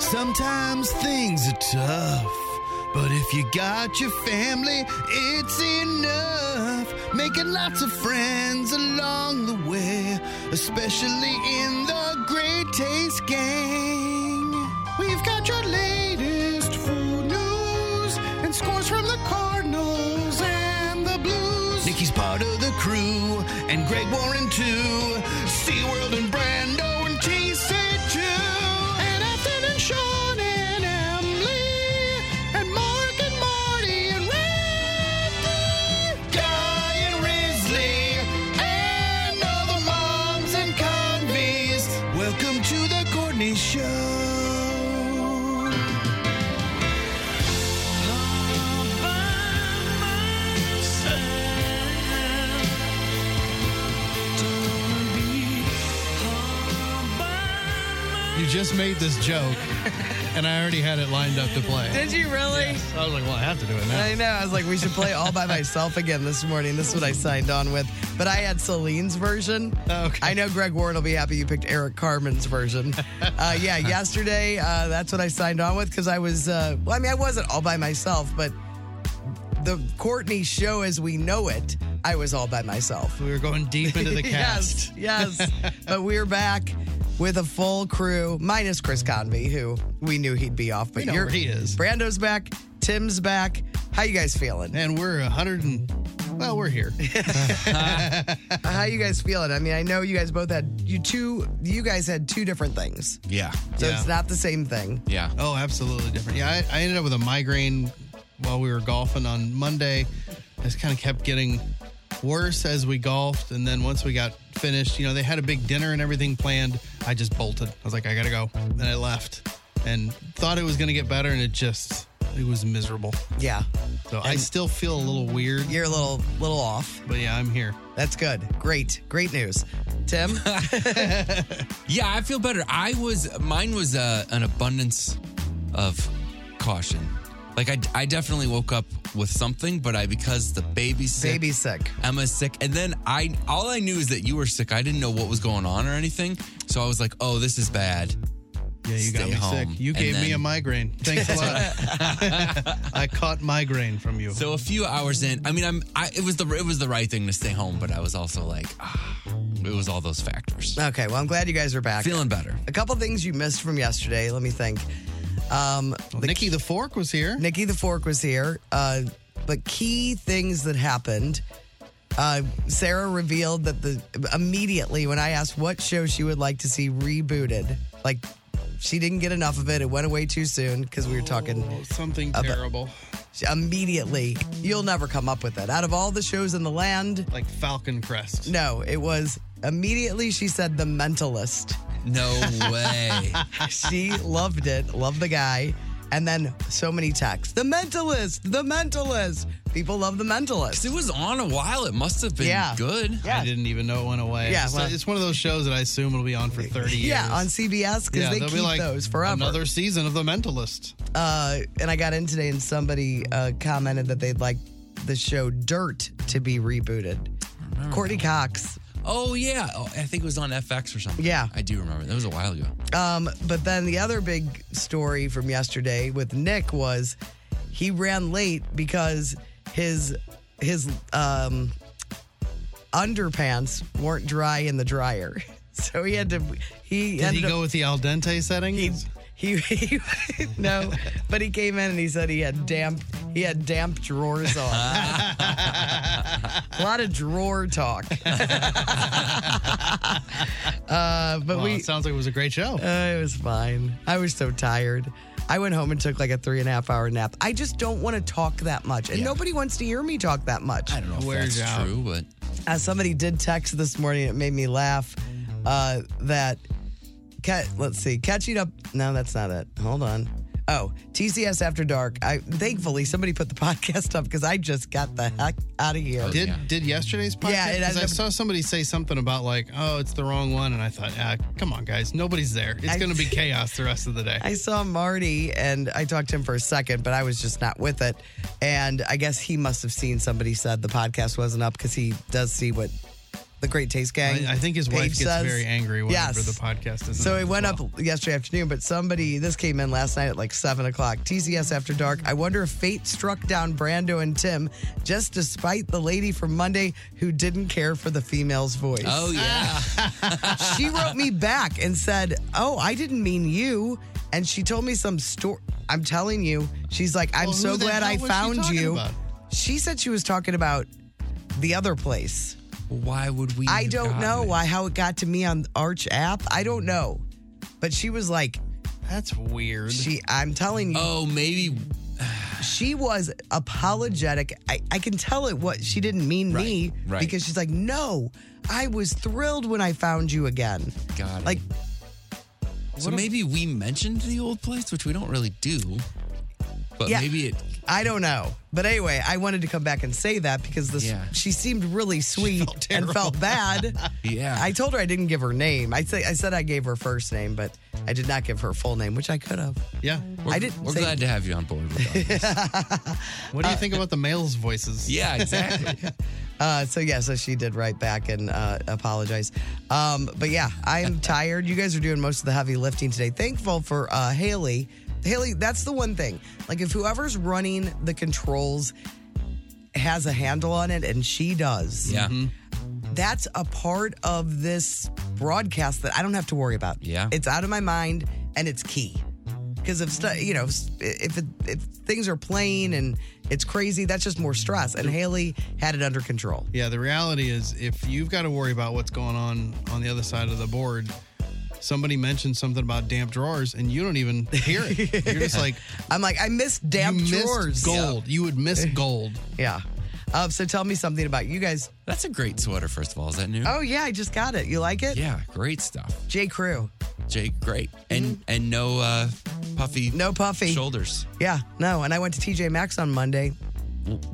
Sometimes things are tough, but if you got your family, it's enough. Making lots of friends along the way, especially in the Great Taste Gang. We've got your latest food news and scores from the Cardinals and the Blues. Nikki's part of the crew, and Greg Warren too. SeaWorld and Brando and TC too. And Ethan and Sean and Emily. And Mark and Marty and Randy. Guy and Risley. And all the moms and convies. Welcome to the Courtney Show. You just made this joke, and I already had it lined up to play. Did you really? Yes. I was like, well, I have to do it now. I know. I was like, we should play all by myself again this morning. This is what I signed on with. But I had Celine's version. Okay. I know Greg Warren will be happy you picked Eric Carmen's version. uh, yeah, yesterday, uh, that's what I signed on with because I was, uh, well, I mean, I wasn't all by myself, but the Courtney show as we know it, I was all by myself. We were going deep into the cast. Yes, yes. but we're back with a full crew, minus Chris Convey, who we knew he'd be off. But We know you're, where he is. Brando's back. Tim's back. How you guys feeling? And we're a hundred and well, we're here. How you guys feeling? I mean, I know you guys both had you two. You guys had two different things, Yeah. so Yeah. it's not the same thing. Yeah. Oh, absolutely different. Yeah, I, I ended up with a migraine while we were golfing on Monday. It's kind of kept getting worse as we golfed, and then once we got finished, you know, they had a big dinner and everything planned. I just bolted. I was like, I gotta go, and I left, and thought it was gonna get better, and it just it was miserable. Yeah, So I still feel a little weird, you're a little little off. but yeah, I'm here. That's good. Great, great news. Tim, Yeah, I feel better. I was mine was uh, an abundance of caution. Like I, I definitely woke up with something, but I because the baby's sick, baby sick. Emma's sick, and then I all I knew is that you were sick. I didn't know what was going on or anything, so I was like, "Oh, this is bad." Yeah, you got Stay me home. sick. You And gave me then- a migraine. Thanks a lot. I caught migraine from you. So a few hours in, I mean, I'm I, it was the it was the right thing to stay home, but I was also like, ah, it was all those factors. Okay, well, I'm glad you guys are back. Feeling better. a couple things you missed from yesterday. Let me think. Um, Well, Nikki the Fork was here. Nikki the Fork was here. Uh, but key things that happened. Uh, Sarah revealed that the immediately when I asked what show she would like to see rebooted, like she didn't get enough of it. It went away too soon because we were talking Oh, something terrible. she- immediately. You'll never come up with that. Out of all the shows in the land, Like Falcon Crest. no, it was immediately she said The Mentalist. No way. she loved it, loved the guy. And then so many texts. The mentalist, the mentalist. People love the mentalist. it was on a while. It must have been Yeah. good. Yeah. I didn't even know it went away. Yeah, it's, well- it's one of those shows that I assume will be on for 30 years. Yeah, on CBS because Yeah, they they'll keep be like, those forever. Another season of The Mentalist. uh, and I got in today, and somebody uh, commented that they'd like the show Dirt to be rebooted. Mm-hmm. Courtney Cox. Oh yeah, oh, I think it was on FX or something. Yeah. I do remember. That was a while ago. Um, but then the other big story from yesterday with Nick was he ran late because his his um, underpants weren't dry in the dryer. So he had to he Did he ended up- go with the al dente setting? he, he no, but he came in and he said he had damp he had damp drawers on. A lot of drawer talk. uh, but Well, we it sounds like it was a great show. uh, it was fine. I was so tired. I went home and took like a three and a half hour nap. I just don't want to talk that much, and nobody wants to hear me talk that much. I don't know if Wears that's out. true, but As somebody did text this morning, it made me laugh. Uh, that ca- let's see, catching up. No, that's not it. Hold on. Oh, TCS After Dark. I thankfully somebody put the podcast up because I just got the heck out of here. Did yeah. did yesterday's podcast? Yeah, it 'Cause ended I up- saw somebody say something about like, oh, it's the wrong one, and I thought, ah, come on, guys, nobody's there. It's I- going to be chaos the rest of the day. I saw Marty and I talked to him for a second, but I was just not with it. And I guess he must have seen somebody said the podcast wasn't up because he does see what the Great Taste Gang. I, I think his wife page gets says. very angry whenever Yes. the podcast is. So it went up yesterday afternoon, but somebody, this came in last night at like 7 o'clock. TCS After Dark. I wonder if fate struck down Brando and Tim just despite the lady from Monday who didn't care for the female's voice. oh Ah. yeah, she wrote me back and said, "Oh, I didn't mean you." And she told me some story. I'm telling you, she's like, "I'm Well, who so the glad hell I was she found talking you." about? She said she was talking about the other place. why would we? I have don't gotten know it? why how it got to me on Arch app. I don't know, but she was like, That's weird. she. I'm telling you, Oh, maybe Oh. she was apologetic. I, I can tell it what she didn't mean me Right, right. because she's like, "No, I was thrilled when I found you again." God. Like so maybe we mentioned the old place, which we don't really do. But Yeah. maybe it. I don't know. But anyway, I wanted to come back and say that because this Yeah. she seemed really sweet and felt bad. Yeah. I told her I didn't give her name. I say I said I gave her first name, but I did not give her full name, which I could have. yeah. We're, I didn't We're say- glad to have you on board. With us. What do you think about the males' voices? Uh, yeah, exactly. Uh, so yeah, so she did write back and uh, apologize. Um, but yeah, I'm tired. You guys are doing most of the heavy lifting today. Thankful for uh, Haley. Haley, that's the one thing. Like if whoever's running the controls has a handle on it, and she does. Yeah. Mm-hmm. that's a part of this broadcast that I don't have to worry about. Yeah. It's out of my mind and it's key. Because if stu- you know if it, if things are playing and it's crazy, that's just more stress. And Haley had it under control. Yeah, the reality is if you've got to worry about what's going on on the other side of the board, somebody mentioned something about damp drawers and you don't even hear it. You're just like, I'm like, I miss you damn missed drawers. gold. You would miss gold. Yeah. Um, so tell me something about you guys. That's a great sweater. First of all, is that new? Oh yeah, I just got it. You like it? Yeah, great stuff. J Crew. Jake, great, and and no uh, puffy, Mm-hmm. No puffy. shoulders. Yeah. No. And I went to TJ Maxx on Monday.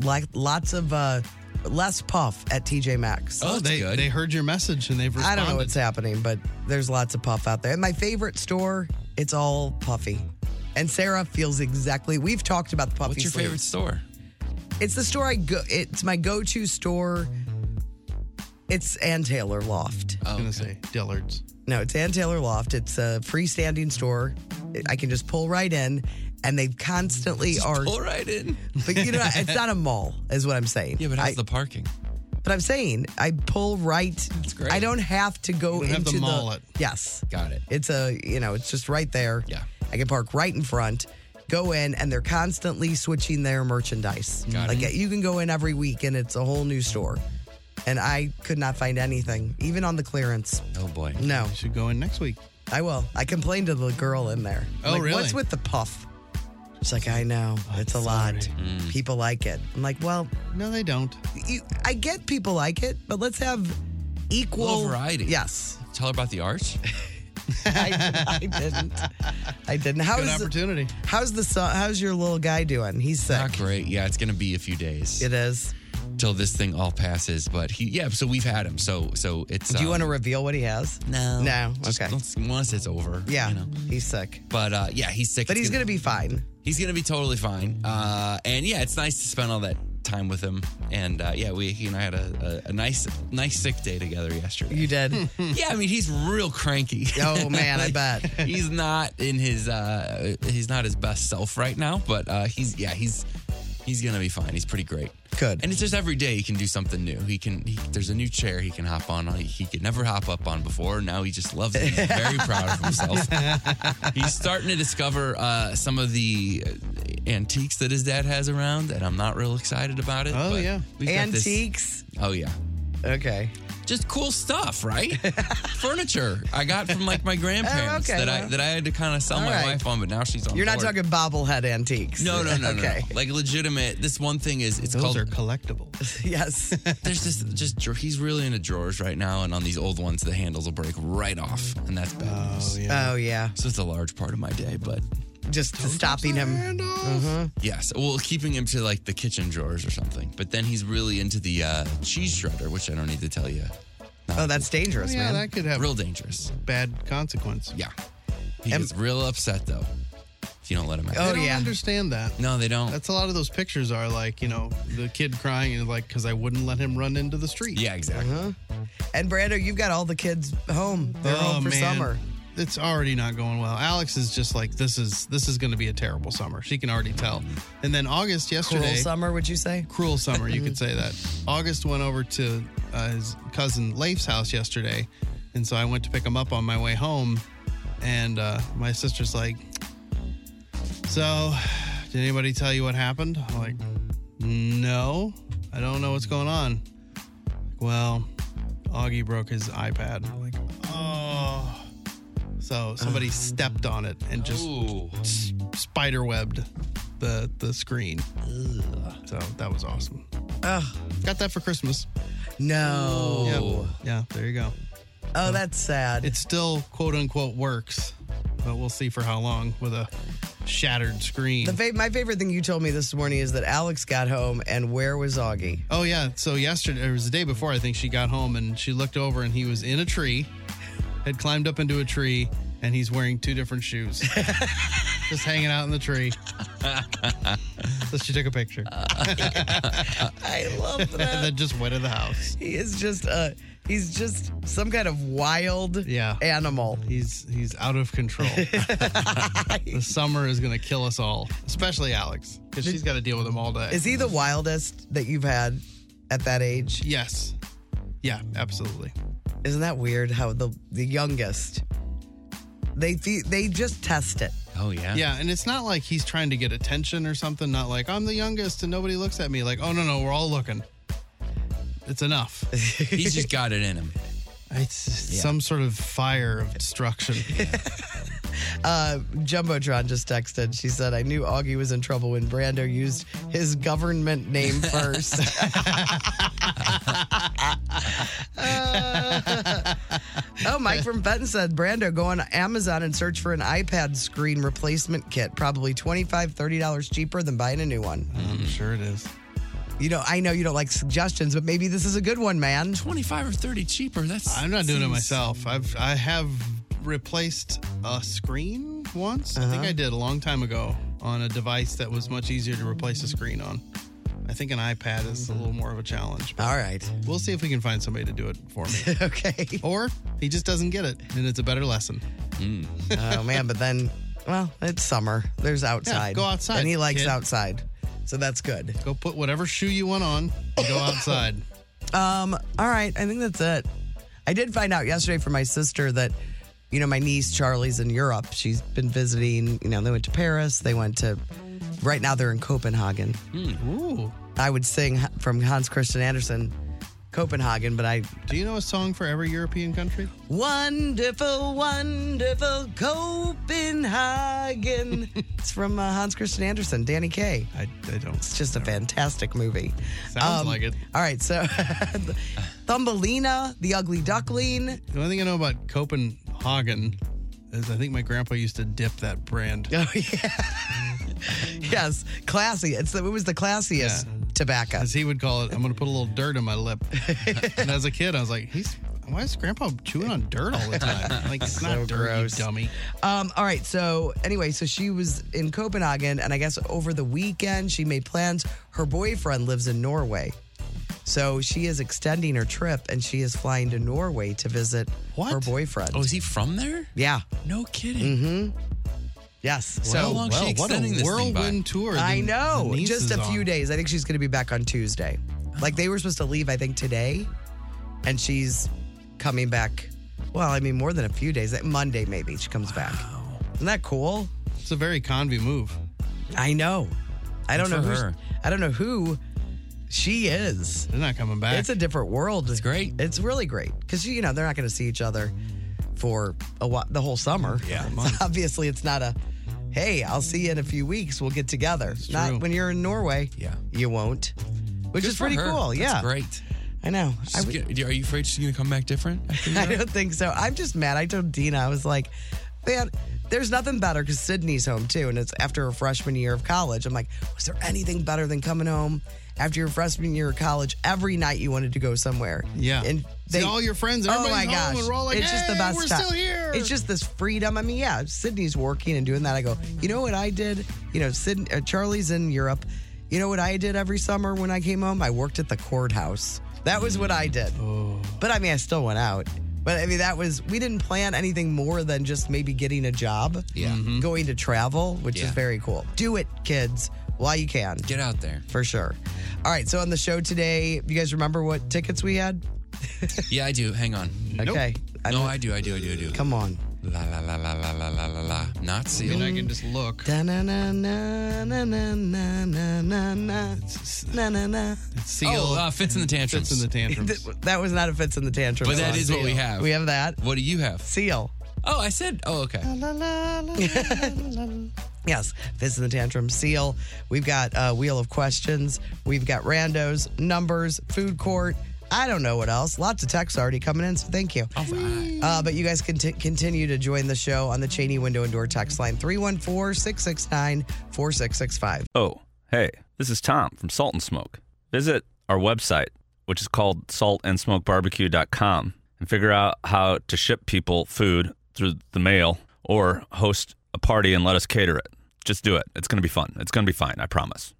Like lots of uh, less puff at TJ Maxx. Oh, that's they good. they heard your message and they've responded. I don't know what's happening, but there's lots of puff out there. And my favorite store, it's all puffy. And Sarah feels exactly. We've talked about the puffy. What's your favorite sleeves. store? It's the store I go. It's my go-to store. It's Ann Taylor Loft. I was Oh, going to say Dillard's. No, it's Ann Taylor Loft. It's a freestanding store. I can just pull right in, and they constantly are. All right, in. But you know, it's not a mall, is what I'm saying. Yeah, but I, how's the parking? but I'm saying I pull right. That's great. I don't have to go You don't into have to mall it. Yes. Got it. It's a, you know, it's just right there. Yeah. I can park right in front, go in, and they're constantly switching their merchandise. Got like it. you can go in every week and it's a whole new store. And I could not find anything, even on the clearance. Oh boy. No, You should go in next week. I will. I complained to the girl in there. I'm Oh, like, really? What's with the puff? She's like, I know. it's a lot. Mm. People like it. I'm like, well, No, they don't. you, I get people like it, but let's have equal Little variety. Yes. Tell her about the arch. I, I didn't. I didn't. How Good is the- opportunity. How's the son, how's your little guy doing? He's sick. Not great. Yeah, it's gonna be a few days It is. till this thing all passes. But he, yeah. So we've had him. So so it's. Do you want um, to reveal what he has? No. No. Just Okay. let's- once it's over. Yeah. You know. He's sick. But uh, yeah, he's sick. But It's he's going to be fine. He's gonna be totally fine. Uh, and yeah, it's nice to spend all that time with him. And uh, yeah, we he and I had a, a, a nice nice sick day together yesterday. You did. yeah, I mean he's real cranky. oh man, I bet. he's not in his uh, he's not his best self right now. But uh, he's yeah he's He's gonna be fine. He's pretty great. Good. And it's just every day he can do something new. He can. He, there's a new chair he can hop on. He could never hop up on before. Now he just loves it. He's very proud of himself. He's starting to discover uh, some of the uh, antiques that his dad has around, and I'm not real excited about it. Oh, but yeah. we've got this- Antiques. Oh yeah. Okay. Just cool stuff, right? Furniture I got from like my grandparents Oh, okay, that I well. that I had to kind of sell All my right. wife on, but now she's on. You're not board. talking bobblehead antiques. No, no, no, no, okay. no. Like legitimate. This one thing is it's Those called. are collectible. Yes. there's this just dra- he's really into drawers right now, and on these old ones, the handles will break right off, and that's bad news. Oh yeah. So it's a large part of my day, but Just stopping him. Uh-huh. yes, well, keeping him to like the kitchen drawers or something. But then he's really into the uh, cheese shredder, which I don't need to tell you, Oh, that's dangerous, Yeah, man. that could have real dangerous. bad consequence. Yeah, he And- gets real upset though if you don't let him. Out. Oh, I don't yeah. understand that. No, they don't. That's a lot of those pictures are like, you know, the kid crying and like, because I wouldn't let him run into the street. yeah, exactly. And Brando, you've got all the kids home. They're home for summer. Oh, It's already not going well. Alex is just like, this is this is going to be a terrible summer. She can already tell. And then August Cruel yesterday, summer, would you say? cruel summer, you could say that. August went over to uh, his cousin Leif's house yesterday, and so I went to pick him up on my way home, and uh, my sister's like, "So, did anybody tell you what happened?" I'm like, "No, I don't know what's going on." Well, Augie broke his iPad. I'm like, "Oh." So somebody stepped on it and just Ooh. spiderwebbed the the screen. So that was awesome. Got that for Christmas. No. Oh. Yeah, there you go. Oh, that's sad. It still quote unquote works, but we'll see for how long with a shattered screen. The fa- my favorite thing you told me this morning is that Alex got home and where was Augie? oh yeah, so yesterday it was the day before I think she got home and she looked over and he was in a tree, had climbed up into a tree, and he's wearing two different shoes. Just hanging out in the tree. so she took a picture I love and that. then just went to the house. he is just uh he's just some kind of wild Yeah. animal. He's he's out of control. the summer is going to kill us all, especially Alex, because she's got to deal with him all day. Is he the wildest that you've had at that age? yes, yeah, absolutely. Isn't that weird how the the youngest they fe- they just test it. Oh yeah. Yeah, and it's not like he's trying to get attention or something. Not like I'm the youngest and nobody looks at me. Like, oh no, no, we're all looking. It's enough. He's just got it in him. It's some sort of fire of destruction. Uh, Jumbotron just texted. She said, "I knew Augie was in trouble when Brando used his government name first. oh, Mike from Benton said, "Brando, go on Amazon and search for an iPad screen replacement kit. Probably $25, 30 dollars cheaper than buying a new one. I'm sure it is. You know, I know you don't like suggestions, but maybe this is a good one, man. Twenty-five or thirty cheaper. That's I'm not doing it seems- myself. I've I have replaced a screen once. I think I did a long time ago on a device that was much easier to replace a screen on. I think an iPad is a little more of a challenge. But All right, we'll see if we can find somebody to do it for me. okay. or he just doesn't get it and it's a better lesson. Oh man, but then, well, it's summer. There's outside. go outside, And he likes kid. outside, so that's good. Go put whatever shoe you want on and go outside. Um, all right, I think that's it. I did find out yesterday from my sister that, you know, my niece Charlie's in Europe. She's been visiting. You know, they went to Paris. They went to. Right now, they're in Copenhagen. Ooh. I would sing h- from Hans Christian Andersen, Copenhagen, but I Do you know a song for every European country? Wonderful, wonderful Copenhagen. it's from uh, Hans Christian Andersen, Danny Kaye. I, I don't. It's just a fantastic movie. Um, Sounds like it. All right, so Thumbelina, the Ugly Duckling. The only thing I know about Copenhagen is I think my grandpa used to dip that brand. Oh yeah, yes, classy. It's the, it was the classiest tobacco. as he would call it, I'm going to put a little dirt in my lip. and as a kid, I was like, he's why is Grandpa chewing on dirt all the time? Like it's not dirt, you gross. dummy. Um, all right, so anyway, so she was in Copenhagen, and I guess over the weekend she made plans. Her boyfriend lives in Norway, so she is extending her trip, and she is flying to Norway to visit What? Oh, her boyfriend. Oh, is he from there? yeah, No kidding. Yes. So how so long is she what extending a this thing by? whirlwind tour! I the- know. the niece Just a is few on. days. I think she's going to be back on Tuesday. Like they were supposed to leave, I think, today. And she's coming back. Well, I mean, more than a few days. Like, Monday, maybe she comes back. Isn't that cool? It's a very convy move. I know. I don't Good know for who. her. I don't know who she is. They're not coming back. It's a different world. It's great. It's really great because you know they're not going to see each other for a while, the whole summer. Yeah. obviously, it's not a. Hey, I'll see you in a few weeks. We'll get together. true. Not when you're in Norway. Yeah. You won't. Which Good Mm-hmm. is for pretty her. cool. That's yeah. great. I know. I She's would- gonna- are you afraid she's going to come back different? after I that? don't think so. I'm just mad. I told Dina, I was like, man, there's nothing better because Sydney's home too. And it's after her freshman year of college. I'm like, was there anything better than coming home after your freshman year of college? Every night you wanted to go somewhere. Yeah. And See all your friends and oh my everybody's home gosh. and we're all like, it's just the "Hey, best we're time. still here." It's just this freedom. I mean, yeah, Sydney's working and doing that. I go, you know what I did? You know, Sydney, uh, Charlie's in Europe. You know what I did every summer when I came home? I worked at the courthouse. That was what I did. Oh. But I mean, I still went out. But I mean, that was, we didn't plan anything more than just maybe getting a job, Yeah. Mm-hmm. going to travel, which is Yeah. very cool. Do it, kids, while you can, Get out there. for sure. All right. So on the show today, you guys remember what tickets we had? Yeah, I do. Hang on. Okay. I no, don't- I do. I do. I do. I do. Come on. La la la la la la la la la. Not I mean, I sealed. can just look. That It's sealed. Oh, uh, fits in the tantrums. Fits in the tantrums. was not a fits in the tantrum. But that song. is what we have. We have that. What do you have? Seal. Oh, I said. Oh, okay. Yes, fits in the tantrum. Seal. We've got uh, wheel of questions. We've got randos, numbers, food court. I don't know what else. Lots of texts already coming in, so thank you. All right. Uh, but you guys can t- continue to join the show on the Cheney Window and Door text line 314 669 4665. Oh, hey, this is Tom from Salt and Smoke. Visit our website, which is called saltandsmokebarbecue.com, and figure out how to ship people food through the mail or host a party and let us cater it. Just do it. It's going to be fun. It's going to be fine, I promise.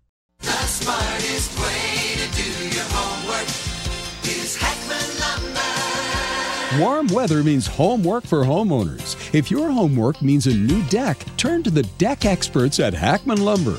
Warm weather means homework for homeowners. If your homework means a new deck, turn to the deck experts at Hackman Lumber.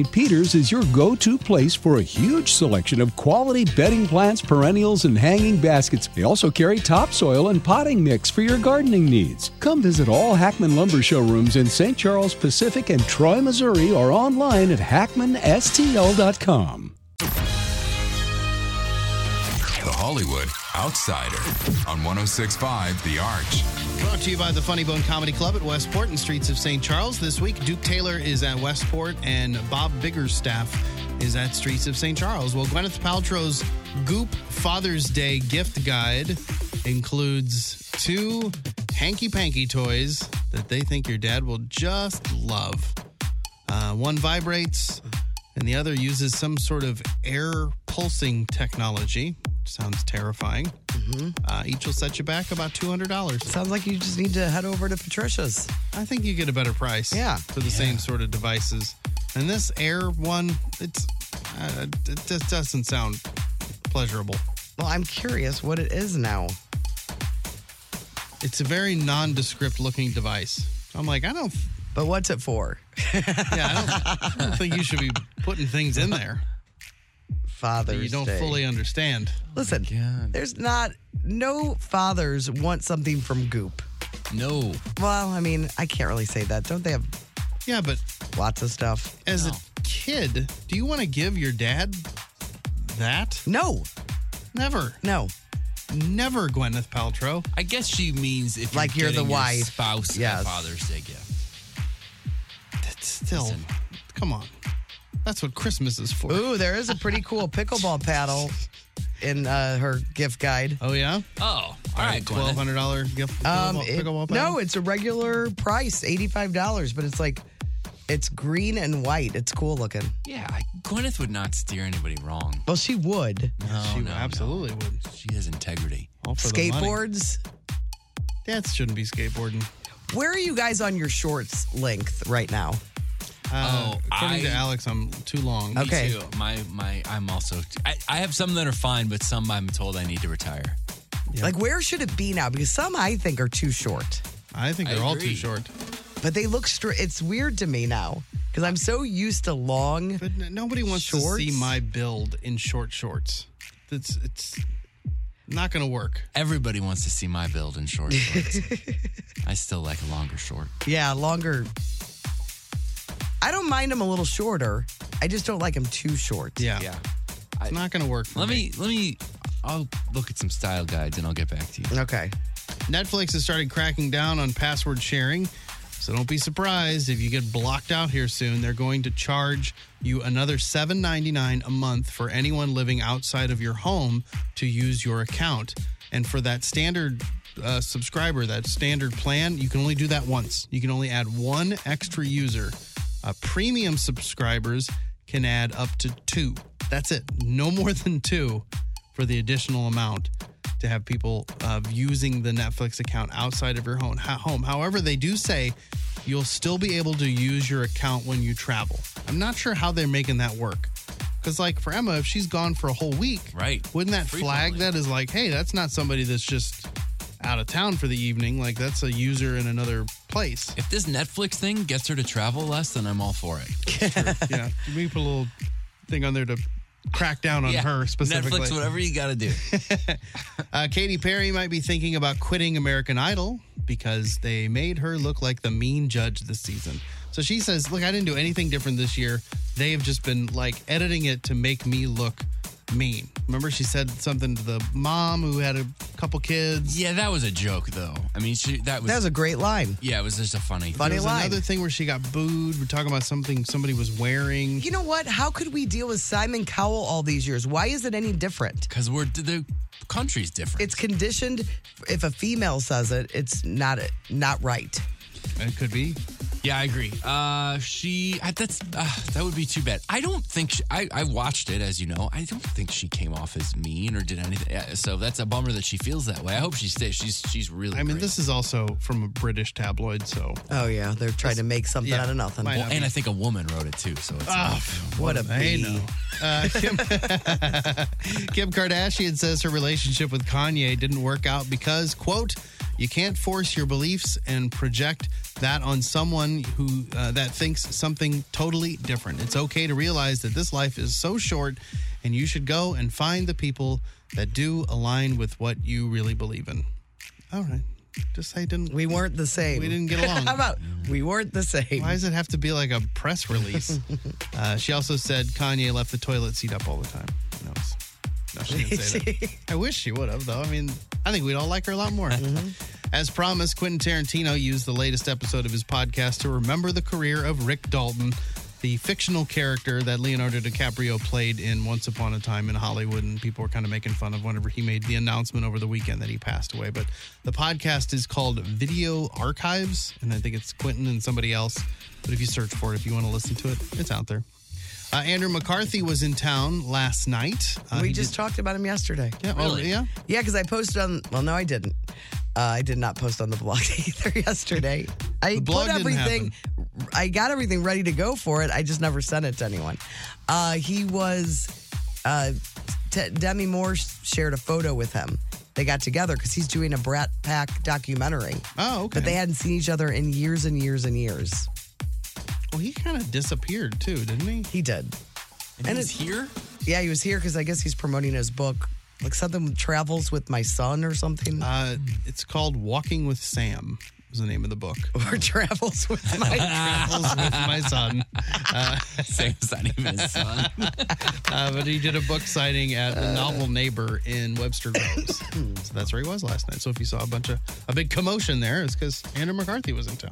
Peter's is your go to place for a huge selection of quality bedding plants, perennials, and hanging baskets. They also carry topsoil and potting mix for your gardening needs. Come visit all Hackman Lumber showrooms in St. Charles, Pacific, and Troy, Missouri, or online at hackmanstl.com. The Hollywood Outsider on 1065 The Arch. Brought to you by the Funny Bone Comedy Club at Westport and Streets of St. Charles. This week, Duke Taylor is at Westport and Bob Biggerstaff is at Streets of St. Charles. Well, Gwyneth Paltrow's Goop Father's Day gift guide includes two hanky panky toys that they think your dad will just love. Uh, one vibrates, and the other uses some sort of air pulsing technology, which sounds terrifying. Uh, each will set you back about $200. Sounds like you just need to head over to Patricia's. I think you get a better price. Yeah. For the same sort of devices. And this air one, it's uh, it just doesn't sound pleasurable. Well, I'm curious what it is now. It's a very nondescript looking device. I'm like, I don't, But what's it for? yeah, I don't, I don't think you should be putting things in there that Father's you don't Day. fully understand. Listen, there's not no fathers want something from Goop. No. Well, I mean, I can't really say that. Don't they have Yeah, but lots of stuff? as a kid, do you want to give your dad that? No, Never, no. never, Gwyneth Paltrow. I guess she means if Like you're the getting your wife. spouse, Yes. a Father's Day gift. That's still, Listen. come on. That's what Christmas is for. Ooh, there is a pretty cool pickleball paddle in uh, her gift guide. Oh, yeah? Oh, all right, twelve Gwyneth. hundred dollar gift. Um, pickleball- it- pickleball paddle? no, it's a regular price, eighty-five dollars, but it's like It's green and white. It's cool looking. Yeah, I, Gwyneth would not steer anybody wrong. Well, she would. No, she Oh, no, absolutely would. no. She has integrity. All for the money. Skateboards. That shouldn't be skateboarding. Where are you guys on your shorts length right now? Uh, Oh, according to I- Alex, I'm too long. Okay. Me too. My my I'm also I, I have some that are fine, but some I'm told I need to retire. Like, where should it be now? Because some I think are too short, I think I they're all too agree. short. but they look straight. It's weird to me now because I'm so used to long. But n- nobody wants Shorts? to see my build in short shorts. It's it's not going to work. Everybody wants to see my build in short shorts. I still like a longer short. Yeah, longer. I don't mind them a little shorter. I just don't like them too short. Yeah, it's not going to work. For Let me let me I'll look at some style guides and I'll get back to you. Okay. Netflix has started cracking down on password sharing. So don't be surprised if you get blocked out here soon. They're going to charge you another $7.99 a month for anyone living outside of your home to use your account. And for that standard uh, subscriber, that standard plan, you can only do that once. You can only add one extra user. Uh, premium subscribers can add up to two. That's it. No more than two for the additional amount to have people uh, using the Netflix account outside of your home. ho- home. However, they do say you'll still be able to use your account when you travel. I'm not sure how they're making that work. Because, like for Emma, if she's gone for a whole week, Right. Wouldn't that flag Frequently. that as like, hey, that's not somebody that's just out of town for the evening. Like that's a user in another place. If this Netflix thing gets her to travel less, then I'm all for it. yeah, we put a little thing on there to crack down on Yeah. her specifically. Netflix, whatever you gotta do. Uh, Katy Perry might be thinking about quitting American Idol because they made her look like the mean judge this season. So she says, Look, I didn't do anything different this year. They've just been like editing it to make me look mean. Remember, she said something to the mom who had a couple kids. yeah, that was a joke though. I mean she that was, That was a great line. yeah, it was just a funny Funny There's line. another thing where she got booed. We're talking about something somebody was wearing. you know what? How could we deal with Simon Cowell all these years? Why is it any different? Because we're the country's different. It's conditioned. If a female says it, it's not not right. It could be. Yeah, I agree. Uh, she I- that's uh, that would be too bad. I don't think she, I I watched it as you know. I don't think she came off as mean or did anything. Yeah, So that's a bummer that she feels that way. I hope she stays. She's she's really. I mean, great. this is also from a British tabloid, so. Oh yeah, they're trying to make something yeah, out of nothing. might Well, and I think a woman wrote it too. So it's What a I bee. know. Uh, Kim, Kim Kardashian says her relationship with Kanye didn't work out because, quote, you can't force your beliefs and project that on someone who uh, that thinks something totally different. It's okay to realize that this life is so short, and you should go and find the people that do align with what you really believe in. All right, just say didn't we? We weren't the same. We didn't get along. How about we weren't the same? Why does it have to be like a press release? uh, she also said Kanye left the toilet seat up all the time. No, it's- no, she didn't say that. I wish she would have, though. I mean, I think we'd all like her a lot more. Mm-hmm. As promised, Quentin Tarantino used the latest episode of his podcast to remember the career of Rick Dalton, the fictional character that Leonardo DiCaprio played in Once Upon a Time in Hollywood. And people were kind of making fun of whenever he made the announcement over the weekend that he passed away. But the podcast is called Video Archives, and I think it's Quentin and somebody else. But if you search for it, if you want to listen to it, it's out there. Uh, Andrew McCarthy was in town last night. Uh, we he just talked about him yesterday. did- yeah, oh, yeah. Yeah, because I posted on. Well, no, I didn't. Uh, I did not post on the blog either yesterday. I blog put didn't everything. I got everything ready to go for it. I just never sent it to anyone. Uh, he was. Uh, T- Demi Moore shared a photo with him. They got together because he's doing a Brat Pack documentary. Oh, okay. But they hadn't seen each other in years and years and years. Well, he kind of disappeared too, didn't he? He did. and it's here. Yeah, he was here because I guess he's promoting his book, like something with travels with my son or something, Uh, it's called Walking with Sam. Is the name of the book. or travels with my. Travels with my son, Sam's not even his son. uh, but he did a book signing at the Novel Neighbor in Webster Groves. so that's where he was last night. So if you saw a bunch of a big commotion there, it's because Andrew McCarthy was in town.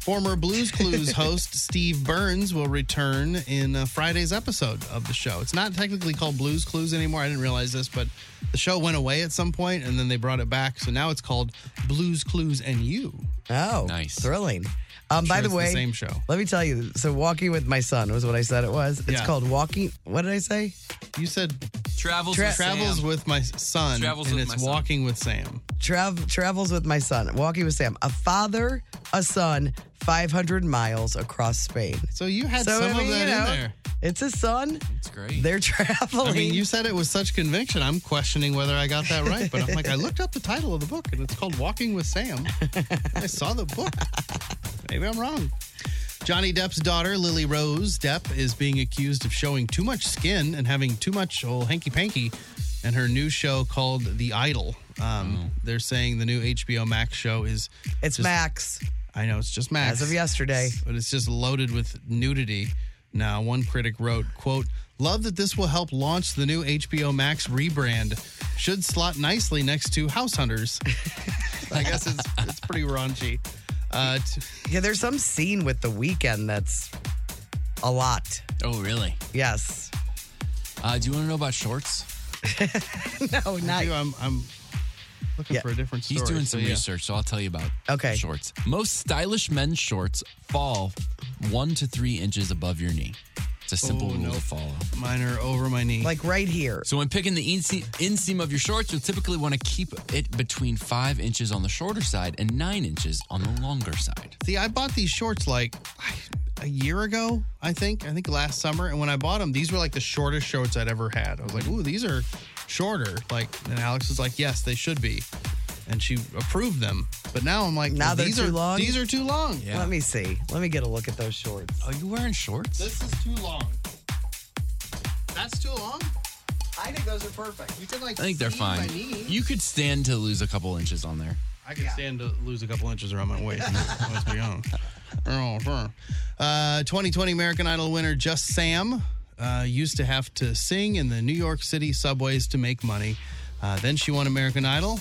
Former Blues Clues host Steve Burns will return in uh, Friday's episode of the show. It's not technically called Blues Clues anymore. I didn't realize this, but the show went away at some point and then they brought it back. So now it's called Blues Clues and You. Oh, Nice. thrilling. Um, by sure the it's the way, same show. Let me tell you. So, walking with my son was what I said it was. It's Yeah. called walking. What did I say? You said Travels with travels Sam. with my son, Travels and with it's my son. walking with Sam. Trav- travels with my son. Walking with Sam. A father, a son, 500 miles across Spain. So you had So, some I mean, of you that know, in there. it's a son. It's great. They're traveling. I mean, you said it with such conviction. I'm questioning whether I got that right, but I'm like, I looked up the title of the book and it's called Walking with Sam. I saw the book. Maybe I'm wrong. Johnny Depp's daughter, Lily Rose Depp, is being accused of showing too much skin and having too much old hanky panky in her new show called The Idol. Um, They're saying the new HBO Max show is, it's Max I know it's just Max. as of yesterday. but it's just loaded with nudity. Now, one critic wrote, quote, Love that this will help launch the new HBO Max rebrand. Should slot nicely next to House Hunters. I guess it's, it's pretty raunchy. Uh, t- Yeah, there's some scene with the weekend that's a lot. Oh, really? Yes. Uh, do you want to know about shorts? No, not I'm, I'm looking Yeah. for a different story. He's doing so some yeah. research, so I'll tell you about Okay. shorts. Most stylish men's shorts fall one to three inches above your knee. It's a simple Oh, rule no. to follow. Mine are over my knee. like right here. So when picking the inseam, inseam of your shorts, you'll typically want to keep it between five inches on the shorter side and nine inches on the longer side. See, I bought these shorts like a year ago, I think. I think last summer. And when I bought them, these were like the shortest shorts I'd ever had. I was like, ooh, these are shorter. Like, and Alex was like, yes, they should be. And she approved them. But now I'm like, Now well, they're these too are long? These are too long. Yeah. Let me see. Let me get a look at those shorts. Are you wearing shorts? This is too long. That's too long? I think those are perfect. You can like I think they're see my fine. knee. You could stand to lose a couple inches on there. I can stand to lose a couple inches around my waist. Let's be honest. Oh, sure. Uh, 2020 American Idol winner Just Sam uh, used to have to sing in the New York City subways to make money. Uh, then she won American Idol,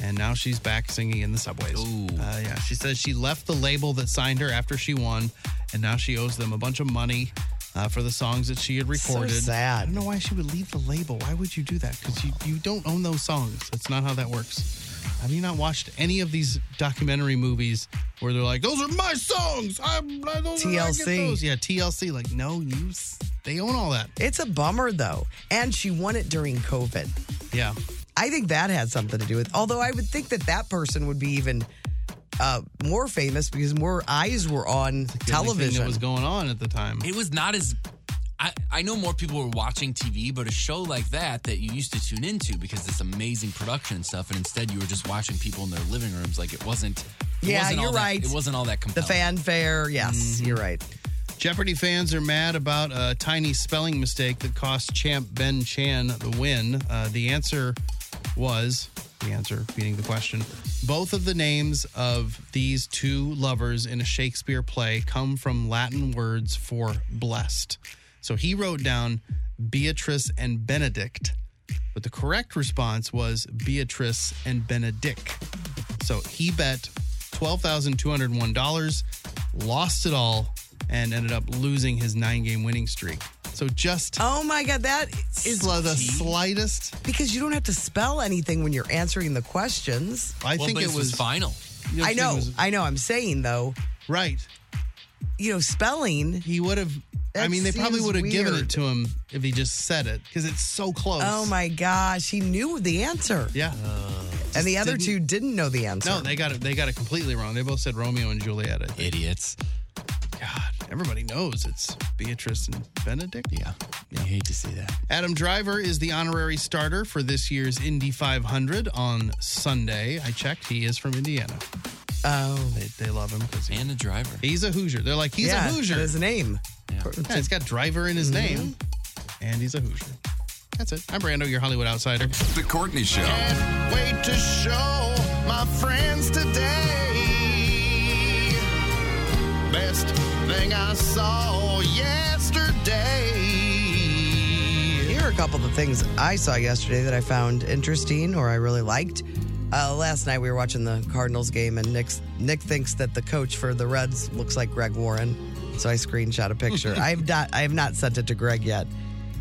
and now she's back singing in the subways. Ooh. Uh, yeah, she says she left the label that signed her after she won, and now she owes them a bunch of money uh, for the songs that she had recorded. sad. I don't know why she would leave the label. Why would you do that? Because you, you don't own those songs. That's not how that works. Have you not watched any of these documentary movies where they're like, "Those are my songs. I'm I, those are- I get TLC. those." Yeah, TLC. Like, no, you. s- They own all that. It's a bummer though. And she won it during COVID. Yeah. I think that had something to do with. Although I would think that that person would be even uh, more famous because more eyes were on The only thing television. that was going on at the time. It was not as. I, I know more people were watching TV, but a show like that that you used to tune into because this amazing production and stuff, and instead you were just watching people in their living rooms. Like it wasn't. It Yeah, wasn't all you're that- right. It wasn't all that the compelling. fanfare. Yes, Mm-hmm. you're right. Jeopardy fans are mad about a tiny spelling mistake that cost champ Ben Chan the win. Uh, the answer was the answer, beating the question. Both of the names of these two lovers in a Shakespeare play come from Latin words for blessed. So he wrote down Beatrice and Benedict, but the correct response was Beatrice and Benedict. So he bet $12,201, lost it all, and ended up losing his nine game winning streak. So just Oh my god, that is sl- the slightest. because you don't have to spell anything when you're answering the questions. I Well, think but it this was was. final. I know, was- I know. I'm saying though, right. you know, spelling. He would have. I That mean, they probably seems would have given it weird. to him if he just said it because it's so close. Oh my gosh, he knew the answer, Yeah. Uh, and the other didn't- two didn't know the answer. No, they got it. They got it completely wrong. They both said Romeo and Juliet. I think. Idiots. God, everybody knows it's Beatrice and Benedict. Yeah. You hate to see that. Adam Driver is the honorary starter for this year's Indy 500 on Sunday. I checked. He is from Indiana. oh, They, they love him because And a driver. he's a Hoosier. They're like, he's yeah, a Hoosier. and His name. Yeah, he's got Driver in his name, and he's a Hoosier. That's it. I'm Brando, your Hollywood outsider. The Courtney Show. Wait to show my friends today. Best thing I saw yesterday. Here are a couple of the things I saw yesterday that I found interesting or I really liked. Uh, last night we were watching the Cardinals game, and Nick's, Nick thinks that the coach for the Reds looks like Greg Warren. So I screenshot a picture. I've not I have not sent it to Greg yet.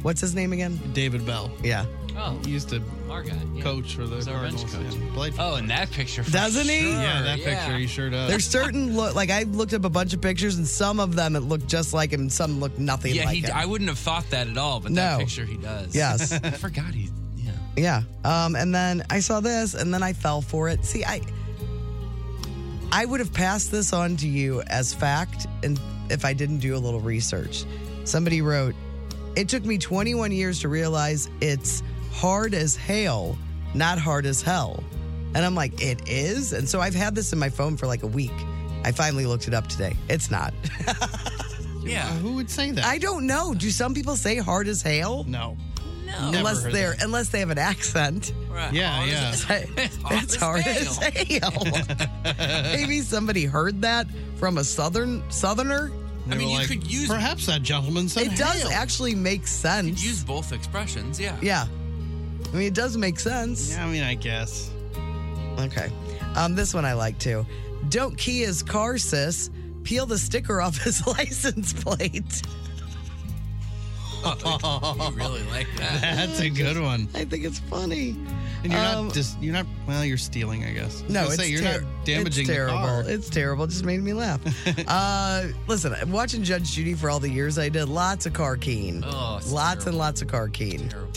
What's his name again? David Bell. Yeah. Oh, He used to our guy. yeah. coach for the He's our bench Cardinals. coach. yeah. Played for- Oh, and that picture. for Doesn't he? sure, yeah, that picture he sure does. There's certain look like I looked up a bunch of pictures, and some of them it looked just like him, some looked nothing Yeah, like he, him. I wouldn't have thought that at all, but No. that picture he does. Yes. I forgot he. Yeah. Yeah. Um, and then I saw this, and then I fell for it. See, I I would have passed this on to you as fact, and if I didn't do a little research, somebody wrote, "It took me 21 years to realize it's hard as hail, not hard as hell." And I'm like, "It is." And so I've had this in my phone for like a week. I finally looked it up today. It's not. Yeah. Uh, Who would say that? I don't know. Do some people say hard as hail? no. No. Never Unless heard they're unless they have an accent. Right. Yeah, Oh, yeah. is it- That's hard as hell. Maybe somebody heard that from a southern southerner. They I mean, were you like, could use- Perhaps that gentleman said It does hail. actually make sense. Use both expressions. Yeah. yeah, I mean it does make sense. Yeah, I mean, I guess. Okay, um, this one I like too. Don't key his car, sis. Peel the sticker off his license plate. You Oh, really like that. That's a good one. I think it's funny. And you're Um, not just you're not well, you're stealing, I guess. I was No, gonna it's say, you're ter- not damaging it's terrible. the car. It's terrible. It just made me laugh. uh, listen, watching Judge Judy for all the years I did, lots of car keen. Oh, it's lots and terrible. lots of car keen. Terrible.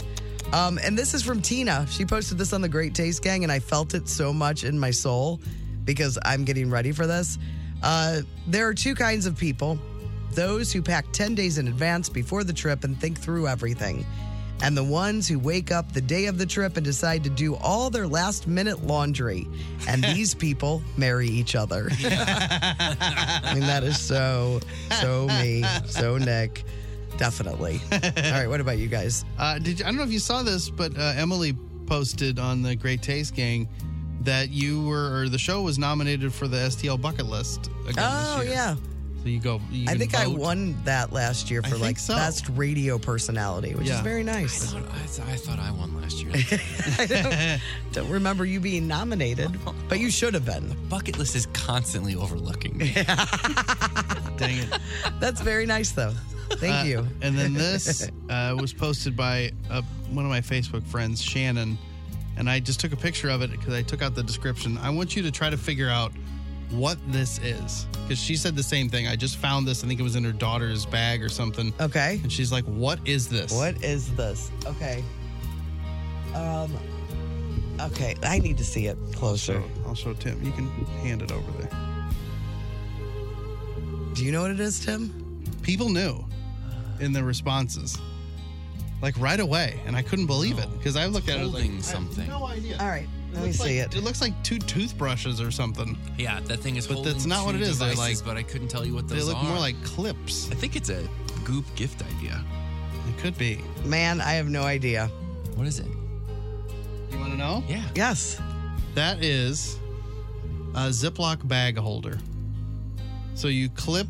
Um, and this is from Tina. She posted this on the Great Taste Gang, and I felt it so much in my soul because I'm getting ready for this. Uh, there are two kinds of people those who pack 10 days in advance before the trip and think through everything, and the ones who wake up the day of the trip and decide to do all their last minute laundry. And these people marry each other. I mean, that is so, so me, so Nick. Definitely. All right, what about you guys? Uh, did you, I don't know if you saw this, but uh, Emily posted on the Great Taste Gang that you were or the show was nominated for the STL bucket list again Oh, this year. yeah. So you go. You I can think I vote. won that last year for think like so. best radio personality, which is Yeah. very I nice. thought I, th- I thought I won last year. I don't, don't remember you being nominated, but you should have been. Bucket list is constantly overlooking me. Dang it. That's very nice, though. Thank you. And then this uh, was posted by uh, one of my Facebook friends, Shannon. And I just took a picture of it because I took out the description. I want you to try to figure out what this is. Because she said the same thing. I just found this. I think it was in her daughter's bag or something. Okay. And she's like, What is this? Oh. What is this? Okay. Um. Okay, I need to see it closer. So I'll show Tim. You can hand it over there. Do you know what it is, Tim? People knew in the responses, like right away. And I couldn't believe it because I looked at it like, Holding I have something. no idea. All right, let me looks see like- it. It looks like two toothbrushes or something. Yeah, that thing is. But holding that's not what two it is. They're devices, like- but I couldn't tell you what those they look are. more like clips. I think it's a goop gift idea. It could be. Man, I have no idea. What is it? You want to know? Yeah. Yes. That is a Ziploc bag holder. So you clip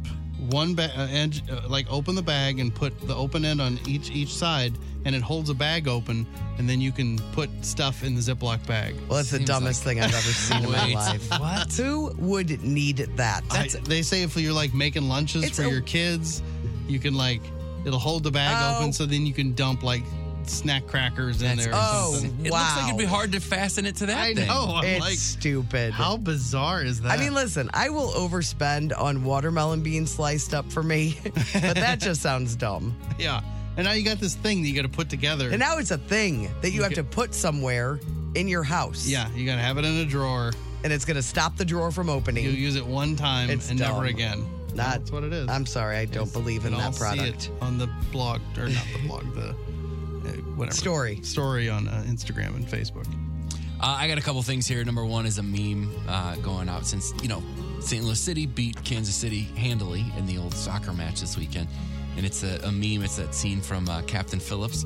one bag, uh, edge, uh, like open the bag and put the open end on each each side, and it holds a bag open, and then you can put stuff in the Ziploc bag. Well, it's the Seems dumbest thing I've ever seen in my Wait, life. what? Who would need that? I- they say if you're like making lunches It's for a- your kids, you can like it'll hold the bag Oh. open, so then you can dump like snack crackers in That's there. or Oh, something. It looks like it'd be wow. hard to fasten it to that I thing. know. I'm it's like, stupid. how bizarre is that? I mean, listen, I will overspend on watermelon beans sliced up for me, but that just sounds dumb. Yeah. And now you got this thing that you got to put together. And now it's a thing that you have to put somewhere in your house. yeah, you got to have it in a drawer. And it's going to stop the drawer from You opening. use it one time It's and dumb. never again. Not- That's what it is. I'm sorry, I don't believe in And I'll that see product. it on the blog, or not the blog, the uh, whatever. Story. Story on uh, Instagram and Facebook. Uh, I got a couple things here. Number one is a meme uh, going out since, you know, St. Louis City beat Kansas City handily in the old soccer match this weekend. And it's a, a meme. It's that scene from uh, Captain Phillips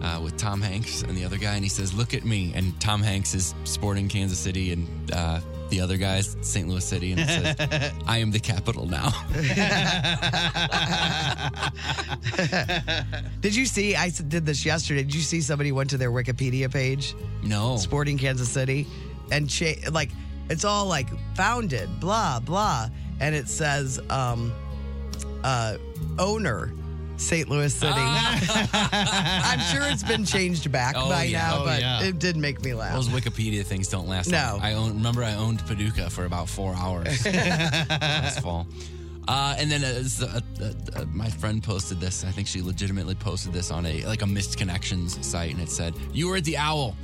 uh, with Tom Hanks and the other guy. And he says, Look at me. And Tom Hanks is sporting Kansas City and uh, the other guy's St. Louis City. And it says, I am the capital now. Did you see? I s- did this yesterday. Did you see somebody went to their Wikipedia page, no. Sporting Kansas City, and cha- like it's all like founded, blah blah, and it says um, uh, owner. St. Louis City. I'm sure it's been changed back Ah. Oh, by yeah. now, Oh, but yeah. it did make me laugh. Those Wikipedia things don't last. No. long. I own, remember I owned Paducah for about four hours last fall. Uh, and then uh, s- uh, uh, uh, my friend posted this. I think she legitimately posted this on a like a missed connections site, and it said, "You were at the Owl,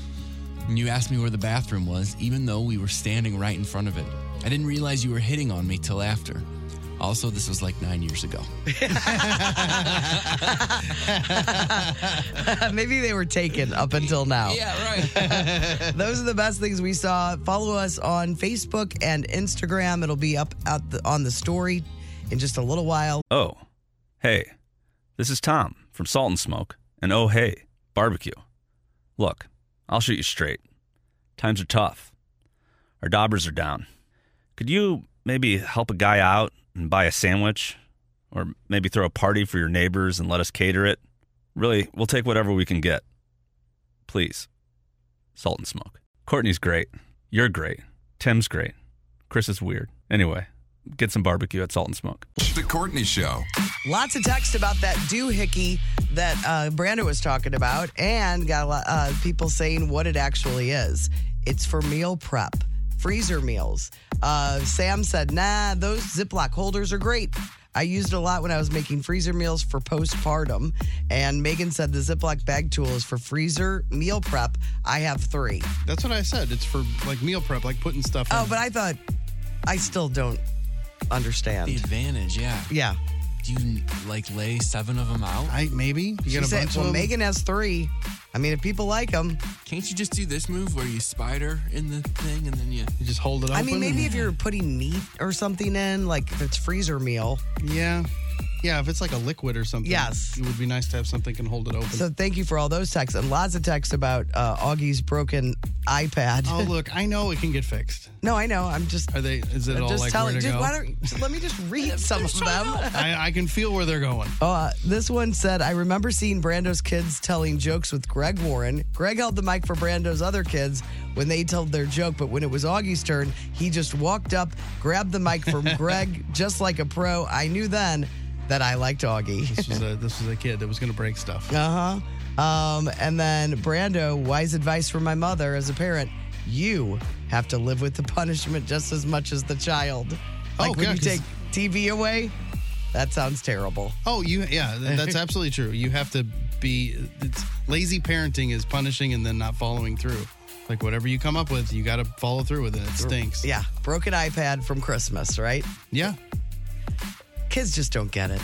and you asked me where the bathroom was, even though we were standing right in front of it. I didn't realize you were hitting on me till after." Also, this was like nine years ago. Maybe they were taken up until now. Yeah, right. Those are the best things we saw. Follow us on Facebook and Instagram. It'll be up out the, on the story in just a little while. Oh, hey, this is Tom from Salt and Smoke, and oh, hey, barbecue. Look, I'll shoot you straight. Times are tough. Our daubers are down. Could you maybe help a guy out and buy a sandwich? Or maybe throw a party for your neighbors and let us cater it? Really, we'll take whatever we can get. Please. Salt and Smoke. Courtney's great. You're great. Tim's great. Chris is weird. Anyway, get some barbecue at Salt and Smoke. The Courtney Show. Lots of text about that doohickey that uh, Brando was talking about, and got a lot uh, people saying what it actually is. It's for meal prep, freezer meals. Uh, Sam said, "Nah, those Ziploc holders are great." I used it a lot when I was making freezer meals for postpartum. And Megan said the Ziploc bag tool is for freezer meal prep. I have three. That's what I said. It's for like meal prep, like putting stuff. Oh, in. but I thought I still don't the understand. advantage, yeah. Yeah. Do you like lay seven of them out? I maybe you She got a said, bunch well, of them? Megan has three. I mean, if people like them, Can't you just do this move where you spider in the thing and then you? You just hold it open. I mean, maybe and- if you're putting meat or something in, like if it's freezer meal. yeah, yeah. If it's like a liquid or something, Yes. it would be nice to have something can hold it open. So thank you for all those texts and lots of texts about uh, Augie's broken iPad. oh look, I know it can get fixed. No, I know. I'm just, Are they? Is it I'm all just like telling. where to Just, go? why don't just let me just read some of them? I, I can feel where they're going. Oh, uh, this one said, I remember seeing Brando's kids telling jokes with Greg Warren. Greg held the mic for Brando's other kids when they told their joke, but when it was Augie's turn, he just walked up, grabbed the mic from Greg just like a pro. I knew then that I liked Augie. This was a this was a kid that was going to break stuff. Uh huh. Um, and then Brando, wise advice from my mother as a parent: you have to live with the punishment just as much as the child. Like Oh, when yeah, you 'cause- take TV away, that sounds terrible. Oh, you yeah, th- that's absolutely true. You have to be it's lazy parenting is punishing and then not following through. Like whatever you come up with, you got to follow through with it. It stinks. Yeah, broken iPad from Christmas, right? yeah, Kids just don't get it.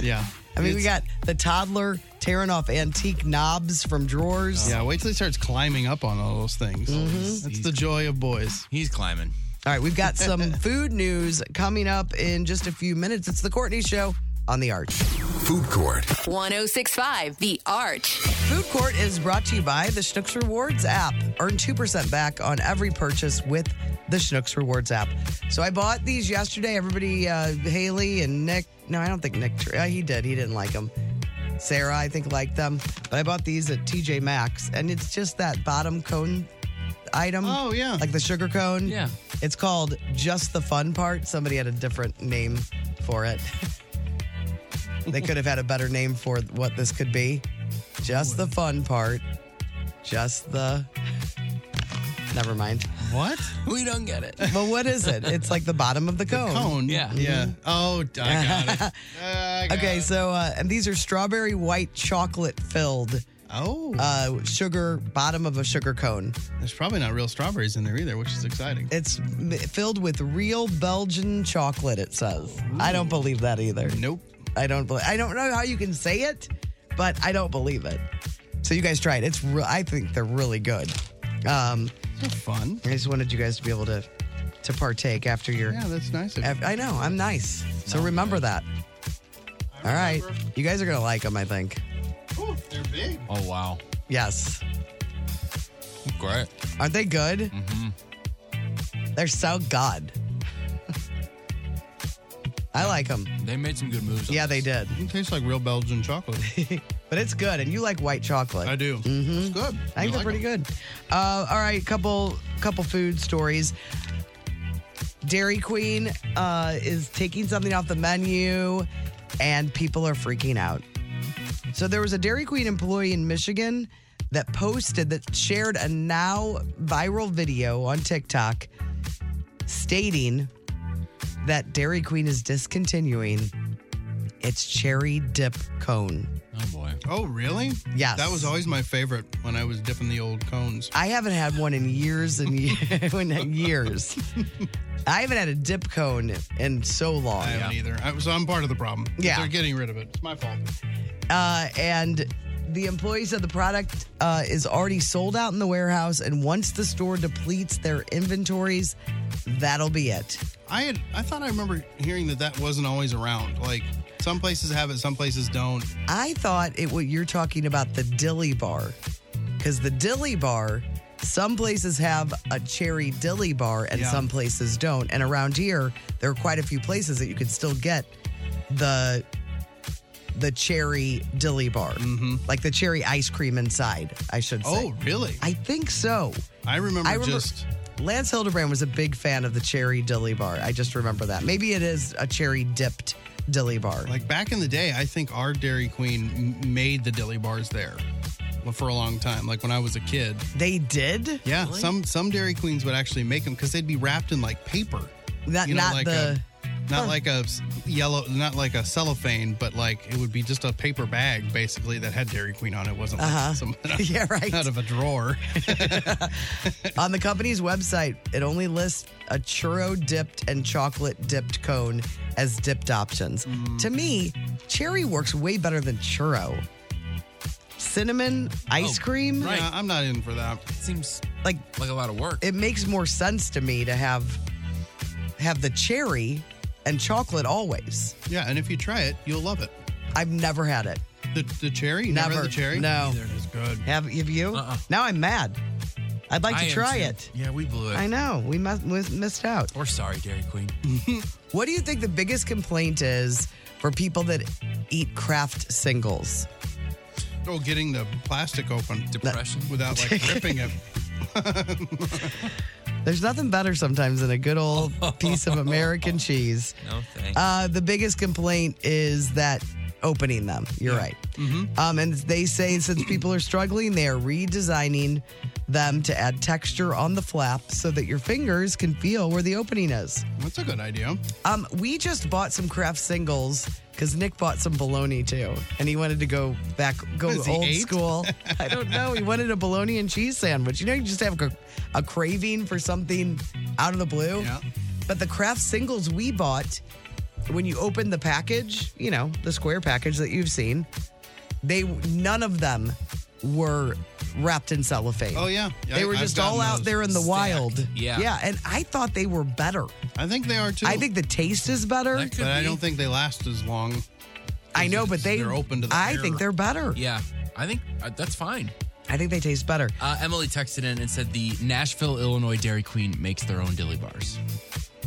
yeah. I mean, we It's- got the toddler tearing off antique knobs from drawers. Yeah, wait till he starts climbing up on all those things. Mm-hmm. That's the joy of boys. He's climbing. All right, we've got some food news coming up in just a few minutes. It's the Courtney Show on the Arch. Food Court. 1065 The Arch. Food Court is brought to you by the Schnucks Rewards app. Earn 2% back on every purchase with the Schnucks Rewards app. So I bought these yesterday. Everybody, uh, Haley and Nick. No, I don't think Nick. Uh, he did. He didn't like them. Sarah, I think, liked them. But I bought these at TJ Maxx, and it's just that bottom cone item. Oh, yeah. Like the sugar cone. Yeah. It's called Just the Fun Part. Somebody had a different name for it. they could have had a better name for what this could be. Just the fun part. Just the. Never mind. What? We don't get it. But what is it? It's like the bottom of the cone. Cone. Yeah. Mm-hmm. Yeah. Oh, I got it. I got Okay, it. so uh, and these are strawberry white chocolate filled Oh, uh, sugar bottom of a sugar cone. there's probably not real strawberries in there either, which is exciting. It's m- filled with real Belgian chocolate. It says. I don't believe that either. Nope. I don't believe. I don't know how you can say it, but I don't believe it. So you guys try it. It's. Re- I think they're really good. Um, So fun. I just wanted you guys to be able to to partake after your. Yeah, that's nice. Of you. af- I know I'm nice, so remember that. All right, you guys are gonna like them. I think. Ooh, they're big. Oh wow. Yes, Great. aren't they good? Mm-hmm. They're so good. I like them. They made some good moves. on Yeah, they this. did. It tastes like real Belgian chocolate. But it's good, and you like white chocolate. I do. It's good. Mm-hmm. I think You they're like pretty them. good. Uh, all right, couple couple food stories. Dairy Queen uh, is taking something off the menu, and people are freaking out. So there was a Dairy Queen employee in Michigan that posted that shared a now viral video on TikTok stating that Dairy Queen is discontinuing its cherry dip cone. Oh boy. Oh, really? Yes. That was always my favorite when I was dipping the old cones. I haven't had one in years and years. years. I haven't had a dip cone in so long. I haven't either. I, so I'm part of the problem. Yeah. They're getting rid of it. It's my fault. Uh, and the employee said the product uh, is already sold out in the warehouse, and once the store depletes their inventories, that'll be it. I had I thought I remember hearing that that wasn't always around. Like some places have it, some places don't. I thought it. What you're talking about the dilly bar, because the dilly bar. Some places have a cherry dilly bar and Yeah. some places don't. And around here, there are quite a few places that you can still get the the cherry dilly bar, mm-hmm. like the cherry ice cream inside. I should say. Oh, really? I think so. I remember, I remember- just Lance Hildebrand was a big fan of the cherry dilly bar. I just remember that. Maybe it is a cherry dipped dilly bar. like back in the day, I think our Dairy Queen m- made the dilly bars there for a long time. Like when I was a kid. they did. Yeah, some some Dairy Queens would actually make them because they'd be wrapped in like paper. That, You know, not like the. a, not like a s- yellow, not like a cellophane, but like it would be just a paper bag basically that had Dairy Queen on it. It Wasn't like something out, Uh-huh. Yeah, right. out of a drawer. On the company's website, it only lists a churro dipped and chocolate dipped cone as dipped options. To me, cherry works way better than churro. Cinnamon ice Oh, cream, right. Yeah, I'm not in for that. It seems like like a lot of work. it makes more sense to me to have have the cherry and chocolate always. Yeah, and if you try it, you'll love it. I've never had it. The, the cherry? You never, had Never. the cherry? No. Neither. It's good. Have, have you? Uh-uh. Now I'm mad. I'd like I to am try too. it. Yeah, we blew it. I know we must, we missed out. We're sorry, Dairy Queen. What do you think the biggest complaint is for people that eat craft singles? Oh, getting the plastic open Depression. without like ripping it. There's nothing better sometimes than a good old piece of American cheese. No thanks. Uh, the biggest complaint is that opening them. You're right. Mm-hmm. Um, and they say since people are struggling, they are redesigning them to add texture on the flap so that your fingers can feel where the opening is. That's a good idea. Um, we just bought some craft singles because Nick bought some bologna too, and he wanted to go back, go Is he old eight? school. I don't know. He wanted a bologna and cheese sandwich. You know, you just have a, a craving for something out of the blue. Yeah. But the craft singles we bought, when you open the package, you know, the square package that you've seen, they none of them were wrapped in cellophane. Oh, yeah. They I- were I've just gotten all out those there in the stacked. wild. Yeah. Yeah. And I thought they were better. I think they are too. I think the taste is better. That could but I be- don't think they last as long. I know, but they They're open to the I air. think they're better. Yeah, I think uh, that's fine. I think they taste better. Uh, Emily texted in and said the Nashville, Illinois Dairy Queen makes their own dilly bars.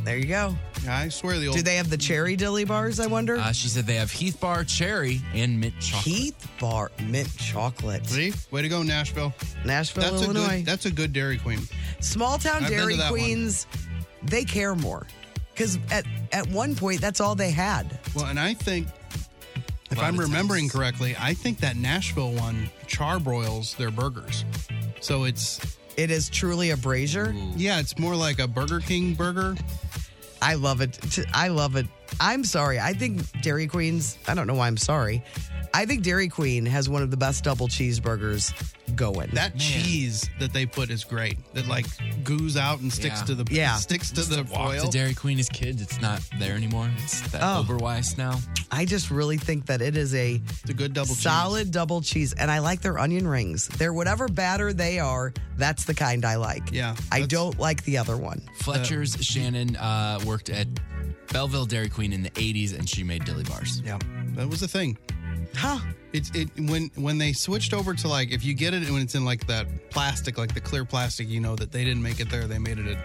There you go. I swear the old. Do they have the cherry dilly bars? I wonder. Uh, she said they have Heath Bar, Cherry, and Mint Chocolate. Heath bar mint chocolate. See? Way to go, Nashville. Nashville, That's a Illinois. good. That's a good Dairy Queen. Small town I've been dairy to that one. queens, they care more. Because at, at one point, that's all they had. Well, and I think, if lot I'm of remembering times. correctly, I think that Nashville one charbroils their burgers. So it's It is truly a brazier. yeah, it's more like a Burger King burger. I love it. T- I love it. I'm sorry. I think Dairy Queen's, I don't know why I'm sorry. I think Dairy Queen has one of the best double cheeseburgers going. That cheese that they put is great. That like goos out and sticks Yeah. to the Yeah. sticks to the Walk foil. to Dairy Queen as kids. It's not there anymore. It's that Oh. Oberweis now. I just really think that it is a It's a good double cheese. solid double cheese, and I like their onion rings. They're whatever batter they are. That's the kind I like. Yeah, I that's- don't like the other one. Fletcher's Shannon uh, worked at Belleville Dairy Queen in the 80s and she made dilly bars. Yeah, that was the thing. Huh? It's it when when they switched over to like if you get it when it's in like that plastic, like the clear plastic, you know that they didn't make it there. They made it at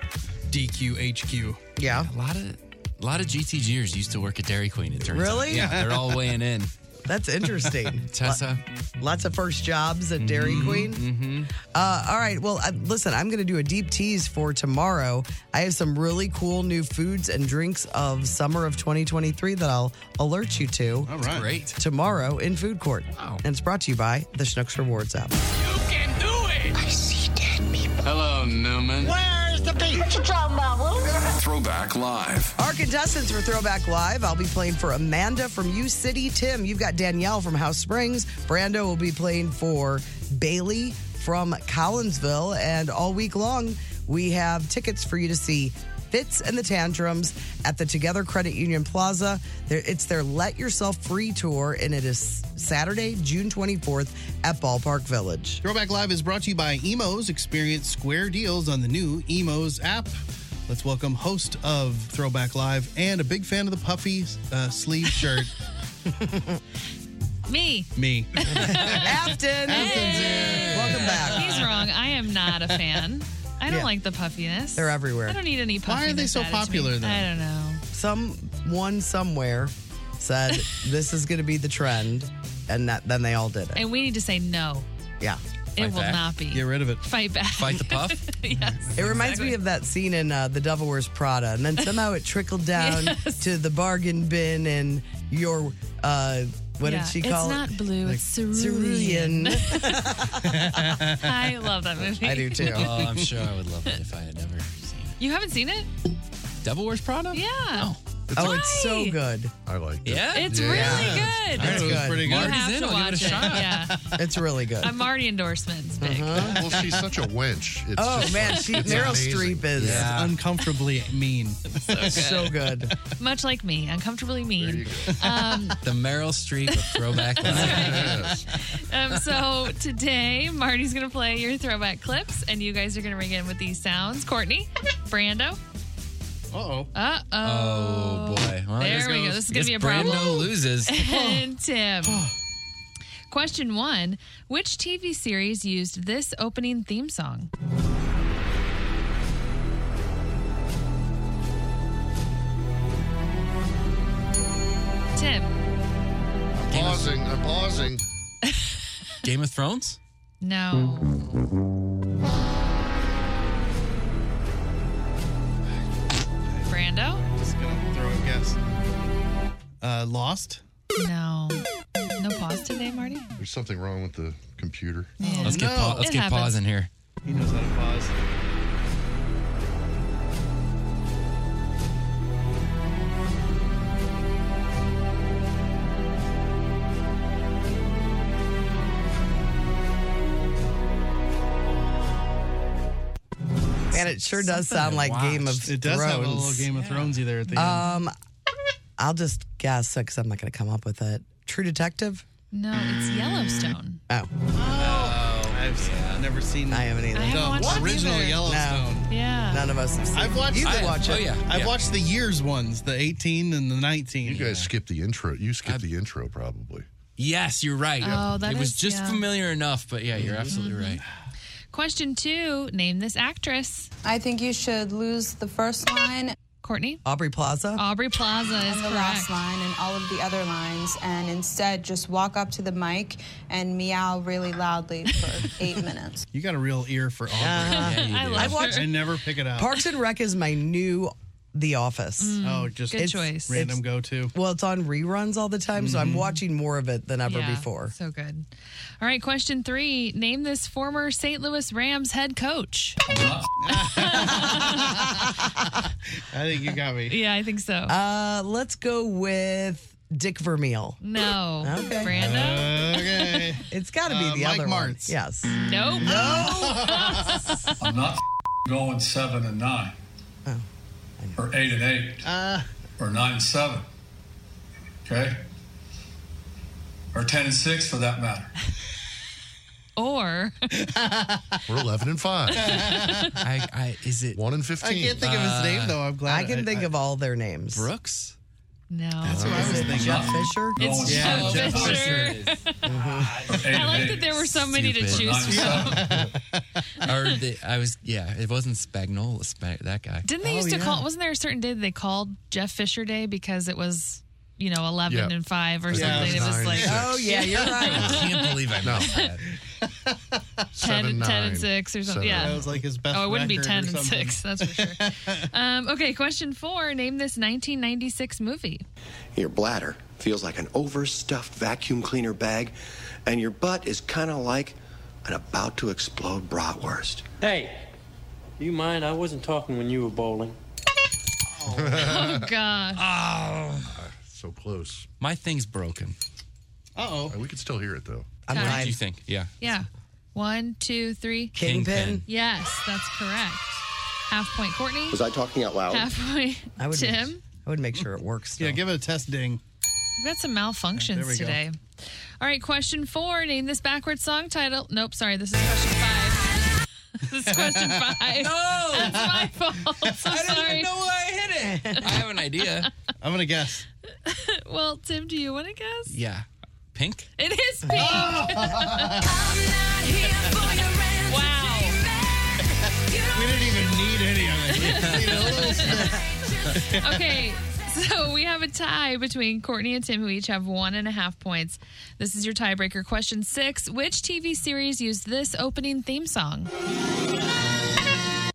DQ HQ. Yeah. A lot of a lot of GTGers used to work at Dairy Queen. It turns out. Really? Yeah, they're all weighing in. That's interesting. Tessa. Lots of first jobs at Dairy Mm-hmm, Queen. Uh, all right. Well, uh, listen, I'm going to do a deep tease for tomorrow. I have some really cool new foods and drinks of summer of 2023 that I'll alert you to All right. Great. tomorrow in Food Court. And it's brought to you by the Schnucks Rewards app. You can do it! I see dead people. Hello, Newman. Where's the beach? What you talking about, Throwback Live. Our contestants for Throwback Live, I'll be playing for Amanda from U City. Tim, you've got Danielle from House Springs. Brando will be playing for Bailey from Collinsville. And all week long, we have tickets for you to see Fitz and the Tantrums at the Together Credit Union Plaza. There- It's their Let Yourself Free tour, and it is Saturday, June 24th at Ballpark Village. Throwback Live is brought to you by Emos. Experience square deals on the new Emos app. Let's welcome host of Throwback Live and a big fan of the puffy uh, sleeve shirt, Me. me. Afton! Welcome back. He's wrong. I am not a fan. I don't Yeah. like the puffiness. They're everywhere. I don't need any puffiness. Why are they so added to me. popular, then? I don't know. someone somewhere said this is going to be the trend, and that then they all did it. And we need to say no. Yeah. It will back. not be. Get rid of it. Fight back. Fight the puff? yes. It reminds me of that scene in uh, The Devil Wears Prada, and then somehow it trickled down to the bargain bin and your uh, what yeah. did she call it's it? not blue. it's cerulean. Cerulean. I love that movie. I do too. Oh, I'm sure I would love it if I had never seen it. You haven't seen it? Devil Wears Prada? Yeah. Oh, oh, it's so Why? good. I like it. yeah. It's Yeah. really good. That's good. pretty You good. Marty's have in, to I'll give it a watch it. shot. Yeah. It's really good. A Marty endorsement's big. Well, she's such a wench. It's oh just man, like- she, it's Meryl amazing. Streep is Uncomfortably mean. so good. Much like me, uncomfortably mean. There you go. The Meryl Streep of Throwback Live. Yes. Um, so today, Marty's going to play your throwback clips, and you guys are going to ring in with these sounds. Courtney, Brando. Uh oh. Uh Oh, oh. boy. Well, There we go. goes- This is gonna guess be a Brando problem. loses. And Tim. Question one Which TV series used this opening theme song? Tim. I'm pausing. I'm pausing. Game of Thrones? No. Brando? Just gonna throw a guess. Uh, lost. No. No pause today, Marty? There's something wrong with the computer. Let's get pa- let's It get pause happens. in here. He knows how to pause. Man, it sure does sound like Game of It does Thrones. have a little Game of Thronesy there at the end. Um, I'll just guess because I'm not going to come up with it. True Detective? No, it's Yellowstone. Oh, I've never seen I haven't either. I haven't watched the it original either. Yellowstone. Yeah. None of us have seen I've watched. You the- can watch it. Oh, yeah. I've yeah. watched the years ones, the 18 and the 19. You guys skipped the intro. You skipped the intro, probably. Yes, you're right. Oh, that it was is- just yeah. familiar enough, but yeah, you're absolutely right. Question two Name this actress. I think you should lose the first line, Courtney? Aubrey Plaza? Aubrey Plaza is the last correct. line, and all of the other lines, and instead just walk up to the mic and meow really loudly for eight minutes. You got a real ear for Aubrey. Yeah, you I do. love her. I never pick it up. Parks and Rec is my new The Office. oh, just Good choice. random go to. Well, it's on reruns all the time, so I'm watching more of it than ever Yeah, before. So good. All right, question three. Name this former St. Louis Rams head coach. I think you got me. Yeah, I think so. Uh, let's go with Dick Vermeil. no. okay. Brando? Uh, Okay. It's got to be Uh, the Mike other one. Martz. Yes. nope. I'm not going seven and nine, or eight and eight, or nine and seven. Okay, or ten and six for that matter. Or We're eleven and five, I, I, is it one and I fifteen. can't think of his name though. I'm glad. I can think of all their names. Brooks? no. I was thinking. Jeff Fisher? It's Yeah, Jeff Jeff Fisher. I like that there were so many to Stupid. choose from. or the, I was, yeah, it wasn't Spagnola, Spag, that guy. Didn't they used to call? Wasn't there a certain day that they called Jeff Fisher Day because it was you know, 11 Yeah. and 5 or Yeah, something. it It was was nine like, and six. Oh, yeah, you're right. I can't believe I know. missed that. 10, Seven, 10 nine. and 6 or something. Seven. yeah. That was like his best Oh, it wouldn't be record 10 or and something. 6, that's for sure. um, okay, question four. Name this 1996 movie. Your bladder feels like an overstuffed vacuum cleaner bag, and your butt is kind of like an about to explode bratwurst. Hey, you mind? I wasn't talking when you were bowling. Oh, gosh. So close. My thing's broken. Uh-oh. We can still hear it though. I'm What did fine. you think? Yeah. Yeah. One, two, three. Kingpin. Kingpin. Yes, that's correct. Half point Courtney. Was I talking out loud? Half point I would Tim. Make, I would make sure it works. Yeah, give it a test ding. We've got some Yeah, malfunctions there we go. today. All right, question four. Name this backwards song title. Nope, sorry, this is question five. this is question five. No! That's my fault. So I didn't sorry. even know why I hit it. I have an idea. I'm gonna guess. well, Tim, do you want to guess? Yeah. Pink? It is pink. We didn't even need any of it. We just needed a little wow. okay. So we have a tie between Courtney and Tim, who each have one and a half points. This is your tiebreaker question six. Which TV series used this opening theme song?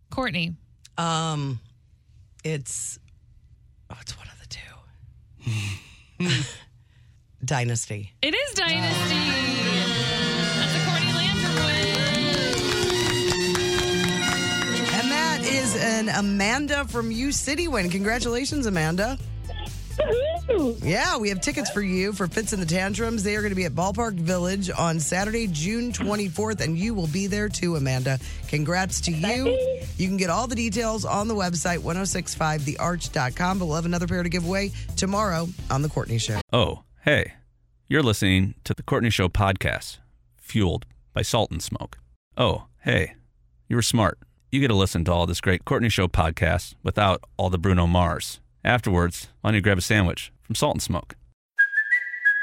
Courtney. Um, it's oh, it's one of the two. Dynasty. It is Dynasty. That's a Courtney Landrum And that is an Amanda from U City win. Congratulations, Amanda. Yeah, we have tickets for you for Fits in the Tantrums. They are going to be at Ballpark Village on Saturday, June 24th, and you will be there too, Amanda. Congrats to you. You can get all the details on the website, 1065thearch.com. But we'll have another pair to give away tomorrow on The Courtney Show. Oh, hey, you're listening to the Courtney Show podcast, fueled by salt and smoke. Oh, hey, you were smart. You get to listen to all this great Courtney Show podcast without all the Bruno Mars. Afterwards, why don't you grab a sandwich from Salt and Smoke?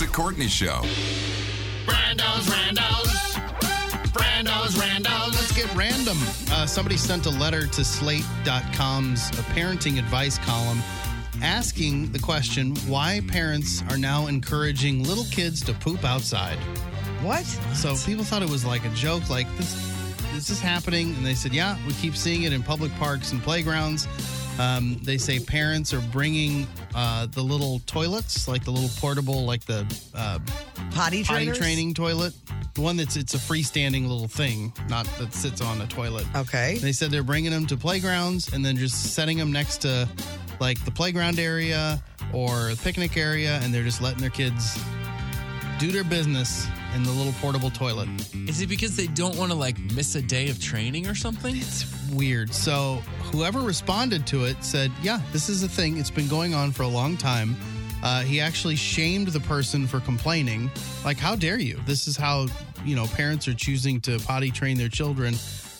The Courtney Show. Brandos, Randos. Brandos, Randos. Let's get random. Uh, somebody sent a letter to Slate.com's parenting advice column asking the question why parents are now encouraging little kids to poop outside. What? So people thought it was like a joke, like this, this is happening. And they said, yeah, we keep seeing it in public parks and playgrounds. Um, they say parents are bringing uh, the little toilets, like the little portable, like the uh, potty, trainers? training toilet. The one that's it's a freestanding little thing, not that sits on a toilet. Okay. They said they're bringing them to playgrounds and then just setting them next to like the playground area or the picnic area, and they're just letting their kids do their business in the little portable toilet. Is it because they don't want to like miss a day of training or something? It's weird. So whoever responded to it said, "Yeah, this is a thing. It's been going on for a long time." Uh, he actually shamed the person for complaining. Like, how dare you? This is how you know parents are choosing to potty train their children.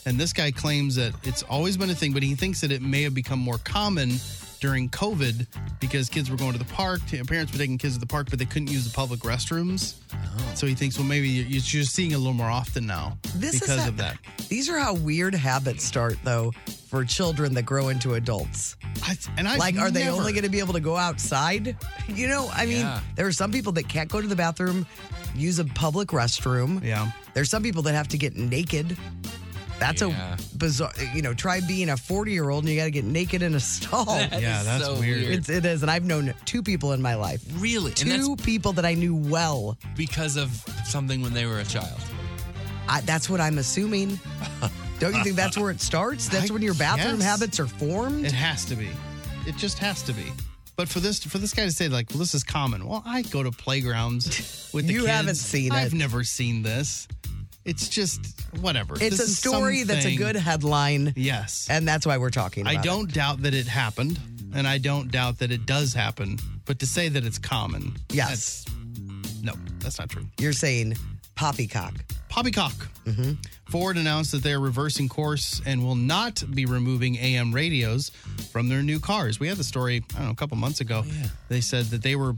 And this guy claims that it's always been a thing, but he thinks that it may have become more common during COVID because kids were going to the park, t- parents were taking kids to the park, but they couldn't use the public restrooms. Oh. So he thinks, well, maybe you're, you're seeing it a little more often now This is because a- of that. These are how weird habits start, though, for children that grow into adults. and I've like, are they never- only going to be able to go outside? You know, I mean, Yeah. there are some people that can't go to the bathroom, use a public restroom. Yeah. There's some people that have to get naked. That's Yeah. a bizarre, you know, try being a 40 year old and you got to get naked in a stall. That Yeah, is that's so weird. weird. It's, it is. And I've known two people in my life. Really? And that's- Two people that I knew well. because of something when they were a child. I, that's what I'm assuming. Don't you think that's where it starts? That's when your bathroom guess. habits are formed? It has to be. It just has to be. But for this for this guy to say like, well, this is common. Well, I go to playgrounds with the You kids. haven't seen I've it. never seen this. It's just whatever. It's This a is story that's a something- good headline. Yes. And that's why we're talking I about it. don't doubt that it happened. and I don't doubt that it does happen. But to say that it's common, Yes. that's- no, that's not true. You're saying poppycock. Poppycock. Ford announced that they're reversing course and will not be removing AM radios from their new cars. We had the story, I don't know, a couple months ago. Oh, They said that they were,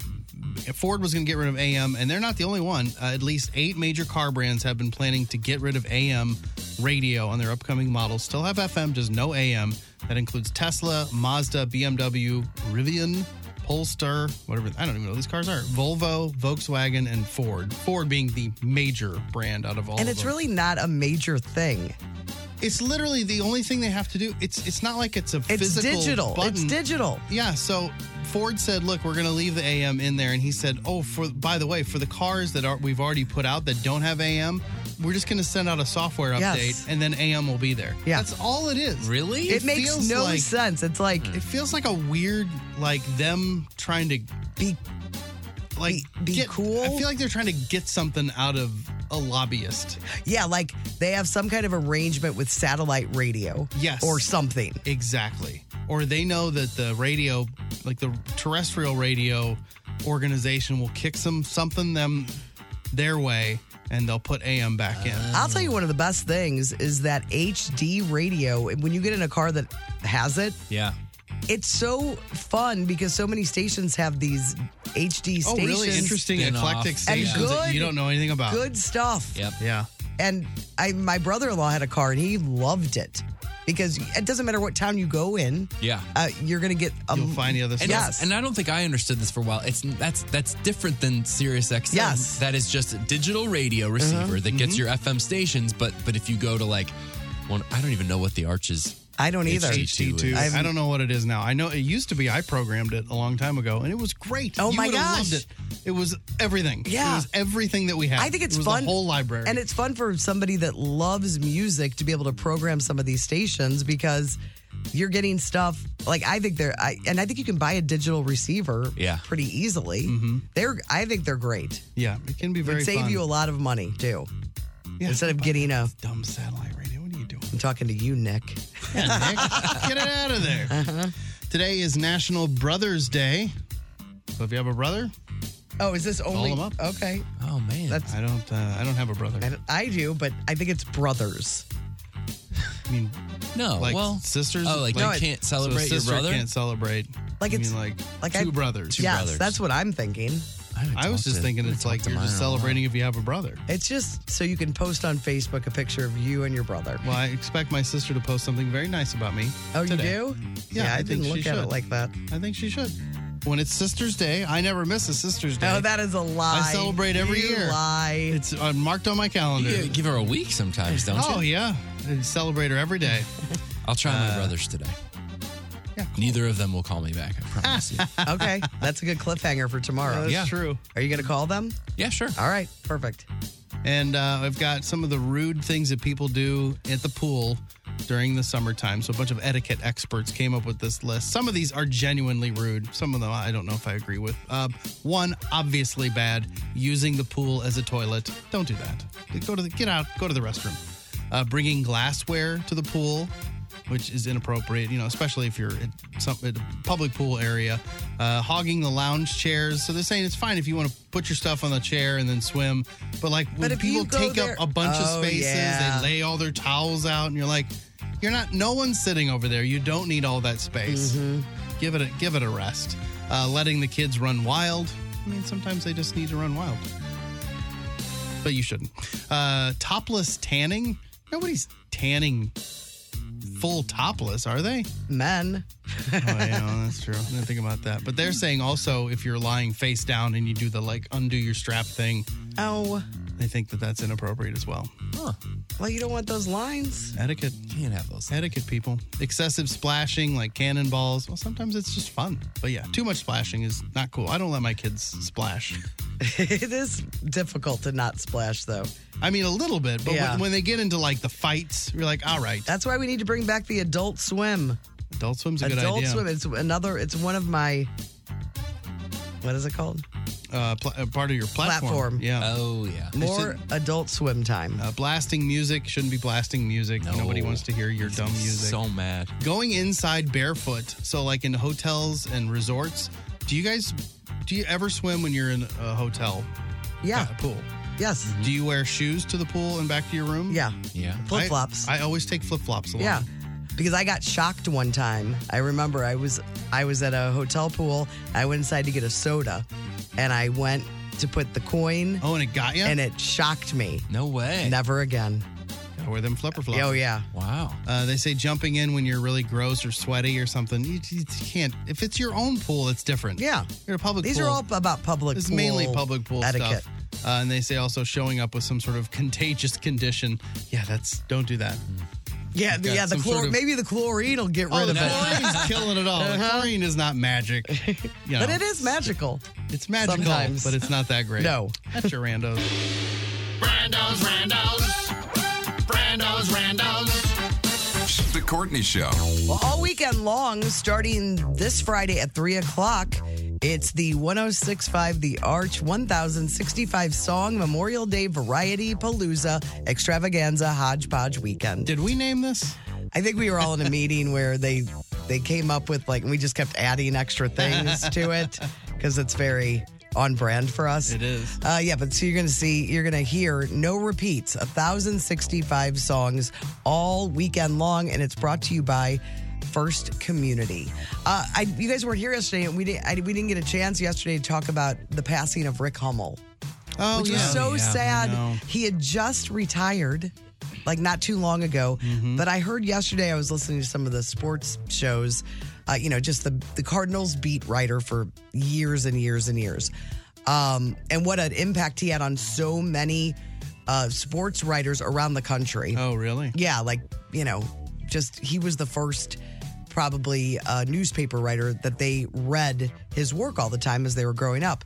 Ford was going to get rid of AM, and they're not the only one. Uh, at least eight major car brands have been planning to get rid of AM radio on their upcoming models. Still have FM, just no AM. That includes Tesla, Mazda, BMW, Rivian, Polestar, whatever. I don't even know what these cars are. Volvo, Volkswagen, and Ford. Ford being the major brand out of all. and of it's them. really not a major thing. It's literally the only thing they have to do. It's it's not like it's a It's physical digital. button. It's digital. Yeah. So Ford said, "Look, we're going to leave the AM in there," and he said, "Oh, for by the way, for the cars that are we've already put out that don't have AM, we're just going to send out a software update, Yes. and then AM will be there." Yeah. That's all it is. Really? It makes feels no like- Hmm. sense. It's like It feels like a weird, like them trying to be, like be cool. I feel like they're trying to get something out of a lobbyist. Yeah, like they have some kind of arrangement with satellite radio. Yes. Or something. Exactly. Or they know that the radio, like the terrestrial radio organization, will kick some something them their way, and they'll put AM back in. I'll tell you one of the best things is that HD radio, when you get in a car that has it, Yeah. it's so fun because so many stations have these HD stations. Oh, really interesting eclectic stations and good, that you don't know anything about. Good stuff. Yep. Yeah. And I, my brother-in-law had a car and he loved it because it doesn't matter what town you go in, Yeah. uh, you're gonna get. A, You'll find the other And um, Yes. yes, and I don't think I understood this for a while. It's that's that's different than Sirius Yes. XM. Uh-huh. Mm-hmm. that is just a digital radio receiver that gets your FM stations. But but if you go to like one, I don't even know what the arch is. I don't either. HD2. I don't know what it is now. I know it used to be. I programmed it a long time ago, and it was great. Oh You my would've gosh. Loved it. it was everything. Yeah. it was everything that we had. I think it's it was fun. The whole library. And it's fun for somebody that loves music to be able to program some of these stations because you're getting stuff like I think they're I, and I think you can buy a digital receiver Yeah. pretty easily. Mm-hmm. They're I think they're great. yeah, it can be It very. would save fun. you a lot of money too. Instead of getting a dumb satellite radio. What are you doing? I'm talking to you, Nick. Get it out of there. Uh-huh. Today is National Brothers Day. So if you have a brother, Oh, is this only them up. okay? Oh man, that's I don't. Uh, I don't have a brother. I, I do, but I think it's brothers. I mean, No, like well, sisters. oh, like you can't so a celebrate your sister brother? Can't celebrate. Like I it's- mean, like like two I- brothers. yes, that's what I'm thinking. I was just thinking it's like you're just celebrating if you have a brother. It's just so you can post on Facebook a picture of you and your brother. Well, I expect my sister to post something very nice about me. Oh, you today. do? Yeah, Yeah, I I, think didn't look she at it should. like that. I think she should. When it's Sisters Day, I never miss a Sisters Day. Oh, that is a lie. I celebrate every You year. Lie. It's uh, marked on my calendar. You give her a week sometimes, don't oh Uh, you? yeah, and celebrate her every day. I'll try my brothers today. Neither of them will call me back. I promise you. okay, that's a good cliffhanger for tomorrow. That's true. Are you going to call them? Yeah, sure. All right, perfect. And uh, I've got some of the rude things that people do at the pool during the summertime. So a bunch of etiquette experts came up with this list. Some of these are genuinely rude. Some of them I don't know if I agree with. Uh, one obviously bad: using the pool as a toilet. Don't do that. Go to the get out. Go to the restroom. Uh, bringing glassware to the pool. Which is inappropriate, you know, especially if you're at, some, at a public pool area, uh, hogging the lounge chairs. So they're saying it's fine if you want to put your stuff on the chair and then swim, but like when But if you people go take there- up a bunch Oh, of spaces, yeah. they lay all their towels out, and you're like, you're not. No one's sitting over there. You don't need all that space. Mm-hmm. Give it a give it a rest. Uh, letting the kids run wild. I mean, sometimes they just need to run wild, but you shouldn't. Uh, topless tanning. Nobody's tanning full topless, are they? Men. oh, yeah, that's true. I didn't think about that. But they're saying also if you're lying face down and you do the like undo your strap thing, Oh, they think that that's inappropriate as well. well, you don't want those lines. Etiquette. Can't have those. Etiquette, people. Excessive splashing, like cannonballs. Well, sometimes it's just fun. But yeah, too much splashing is not cool. I don't let my kids splash. it is difficult to not splash, though. I mean, a little bit, but Yeah. when, when they get into like the fights, you're like, all right, That's why we need to bring back the adult swim. Adult Swim's a good adult idea. swim. It's another. It's one of my. What is it called? uh, pl- uh, part of your Platform. platform. Oh. Yeah. Oh yeah. More adult swim time. Uh, blasting music shouldn't be blasting music. Nobody wants to hear your dumb music. So mad. Going inside barefoot. So like in hotels and resorts. Do you guys do you ever swim when you're in a hotel? Yeah. Uh, pool. Yes. Do you wear shoes to the pool and back to your room? Yeah. Yeah. Flip flops. I, always take flip flops along. Yeah. Because I got shocked one time. I remember I was I was at a hotel pool. I went inside to get a soda and I went to put the coin. Oh, and it got you? And it shocked me. No way. Never again. Gotta wear them flipper flops. Oh yeah. Wow. Uh, they say jumping in when you're really gross or sweaty or something. You, you can't. If it's your own pool, it's different. Yeah. You're a public These pool. are all about public It's pool mainly public pool etiquette. stuff. Uh, and they say also showing up with some sort of contagious condition. Yeah, that's don't do that. Yeah, the, Got yeah, the some chlor- sort of- maybe the chlorine will get rid Oh, of the it. chlorine's killing it all. The Uh-huh. chlorine is not magic. You But know, it is magical. It's magical, Sometimes. but it's not that great. No. That's your randos. Brando's, Randos. Brando's, Randos. The Courtney Show. Well, all weekend long, starting this Friday at 3 o'clock, it's the 1065 The Arch 1065 Song Memorial Day Variety Palooza Extravaganza Hodgepodge Weekend. Did we name this? I think we were all in a meeting where they they came up with like, and we just kept adding extra things to it because it's very on brand for us. It is. Uh, yeah, but so you're going to see, you're going to hear no repeats, 1,065 songs all weekend long, and it's brought to you by First Community. Uh, I, you guys were here yesterday, and we didn't, I, we didn't get a chance yesterday to talk about the passing of Rick Hummel, Oh, which yeah. was so Yeah, I know. sad. He had just retired. Like not too long ago, Mm-hmm. but I heard yesterday I was listening to some of the sports shows, uh, you know, just the the Cardinals beat writer for years and years and years, um, and what an impact he had on so many uh, sports writers around the country. Oh, really? Yeah, like you know, just he was the first probably uh, newspaper writer that they read his work all the time as they were growing up.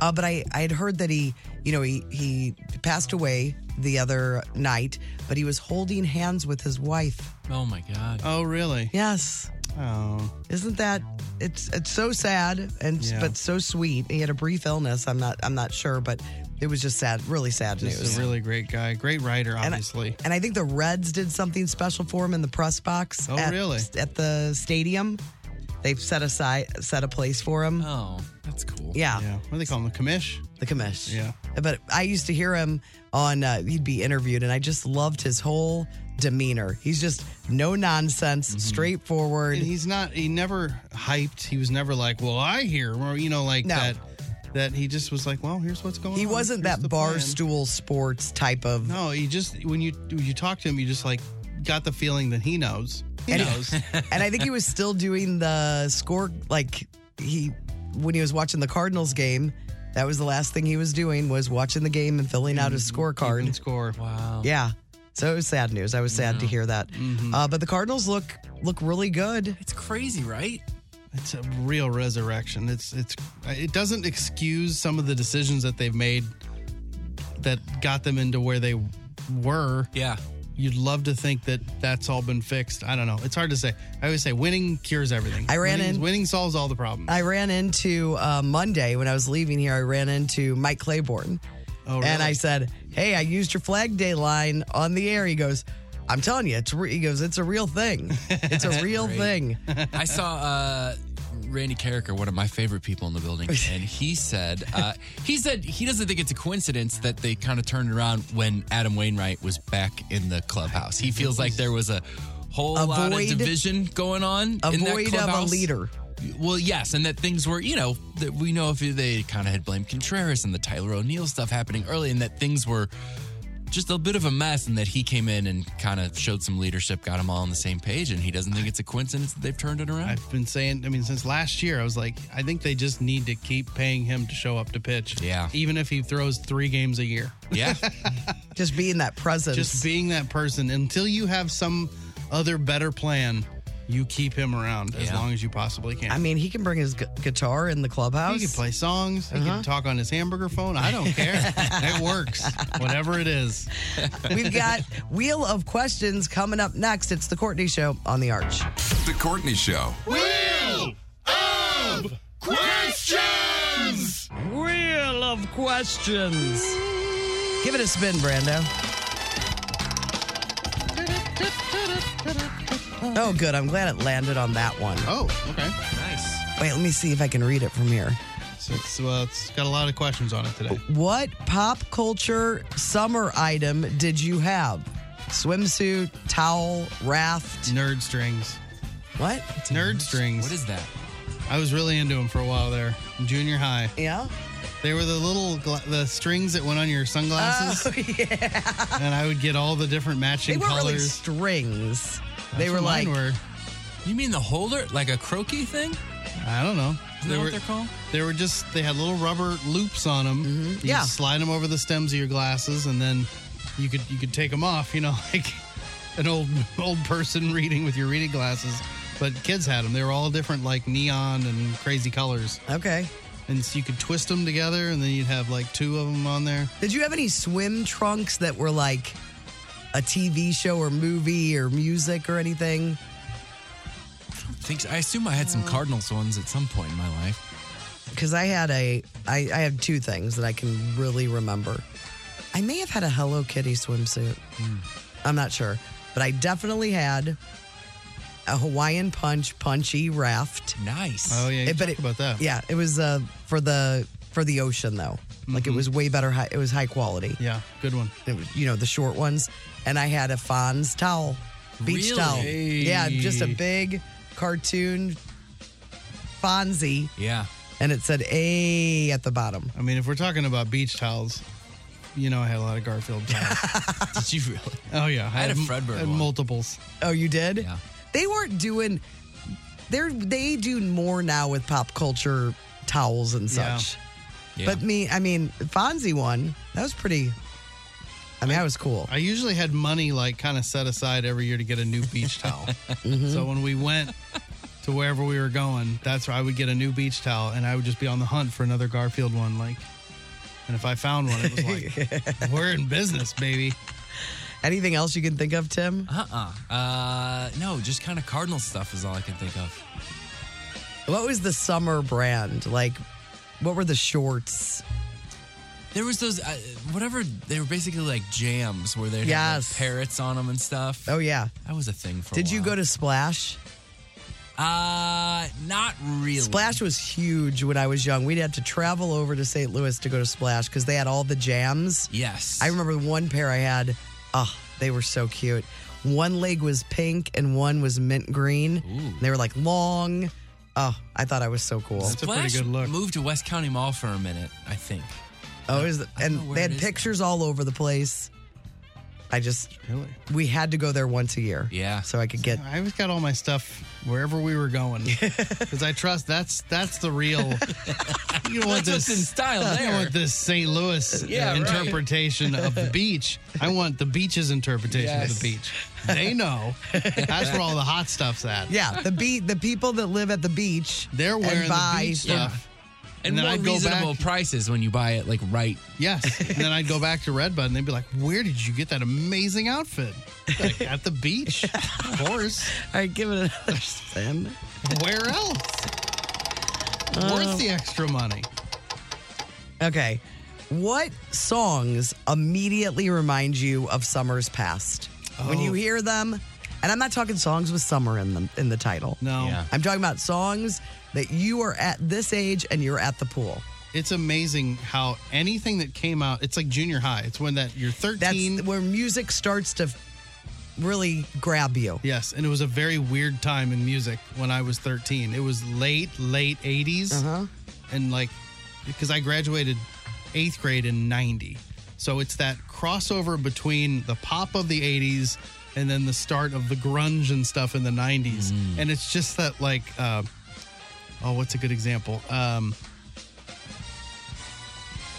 Uh, but I, I had heard that he, you know, he, he passed away the other night, but he was holding hands with his wife. Oh my god. Oh, really? Yes. Oh. Isn't that it's it's so sad and Yeah. but so sweet. He had a brief illness. I'm not I'm not sure, but it was just sad, really sad Just news. a really great guy. Great writer, And I- obviously. and I think the Reds did something special for him in the press box. Oh, at, really? At the stadium, they've set aside set a place for him. Oh, that's cool. Yeah. yeah. What do they call him? The commish? The commish. Yeah. But I used to hear him on, uh, he'd be interviewed, and I just loved his whole demeanor. He's just no nonsense, straightforward. And Mm-hmm. he's not. He never hyped. He was never like, "Well, I hear," or you know, like No. that. That he just was like, "Well, here's what's going He on." wasn't Here's that the bar plan." stool sports type of. No, he just when you when you talk to him, you just like got the feeling that he knows. He And- knows. and I think he was still doing the score, like he, when he was watching the Cardinals game, that was the last thing he was doing was watching the game and filling out his scorecard. Mm-hmm. Keeping score. Wow. Yeah. So it was sad news. I was sad to hear that. Mm-hmm. Uh, but the Cardinals look look really good. It's crazy, right? It's a real resurrection. It's it's it doesn't excuse some of the decisions that they've made that got them into where they were. Yeah. You'd love to think that that's all been fixed. I don't know. It's hard to say. I always say winning cures everything. I ran winning, in- Uh, Winning solves all the problems. I ran into uh, Monday when I was leaving here. I ran into Mike Claiborne, Oh, really? and I said, "Hey, I used your Flag Day line on the air." He goes, "I'm telling you, it's re-, he goes, it's a real thing. It's a real thing." I saw uh, Randy Carricker, one of my favorite people in the building, and he said uh, he said he doesn't think it's a coincidence that they kind of turned around when Adam Wainwright was back in the clubhouse. He feels like there was a whole lot of Avoid- division going on A in that void of um, a clubhouse. leader. Well, yes, and that things were, you know, that we know if they kind of had blamed Contreras and the Tyler O'Neill stuff happening early, and that things were just a bit of a mess, and that he came in and kind of showed some leadership, got them all on the same page, and he doesn't think it's a coincidence that they've turned it around. I've been saying, I mean, since last year, I was like, I think they just need to keep paying him to show up to pitch. Yeah. Even if he throws three games a year. yeah, Just being that presence. Just being that person until you have some other better plan, you keep him around as Yeah. long as you possibly can. I mean, he can bring his gu- guitar in the clubhouse. he can play songs. He Uh-huh. can talk on his hamburger phone. I don't care. it works. Whatever it is. We've got Wheel of Questions coming up next. It's the Courtney Show on the Arch. The Courtney Show. Wheel of Questions! Wheel of questions. Give it a spin, Brando. Oh, good. I'm glad it landed on that one. Oh, okay. Nice. Wait, let me see if I can read it from here. So it's, well, it's got a lot of questions on it today. What pop culture summer item did you have? Swimsuit, towel, raft. Nerd strings. What? Nerd strings. What is that? I was really into them for a while there, in junior high. Yeah. They were the little gla- the strings that went on your sunglasses. Oh, yeah. And I would get all the different matching They weren't colors. really strings. They were like- You mean the holder, like a croaky thing? I don't know. Isn't that what they're called? They were just they had little rubber loops on them. Mm-hmm. You Yeah. slide them over the stems of your glasses, and then you could you could take them off. You know, like an old old person reading with your reading glasses. But kids had them. They were all different, like neon and crazy colors. Okay. And so you could twist them together, and then you'd have like two of them on there. Did you have any swim trunks that were like a TV show or movie or music or anything? Think I assume I had some Cardinals ones at some point in my life. Because I had a, I, I have two things that I can really remember. I may have had a Hello Kitty swimsuit. Hmm. I'm not sure, but I definitely had a Hawaiian Punch punchy raft. Nice. Oh, yeah, you but talked about that. Yeah, it was uh, for the for the ocean though. Like Mm-hmm. it was way better. High, it was high quality. Yeah, good one. It was, you know the short ones, and I had a Fonz towel, beach Really? towel. Hey. Yeah, just a big cartoon Fonzie, Yeah. and it said A at the bottom. I mean, if we're talking about beach towels, you know, I had a lot of Garfield towels. Did you really? Oh yeah, I had a m- Fredbird I had one. multiples. Oh, you did? Yeah. They weren't doing. They're they do more now with pop culture towels and Yeah. such. Yeah. But me, I mean, Fonzie one that was pretty. I mean, that was cool. I usually had money like kind of set aside every year to get a new beach towel. Mm-hmm. Mhm. So when we went to wherever we were going, that's where I would get a new beach towel and I would just be on the hunt for another Garfield one. Like, and if I found one, it was like, we're in business, baby. Anything else you can think of, Tim? Uh-uh. Uh, no, just kind of Cardinal stuff is all I can think of. What was the summer brand like? What were the shorts? There was those, uh, whatever, they were basically like jams where they had like, Yes. parrots on them and stuff. Oh yeah, That was a thing for a Did you go to Splash? Uh, not really. Splash was huge when I was young. We'd have to travel over to St. Louis to go to Splash because they had all the jams. Yes. I remember the one pair I had. Oh, they were so cute. One leg was pink and one was mint green. They were like long. Oh, I thought I was so cool. Splash Moved to West County Mall for a minute, I think. Oh, is know and where they it had is pictures all over the place. I just we had to go there once a year. Yeah. So I could get I always got all my stuff wherever we were going because I trust that's that's the real. You don't want That's what's this in style You there. don't want this St. Louis uh, Yeah, right. interpretation of the beach. I want the beach's interpretation Yes. of the beach. They know. That's where all the hot stuff's at. Yeah, the be the people that live at the beach, they're wearing the and buy beach stuff. And, And then more I'd go reasonable prices when you buy it, like right. Yes. And then I'd go back to Red Bud and they'd be like, Where did you get that amazing outfit? Like, at the beach. Of course. All right, give it another spin. Where else? Oh. Worth the extra money. Okay. What songs immediately remind you of summer's past? When Oh. you hear them, and I'm not talking songs with summer in them in the title. No. Yeah. I'm talking about songs that you are at this age and you're at the pool. It's amazing how anything that came out, it's like junior high. It's when that you're 13. That's where music starts to really grab you. Yes, and it was a very weird time in music when I was 13. It was late, late 80s. And like, because I graduated eighth grade in 90. So it's that crossover between the pop of the 80s and then the start of the grunge and stuff in the 90s. Mm. And it's just that, like, uh, oh, what's a good example? Um,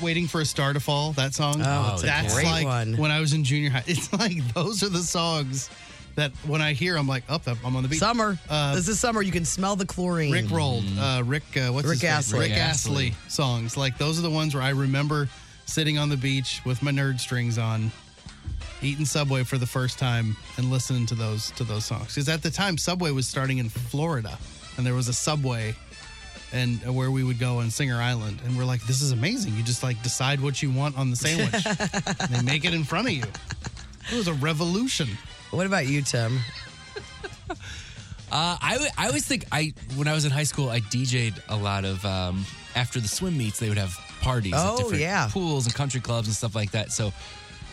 Waiting for a Star to Fall, that song. Oh, it's a great like one. when I was in junior high. It's like those are the songs that when I hear, I'm like, up, up I'm on the beat. Summer. Uh, this is summer. You can smell the chlorine. Rick rolled. Uh, Rick, uh, what's Mm-hmm. Rick his name? Astley. Rick Astley songs. Like those are the ones where I remember sitting on the beach with my nerd strings on, eating Subway for the first time, and listening to those to those songs. Because at the time, Subway was starting in Florida, and there was a Subway and uh, where we would go on Singer Island. And we're like, this is amazing. You just like decide what you want on the sandwich. And they make it in front of you. It was a revolution. What about you, Tim? Uh, I, w- I always think I when I was in high school I DJ'd a lot of um, after the swim meets they would have parties Oh, at different yeah. pools and country clubs and stuff like that so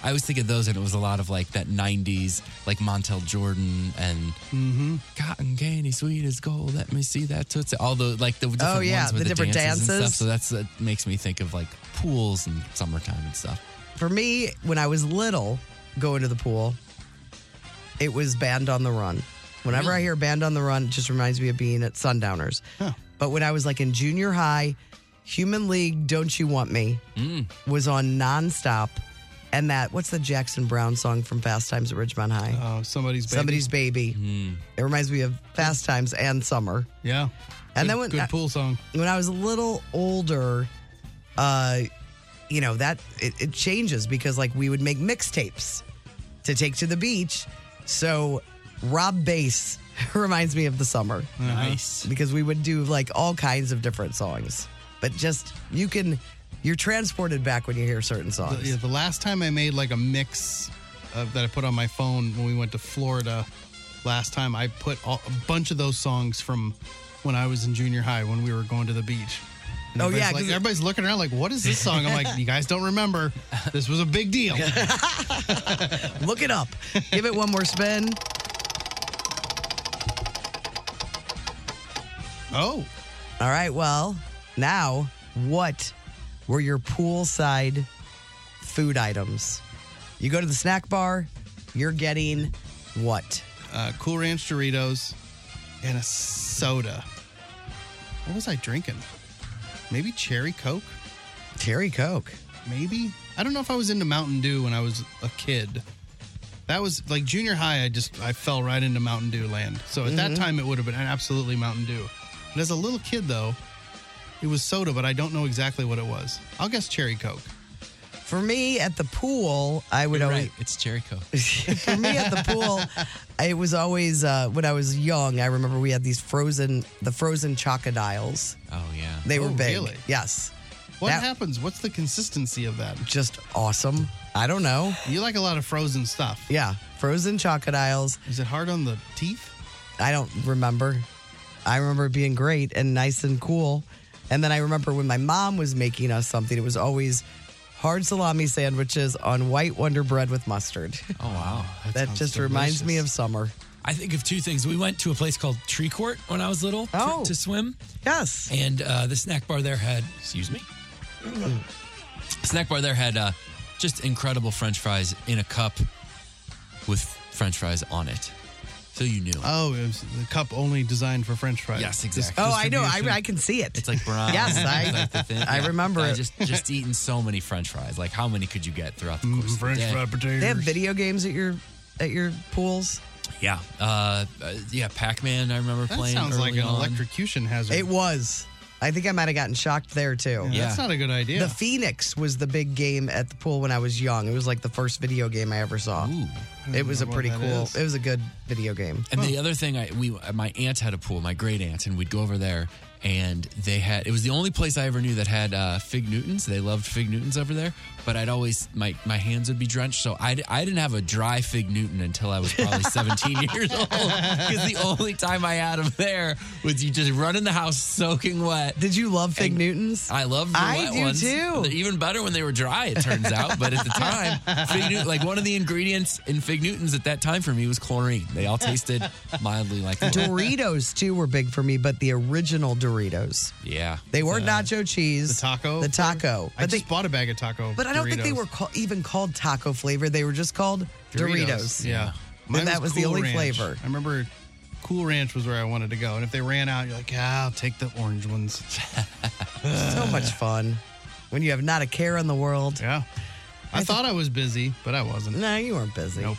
I always think of those and it was a lot of like that 90s like Montel Jordan and Mm-hmm. cotton candy sweet as gold let me see that tootsie all the like the different Oh, yeah, ones with the the, different dances, and dances. stuff so that's that makes me think of like pools and summertime and stuff For me, when I was little, going to the pool, it was Band on the Run. Whenever I hear Band on the Run, it just reminds me of being at Sundowners. But when I was like in junior high, Human League, Don't You Want Me was on nonstop. And that, what's the Jackson Brown song from Fast Times at Ridgemont High? Oh, Somebody's Baby. Somebody's Baby. It reminds me of Fast Times and Summer. Yeah. And uh, Good- then when good pool song. When I was a little older, uh, you know that it, it changes because like we would make mixtapes to take to the beach. So Rob Bass reminds me of the summer. Nice. Because we would do like all kinds of different songs. But just you can you're transported back when you hear certain songs. The, yeah, the last time I made like a mix of, that I put on my phone when we went to Florida last time, I put all, a bunch of those songs from when I was in junior high when we were going to the beach. And Oh, everybody's yeah, like, 'cause it- everybody's looking around like, "What is this song?" I'm like, "You guys don't remember? This was a big deal." Look it up. Give it one more spin. Oh. All right. Well, now what were your poolside food items? You go to the snack bar, you're getting what? Uh, cool Ranch Doritos and a soda. What was I drinking? Maybe cherry coke. Cherry coke. Maybe I don't know if I was into Mountain Dew when I was a kid. That was like junior high. I just I fell right into Mountain Dew land. So at that Mhm. time, it would have been absolutely Mountain Dew. But as a little kid, though, it was soda, but I don't know exactly what it was. I'll guess cherry coke. For me at the pool, I would You're always right it's Jericho for me at the pool, it was always uh, when I was young. I remember we had these frozen, the frozen chocodiles. oh yeah They were Oh, big. really? Yes. What That- happens? What's the consistency of that? Just awesome. I don't know. You like a lot of frozen stuff. Yeah, frozen chocodiles. Is it hard on the teeth? I don't remember. I remember it being great and nice and cool. And then I remember when my mom was making us something, it was always hard salami sandwiches on white wonder bread with mustard. oh wow That, just reminds me of summer. I think of two things. We went to a place called Tree Court when I was little to- Oh. to, swim. Yes. And uh, the snack bar there had, excuse me, snack bar there had uh, just incredible french fries in a cup with french fries on it. So you knew. Oh, it was the cup only designed for French fries. Yes, exactly. Oh, I know. I, I can see it. It's like brown. Yes, I- It's the thin- I remember I it. just just eating so many french fries. Like how many could you get throughout the Mm, course of the french day? fry potatoes. They have video games at your at your pools. Yeah. Uh, uh, yeah, Pac-Man I remember That playing sounds like early an on. electrocution hazard. It was. I think I might have gotten shocked there too. Yeah, that's Yeah. not a good idea. The Phoenix was the big game at the pool when I was young. It was like the first video game I ever saw. it was a remember what pretty that cool. is. It was a good video game. And the other thing, I we my aunt had a pool, my great aunt, and we'd go over there, and they had it was the only place I ever knew that had uh, fig Newtons. They loved fig Newtons over there, but I'd always my my hands would be drenched, so I I didn't have a dry fig Newton until I was probably seventeen years old, because the only time I had them there was you just run in the house soaking wet. Did you love fig Newtons? I love the I wet do ones. too. They're even better when they were dry, it turns out. But at the time, fig Newt, like one of the ingredients in fig Newtons at that time for me was chlorine. They all tasted mildly like Doritos too were big for me, but the original Doritos. Yeah, They were nacho cheese. The taco. The taco. I just bought a bag of taco. But I don't think they Doritos. were call, even called taco flavor. They were just called Doritos. Yeah. Mine And that was, the Cool only Ranch. flavor. I remember Cool Ranch was where I wanted to go. And if they ran out, you're like, ah, I'll take the orange ones. so much fun when you have not a care in the world. Yeah. I, thought I was busy, but I wasn't. No, you weren't busy. Nope.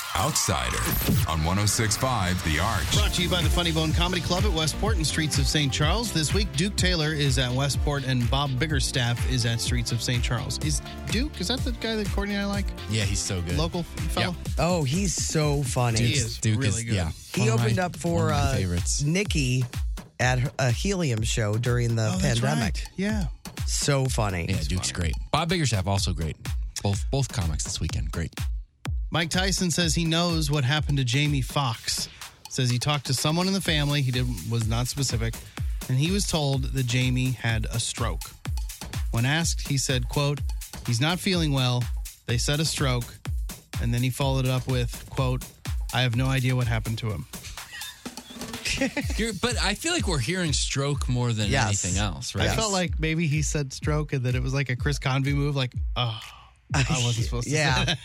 Outsider on 1065 The Arch. Brought to you by the Funny Bone Comedy Club at Westport and Streets of St. Charles. This week, Duke Taylor is at Westport and Bob Biggerstaff is at Streets of St. Charles. Is Duke, is that the guy that Courtney and I like? Yeah, he's so good. Local fellow? Oh, he's so funny. Duke He is Duke really is- good. yeah. He One of my- opened up for one of my uh, Nikki at her- a helium show during Oh, the pandemic. Yeah. So funny. Yeah, Duke's great. Bob Biggerstaff also great. Both both comics this weekend, great. Mike Tyson says he knows what happened to Jamie Foxx. Says he talked to someone in the family. He did was not specific, and he was told that Jamie had a stroke. When asked, he said, "quote He's not feeling well. They said a stroke," and then he followed it up with, "quote I have no idea what happened to him." You're, but I feel like we're hearing stroke more than Yes. anything else, right? I felt like maybe he said stroke, and that it was like a Chris Convey move. Like, oh, I wasn't supposed to. yeah. Say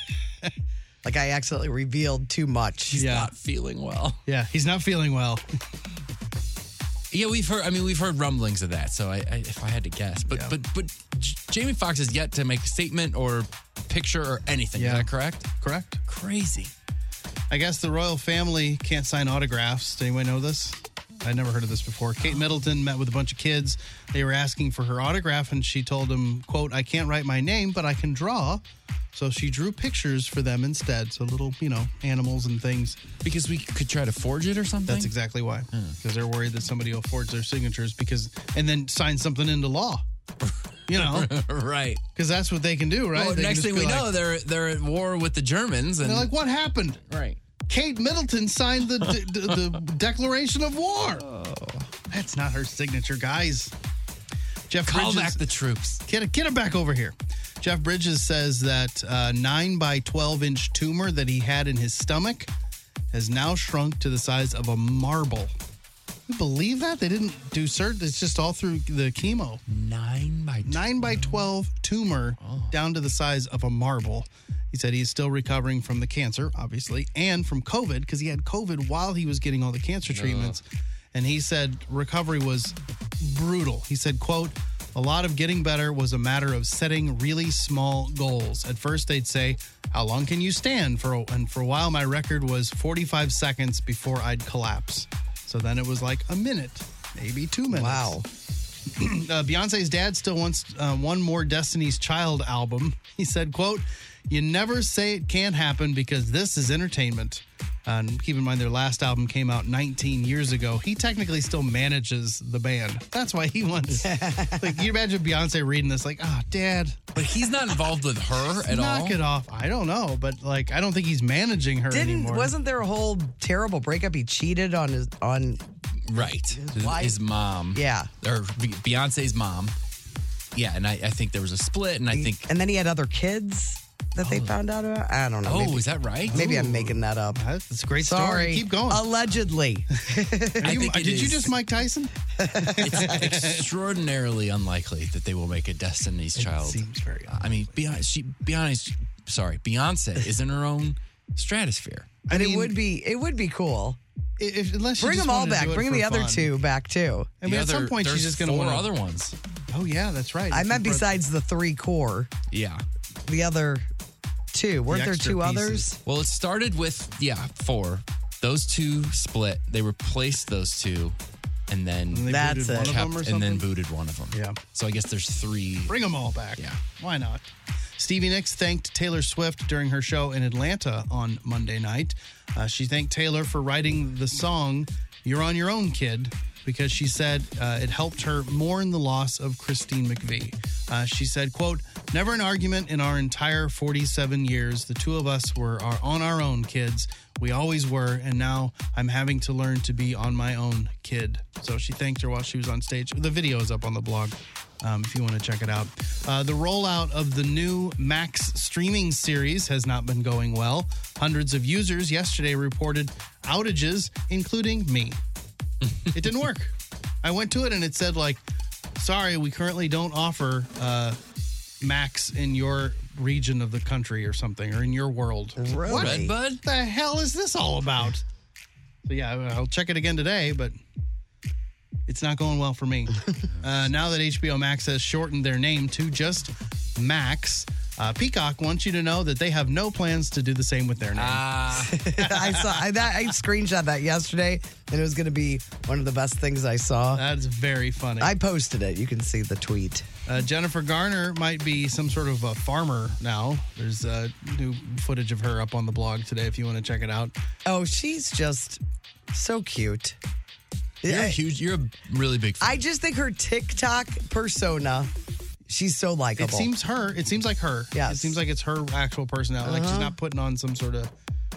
that. Like I accidentally revealed too much. He's not feeling well. Yeah, he's not feeling well. Yeah, we've heard. I mean, we've heard rumblings of that. So, I, I, if I had to guess, but but but J- Jamie Foxx has yet to make a statement or picture or anything. Is that correct? Correct. Crazy. I guess the royal family can't sign autographs. Does anyone know this? I never heard of this before. Kate Middleton met with a bunch of kids. They were asking for her autograph, and she told them, "quote I can't write my name, but I can draw." So she drew pictures for them instead. So little, you know, animals and things. Because we could try to forge it or something. That's exactly why. Hmm. Because they're worried that somebody will forge their signatures because and then sign something into law. You know, right? Because that's what they can do, right? Well, They can next just thing we be like- know, they're they're at war with the Germans, and They're like, "What happened?" Right. Kate Middleton signed the d- d- the Declaration of War. Oh. That's not her signature, guys. Jeff Call Bridges, back the troops. Get get him back over here. Jeff Bridges says that uh, nine by twelve inch tumor that he had in his stomach has now shrunk to the size of a marble. You believe that they didn't do surgery? It's just all through the chemo. Nine by nine by twelve tumor down to the size of a marble. He said he's still recovering from the cancer, obviously, and from COVID because he had COVID while he was getting all the cancer treatments. And he said recovery was brutal. He said, "quote A lot of getting better was a matter of setting really small goals. At first, they'd say." How long can you stand for? a- And for a while, my record was 45 seconds before I'd collapse. So then it was like a minute, maybe two minutes. Wow. uh, Beyonce's dad still wants uh, one more Destiny's Child album. He said, "quote You never say it can't happen because this is entertainment." Uh, and keep in mind, their last album came out 19 years ago. He technically still manages the band. That's why he wants. like, you imagine Beyonce reading this, like, "Ah, Dad." But he's not involved with her at Knock all. it off. I don't know, but like, I don't think he's managing her Didn't anymore. wasn't there a whole terrible breakup? He cheated on his on Right. His, his mom. Yeah. Or Be- Beyonce's mom. Yeah, and I, I think there was a split, and I think. and then he had other kids that they found out about. I don't know. Oh, is that right? Maybe Ooh. I'm making that up. It's a great story. Sorry. Keep going. Allegedly. Are you- did you just Mike Tyson? It's extraordinarily unlikely that they will make a Destiny's Child. seems very. I mean, Beyonce. She, Beyonce. Sorry, Beyonce is in her own stratosphere. And it would be it would be cool. If, unless you bring just them all wanted to back, do it bring for the other fun. two back too. I mean, at some point, she's just going to want ones. Oh yeah, that's right. I If meant you brought- besides the three core, Yeah. the other two. Weren't there two others? Well, it started with yeah four. Those two split. They replaced those two, and then And they That's uh, booted one it. of them or kept- and then something? booted one of them. Yeah. So I guess there's three. Bring them all back. Yeah. Why not? Stevie Nicks thanked Taylor Swift during her show in Atlanta on Monday night. Uh, she thanked Taylor for writing the song You're on Your Own Kid because she said uh, it helped her mourn the loss of Christine McVie. Uh, she said, quote, never an argument in our entire 47 years. The two of us were are on our own kids. We always were, and now I'm having to learn to be on my own kid. So she thanked her while she was on stage. The video is up on the blog um, if you want to check it out. Uh, the rollout of the new Max streaming series has not been going well. Hundreds of users yesterday reported outages, including me. it didn't work. I went to it and it said, like, sorry, we currently don't offer uh, max in your region of the country or something, or in your world. Right. What What the hell is this all about? So yeah, I- I'll check it again today, but it's not going well for me. uh, now that HBO Max has shortened their name to just Max, uh, Peacock wants you to know that they have no plans to do the same with their name. Ah. I saw I, that I screenshot that yesterday, and it was going to be one of the best things I saw. That's very funny. I posted it. You can see the tweet. Uh, Jennifer Garner might be some sort of a farmer now. There's uh, new footage of her up on the blog today if you want to check it out. Oh, she's just so cute. You're a huge. You're a really big. I just think her TikTok persona, she's so It likable. seems her. It seems like her. Yeah. It seems like it's her actual personality. Like she's Uh-huh. not putting on some sort of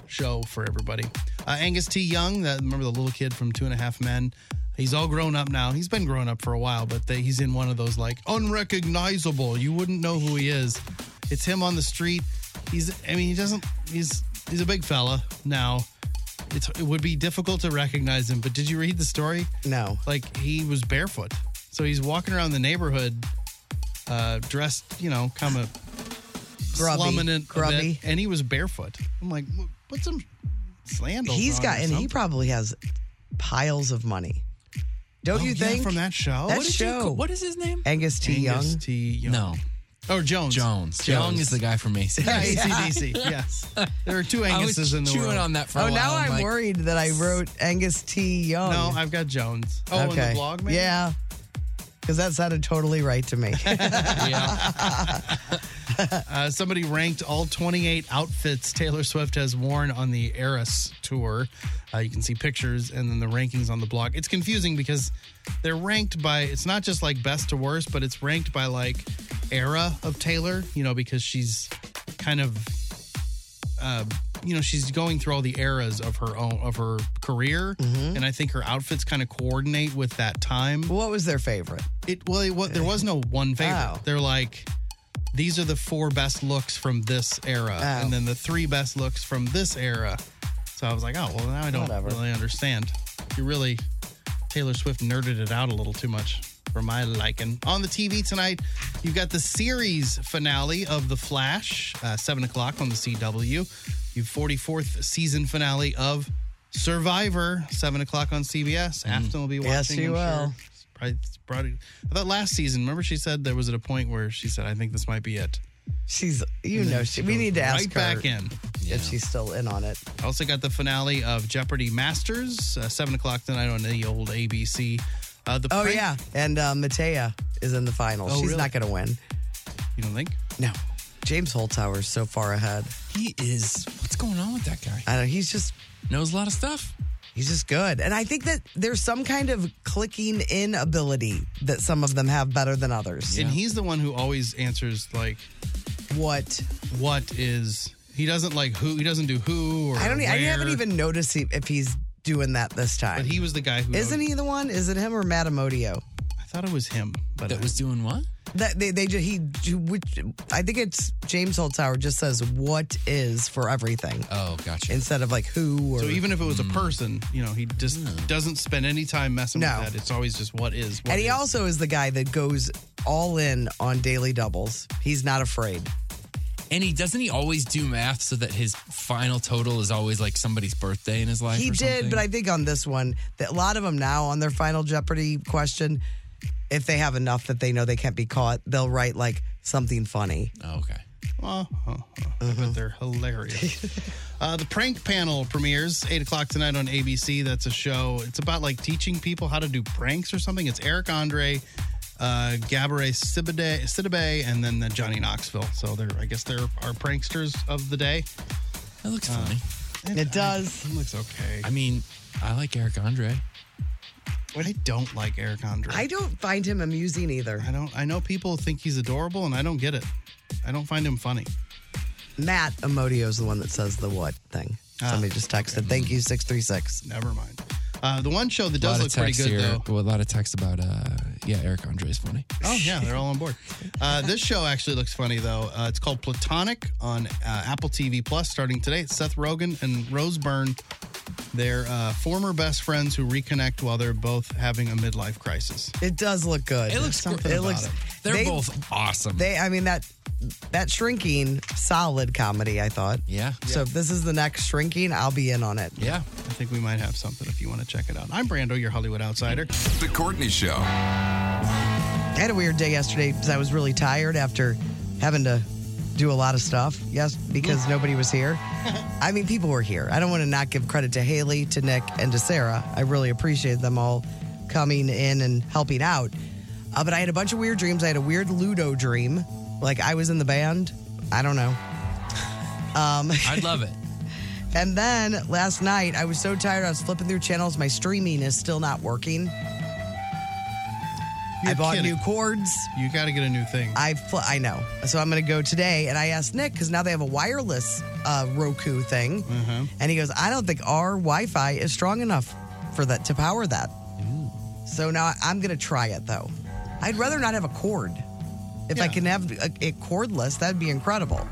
show for everybody. Uh, Angus T. Young, that remember the little kid from Two and a Half Men. He's all grown up now. He's been grown up for a while, but they, he's in one of those like unrecognizable. You wouldn't know who he is. It's him on the street. He's. I mean, he doesn't. He's. He's a big fella now. It's, it would be difficult to recognize him. But did you read the story? No. Like he was barefoot, so he's walking around the neighborhood uh, dressed, you know, kind of Grubby, slumming it, a bit, grubby. and he was barefoot. I'm like, "Wh- put some sandals. He's on got, or and he something." probably has piles of money. Don't Oh, you yeah, think? from that show? That What did you show. ca- what is his name? Angus T. Angus Young. T. Young. No. Oh, Jones. Jones. Young is the guy from AC. Yeah, ACDC. Yes, there are two I was Anguses in the chewing world. on that for a oh, now while, I'm like- worried that I wrote Angus T. Young. No, I've got Jones. Oh, in the blog, maybe? Yeah. Because that sounded totally right to me. Uh, somebody ranked all 28 outfits Taylor Swift has worn on the Eras tour. Uh, you can see pictures and then the rankings on the blog. It's confusing because they're ranked by, it's not just like best to worst, but it's ranked by like era of Taylor, you know, because she's kind of. Uh, you know she's going through all the eras of her own of her career and i think her outfits kind of coordinate with that time what was their favorite it well it, wa- there was no one favorite they're like these are the four best looks from this era and then the three best looks from this era so i was like oh well now i don't really understand you really taylor swift nerded it out a little too much for my liking on the tv tonight you've got the series finale of the flash uh, 7 o'clock on the cw your 44th season finale of survivor 7 o'clock on cbs afton will be watching Mm. Yes, you I'm sure. will. It's probably- it's probably- I thought last season, remember she said there was at a point where she said, I think this might be it. She's, you And then know, she, we goes need to right ask her back in. if she's still in on it. I also got the finale of Jeopardy Masters, uh, 7 o'clock tonight on the old ABC. Uh, the Oh prank- yeah, and uh, Matea is in the finals. Oh, She's really? not going to win. You don't think? No. James Holzhauer is so far ahead. He is. What's going on with that guy? I don't. He's just knows a lot of stuff. He's just good, and I think that there's some kind of clicking in ability that some of them have better than others. And he's the one who always answers, like, what? What is. He doesn't like who. He doesn't do who or. I don't. e- I haven't where. even noticed he- if he's doing that this time. But he was the guy who. Isn't he the one? Is it him or Matt Amodio? I thought it was him. But that was doing what? That they they ju- he ju- which I think it's James Holzhauer just says what is for everything. Oh, gotcha. Instead of like who or So even if it was a person, you know, he just doesn't spend any time messing No. with that. It's always just what is. What and he is. also is the guy that goes all in on daily doubles. He's not afraid. And he doesn't he always do math so that his final total is always like somebody's birthday in his life. He or did, something? but I think on this one, that a lot of them now on their final Jeopardy question, if they have enough that they know they can't be caught, they'll write like something funny. Oh, okay. Uh, Uh-huh. uh, uh, But they're hilarious. uh, the prank panel premieres eight o'clock tonight on ABC. That's a show. It's about like teaching people how to do pranks or something. It's Eric Andre, uh, Gabourey Sidibe, Sidibe, and then the Johnny Knoxville. So they're, I guess, they're our pranksters of the day. That looks Uh, funny. It, does. it looks okay. I mean, I like Eric Andre. I don't like Eric Andre. I don't find him amusing either. I don't. I know people think he's adorable, and I don't get it. I don't find him funny. Matt Amodio is the one that says the what thing. Somebody just texted. Thank you, 636. Never mind. Uh, the one show that A lot of does look pretty text good here- though. well, A lot of text about uh yeah, Eric Andre is funny. Oh yeah, they're all on board. Uh, this show actually looks funny though. Uh, it's called Platonic on uh, Apple TV Plus starting today. It's Seth Rogen and Rose Byrne They're uh, former best friends who reconnect while they're both having a midlife crisis. It does look good. It looks something. great. It looks. It. They're both awesome. They, I mean that that shrinking solid comedy. I thought. Yeah. So if this is the next shrinking, I'll be in on it. Yeah. I think we might have something if you want to check it out. I'm Brando, your Hollywood outsider. The Courtney Show. I had a weird day yesterday because I was really tired after having to do a lot of stuff. Yes, because nobody was here. I mean, people were here. I don't want to not give credit to Haley, to Nick, and to Sarah. I really appreciate them all coming in and helping out. Uh, but I had a bunch of weird dreams. I had a weird Ludo dream. Like I was in the band. I don't know. Um, I'd love it. And then last night, I was so tired. I was flipping through channels. My streaming is still not working. I bought new cords. You got to get a new thing. I fl- I know. So I'm going to go today. And I asked Nick because now they have a wireless uh, Roku thing, and he goes, "I don't think our Wi-Fi is strong enough for that to power that." So now I'm going to try it though. I'd rather not have a cord. If I can have a, it cordless, that'd be incredible.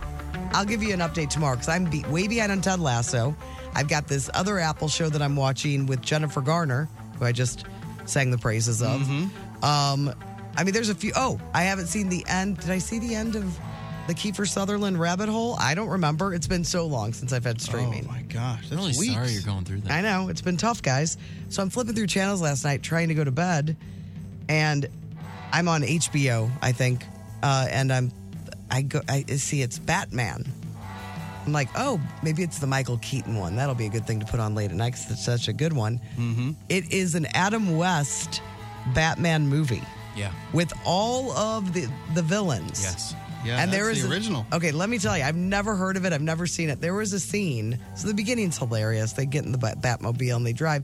I'll give you an update tomorrow because I'm be- way behind on Ted Lasso. I've got this other Apple show that I'm watching with Jennifer Garner, who I just sang the praises of. Um, I mean, there's a few. Oh, I haven't seen the end. Did I see the end of the Kiefer Sutherland rabbit hole? I don't remember. It's been so long since I've had streaming. Oh my gosh, that's really weeks. sorry you're going through that. I know it's been tough, guys. So I'm flipping through channels last night, trying to go to bed, and I'm on HBO, I think, uh, and I'm I go I see it's Batman. I'm like, oh, maybe it's the Michael Keaton one. That'll be a good thing to put on late at night 'cause it's such a good one. Mm-hmm. It is an Adam West Batman movie Yeah. with all of the the villains. Yes. Yeah, that's the a- Oh, original. okay, let me tell you, I've never heard of it. I've never seen it. There was a scene. So the beginning's hilarious. They get in the Bat- Batmobile and they drive.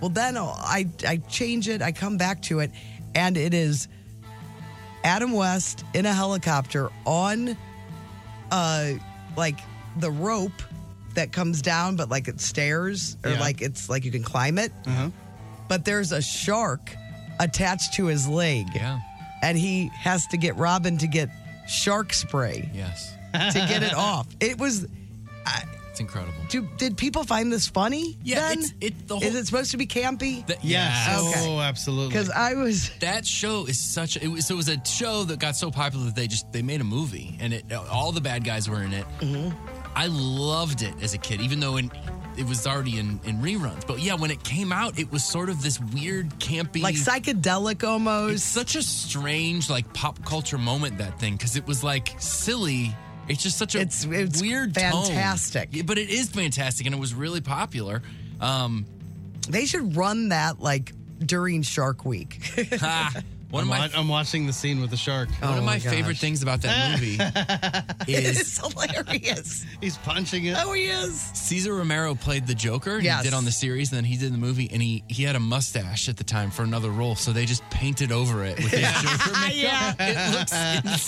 Well, then oh, I I change it. I come back to it, and it is Adam West in a helicopter on, uh, like the rope that comes down, but like it's stairs or Yeah. like it's like you can climb it Uh-huh. but there's a shark attached to his leg. Yeah. And he has to get Robin to get shark spray Yes. to get it off. It was. It's incredible. Do, did people find this funny? Yeah, Then? it's- it- the Is whole- it supposed to be campy? Yes. Okay. Oh, absolutely. Because I was. That show is such. It was, so it was a show that got so popular that they just they made a movie, and it all the bad guys were in it. I loved it as a kid, even though in, it was already in, in reruns. But yeah, when it came out, it was sort of this weird, campy, Like psychedelic almost. It's such a strange, like pop culture moment that thing because it was like silly. It's just such a it's, weird, tone. fantastic. Yeah, but it is fantastic, and it was really popular. Um, They should run that like during Shark Week. I'm, wa- I'm watching the scene with the shark. Oh. One of Oh my, favorite things about that movie is hilarious. He's punching it. Oh, he is. Caesar Romero played the Joker. Yes. He did on the series, and then he did in the movie, and he he had a mustache at the time for another role, so they just painted over it with his Joker makeup. Yeah. It looks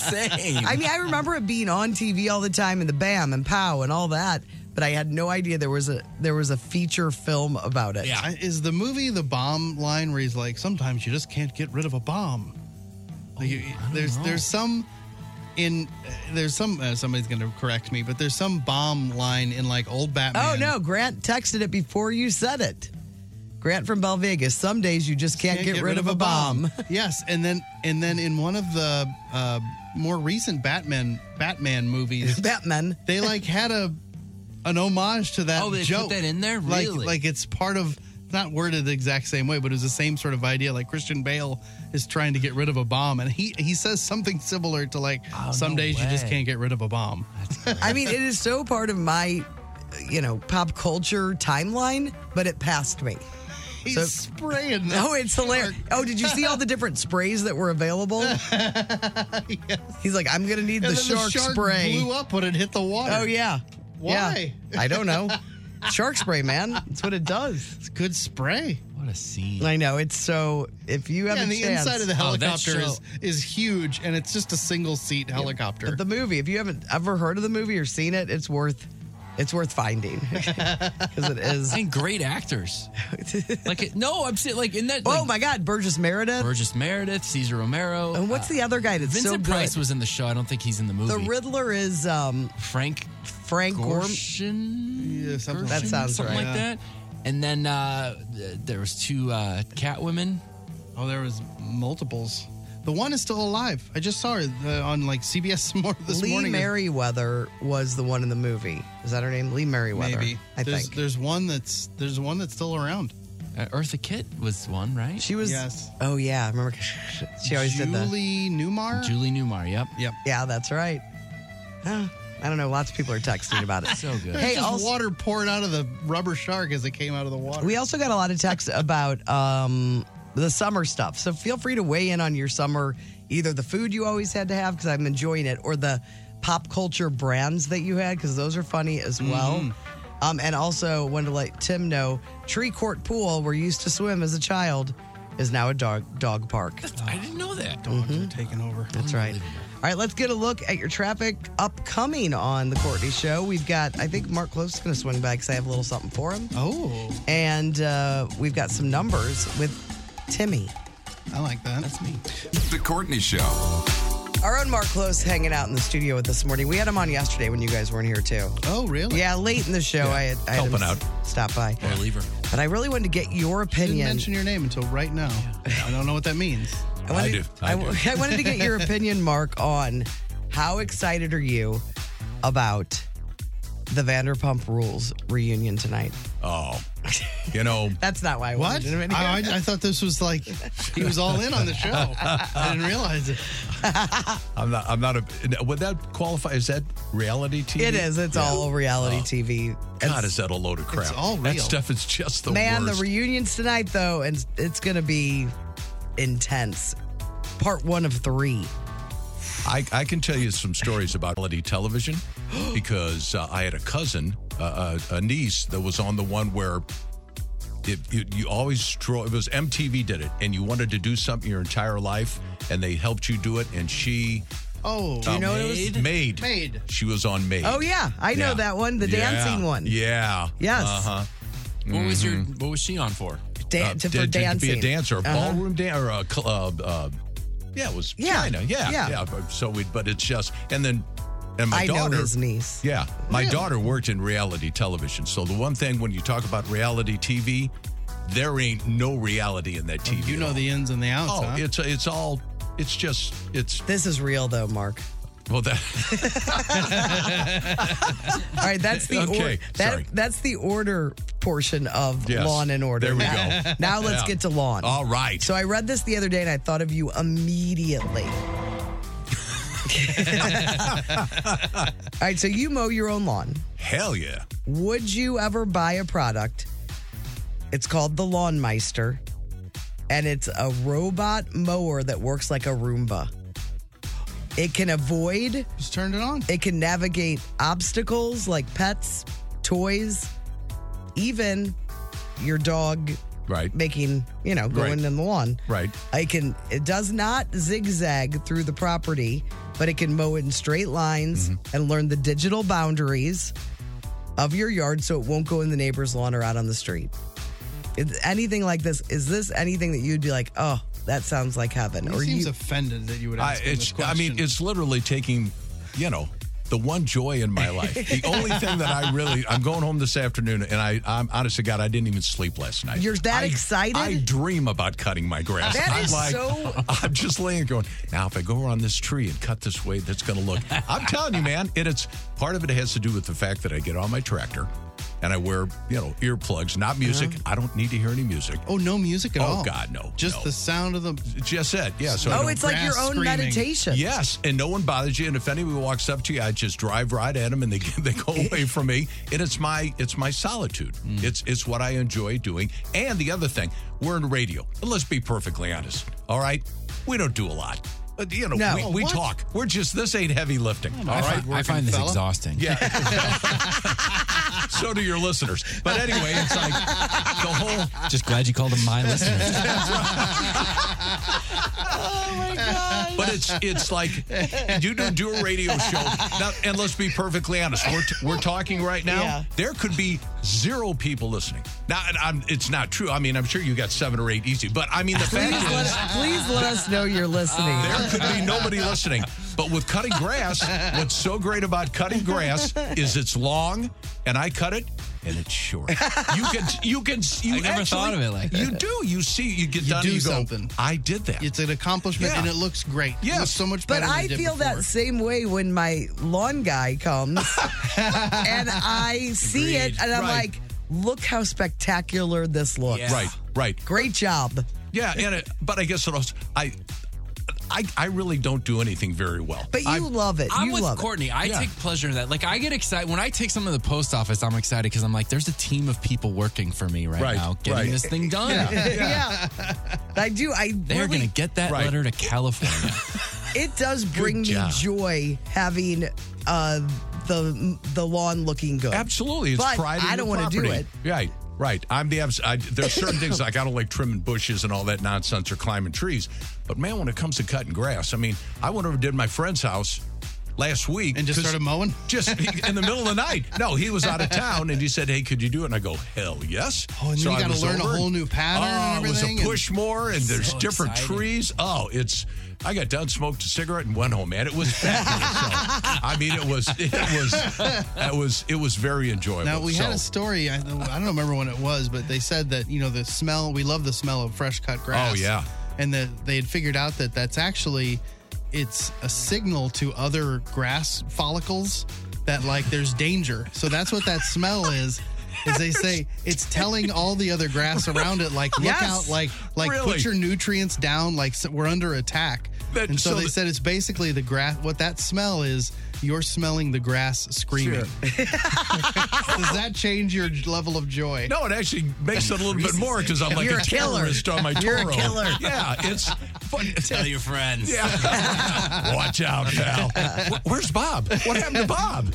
insane. I mean, I remember it being on TV all the time and the Bam and Pow and all that, but I had no idea there was a there was a feature film about it. I- Is the movie the bomb line where he's like, sometimes you just can't get rid of a bomb? Like, Oh, you- there's know. there's some in there's some uh, somebody's going to correct me, but there's some bomb line in like old Batman. Oh no, Grant texted it before you said it. Grant from Bell Vegas. Some days you just can't, get, rid, of, a bomb. yes, and then and then in one of the uh, more recent Batman Batman movies, Batman, they like had a an homage to that. Oh, they put joke. that in there? Like- Really? Like, it's part of. Not worded the exact same way, but it was the same sort of idea. Like Christian Bale is trying to get rid of a bomb, and he he says something similar to like, "Some Oh, no days you just way. can't get rid of a bomb." I mean, it is so part of my, you know, pop culture timeline, but it passed me. He's So- spraying. that Oh, it's hilarious. Oh, did you see all the different sprays that were available? He's like, I'm going to need the And then the shark, shark spray. blew up when it hit the water. Oh, yeah. Why? Yeah. I don't know. shark spray, man. That's what it does. It's good spray. What a scene. I know. It's so, if you have Yeah, a and the chance- Oh, inside of the helicopter is is huge, and it's just a single seat helicopter. But the movie, if you haven't ever heard of the movie or seen it, it's worth it's worth finding because it is. And great actors. like it, no, I'm saying like in that. oh my God, Burgess Meredith. Burgess Meredith, Caesar Romero. uh, And what's the other guy that's Vincent so good? Price was in the show. I don't think he's in the movie. The Riddler is um Frank Frank Gorm. Gorshin. Yeah, something That sounds something right. like that. And then uh, th- there was two uh, cat women. Oh, there was multiples. The one is still alive. I just saw her uh, on like CBS some more this Lee morning. Merriweather was the one in the movie. Is that her name? Lee Merriweather. Maybe I there's, think. there's one that's there's one that's still around. Uh, Eartha Kitt was one, right? She was. Yes. Oh yeah, I remember. She, always did that. Julie Newmar. Julie Newmar. Yep. Yep. Yeah, that's right. Huh. I don't know. Lots of people are texting about it. so There's Hey, just also, water poured out of the rubber shark as it came out of the water. we also got a lot of texts about um, the summer stuff. So feel free to weigh in on your summer, either the food you always had to have because I'm enjoying it, or the pop culture brands that you had because those are funny as well. Um, and also wanted to let Tim know, Tree Court Pool, where you used to swim as a child, is now a dog dog park. I didn't know that. Dogs are taking over. That's right. All right, let's get a look at your traffic upcoming on the Courtney Show. We've got, I think Mark Close is going to swing by because I have a little something for him. Oh. And uh, we've got some numbers with Timmy. I like that. That's me. The Courtney Show. Our own Mark Close hanging out in the studio with us this morning. We had him on yesterday when you guys weren't here, too. Oh, really? Yeah, late in the show, I had, I had him Helping s- stop by. Or leave her. But I really wanted to get your Didn't opinion. mention your name until right now. I don't know what that means. I wanted, I w- I wanted to get your opinion, Mark, on how excited are you about the Vanderpump Rules reunion tonight? Oh, you know, That's not why I What? wanted it. I, I, I thought this was like he was all in on the show. I didn't realize it. I'm not. I'm not a. Would that qualify? Is that reality TV? It is. It's Yeah. all reality Oh, TV. God, is that a load of crap? all That real. stuff is just the Man, worst. the reunions tonight, though, and it's going to be intense. Part one of three. I, I can tell you some stories about reality television because uh, I had a cousin, uh, a, a niece that was on the one where it, you, you always draw, it was MTV did it, and you wanted to do something your entire life, and they helped you do it, and she. Oh, um, Made. Made. She was on Made. Oh, yeah. I know Yeah. that one, the Yeah. dancing one. Yeah. Yes. Uh-huh. What was your? Mhm. What was she on for? Dan- Uh, to, for did- did dancing. To be a dancer, a Uh-huh. ballroom dancer, or a cl- uh, uh, yeah, it was Yeah, China. Yeah, yeah. yeah. But- So we, but it's just, and then, and my I know daughter, his niece. Yeah, my Really? daughter worked in reality television. So the one thing when you talk about reality TV, there ain't no reality in that TV. You at know all. the ins and the outs. Oh, huh? it's it's all, it's just, it's. This is real, though, Mark. Well, that All right, that's the Okay, or, that, sorry. that's the order portion of Yes. Lawn and Order. There we now, go. Now let's Yeah. get to Lawn. All right. So I read this the other day and I thought of you immediately. All right, so you mow your own lawn. hell yeah. Would you ever buy a product? It's called the Lawn Meister, and it's a robot mower that works like a Roomba. It can avoid. Just turned it on. It can navigate obstacles like pets, toys, even your dog Right. making, you know, going Right. in the lawn. Right. It can it does not zigzag through the property, but it can mow in straight lines Mm-hmm. and learn the digital boundaries of your yard so it won't go in the neighbor's lawn or out on the street. Is anything like this, is this anything that you'd be like, oh, that sounds like heaven? He seems offended that you would I, ask him it's, this I question. mean, it's literally taking, you know, the one joy in my life. The only thing that I really, I'm going home this afternoon, and I, I'm honest to God, I didn't even sleep last night. You're that I- excited? I dream about cutting my grass. That I'm is like, so- I'm just laying there going, now if I go around this tree and cut this way, that's going to look. I'm telling you, man, and it's part of it has to do with the fact that I get on my tractor. And I wear, you know, earplugs, not music. Uh-huh. I don't need to hear any music. oh, no music at Oh, all. God, no, Just no. the sound of the. Just it, yeah. So I Oh, don't- it's like your grass own screaming. meditation. Yes, and no one bothers you. And if anybody walks up to you, I just drive right at them, and they they go away from me. And it's my it's my solitude. Mm. It's it's what I enjoy doing. And the other thing, we're in radio. And let's be perfectly honest. All right, we don't do a lot. Uh, You know, No. we, we What? Oh, talk. We're just this ain't heavy lifting. All I, right, find, I find this fella. exhausting. Yeah. so do your listeners. But anyway, it's like the whole Just glad you called them my listeners. But it's it's like you do do a radio show, now, and let's be perfectly honest. We're t- we're talking right now. Yeah. There could be zero people listening. Now, and I'm, it's not true. I mean, I'm sure you got seven or eight easy. But I mean, the fact Please let, is, please let us know you're listening. there could be nobody listening. But with cutting grass, what's so great about cutting grass is it's long, and I cut it. and it's short. you can you can you I never actually- thought of it like that. You do. You see you get You done do and you go, something. I did that. It's an accomplishment Yeah. and it looks great. It looks so much better. But than I it did feel before. that same way when my lawn guy comes and I see it Agreed. and I'm Right. like, look how spectacular this looks. Right, right. Great job. Yeah, and it, but I guess it also I I I really don't do anything very well. But you love it. I'm you with love Courtney. It. I take pleasure in that. Like I get excited when I take something to the post office. I'm excited because I'm like, there's a team of people working for me right, Right, now, getting right. this thing done. yeah. I do. I They're really- gonna get that letter to California. It does bring me job. joy having uh, the the lawn looking good. Absolutely, it's but pride. in I your don't want to do property. it. Right, right. I'm the abs- I, there's certain things like I don't like trimming bushes and all that nonsense or climbing trees. But man, when it comes to cutting grass, I mean, I went over to my friend's house last week and just started mowing. Just in the middle of the night. No, he was out of town and he said, "Hey, could you do it?" And I go, "Hell yes." Oh, and then you I gotta was learn a over. whole new pattern Oh, and it was everything, a and- push more, and there's So different exciting. trees. Oh, it's. I got done, smoked a cigarette, and went home, man. It was fabulous. So, I mean, it was, it was, that was, it was very enjoyable. Now we had So- a story. I, I don't remember when it was, but they said that you know the smell. We love the smell of fresh cut grass. Oh, yeah. and that they had figured out that that's actually it's a signal to other grass follicles that like there's danger. So that's what that smell is. Is they say it's telling all the other grass around it, like look Yes. out, like like Really? put your nutrients down, like so we're under attack. That- and so, so they the- said it's basically the grass. What that smell is, you're smelling the grass screaming. Does that change your level of joy? No, it actually makes it a little bit more because I'm like You're a, a killer. terrorist on my You're a Toro. killer. Yeah, it's fun. Tell your friends. Yeah. Watch out, pal. Wh- Where's Bob? What happened to Bob?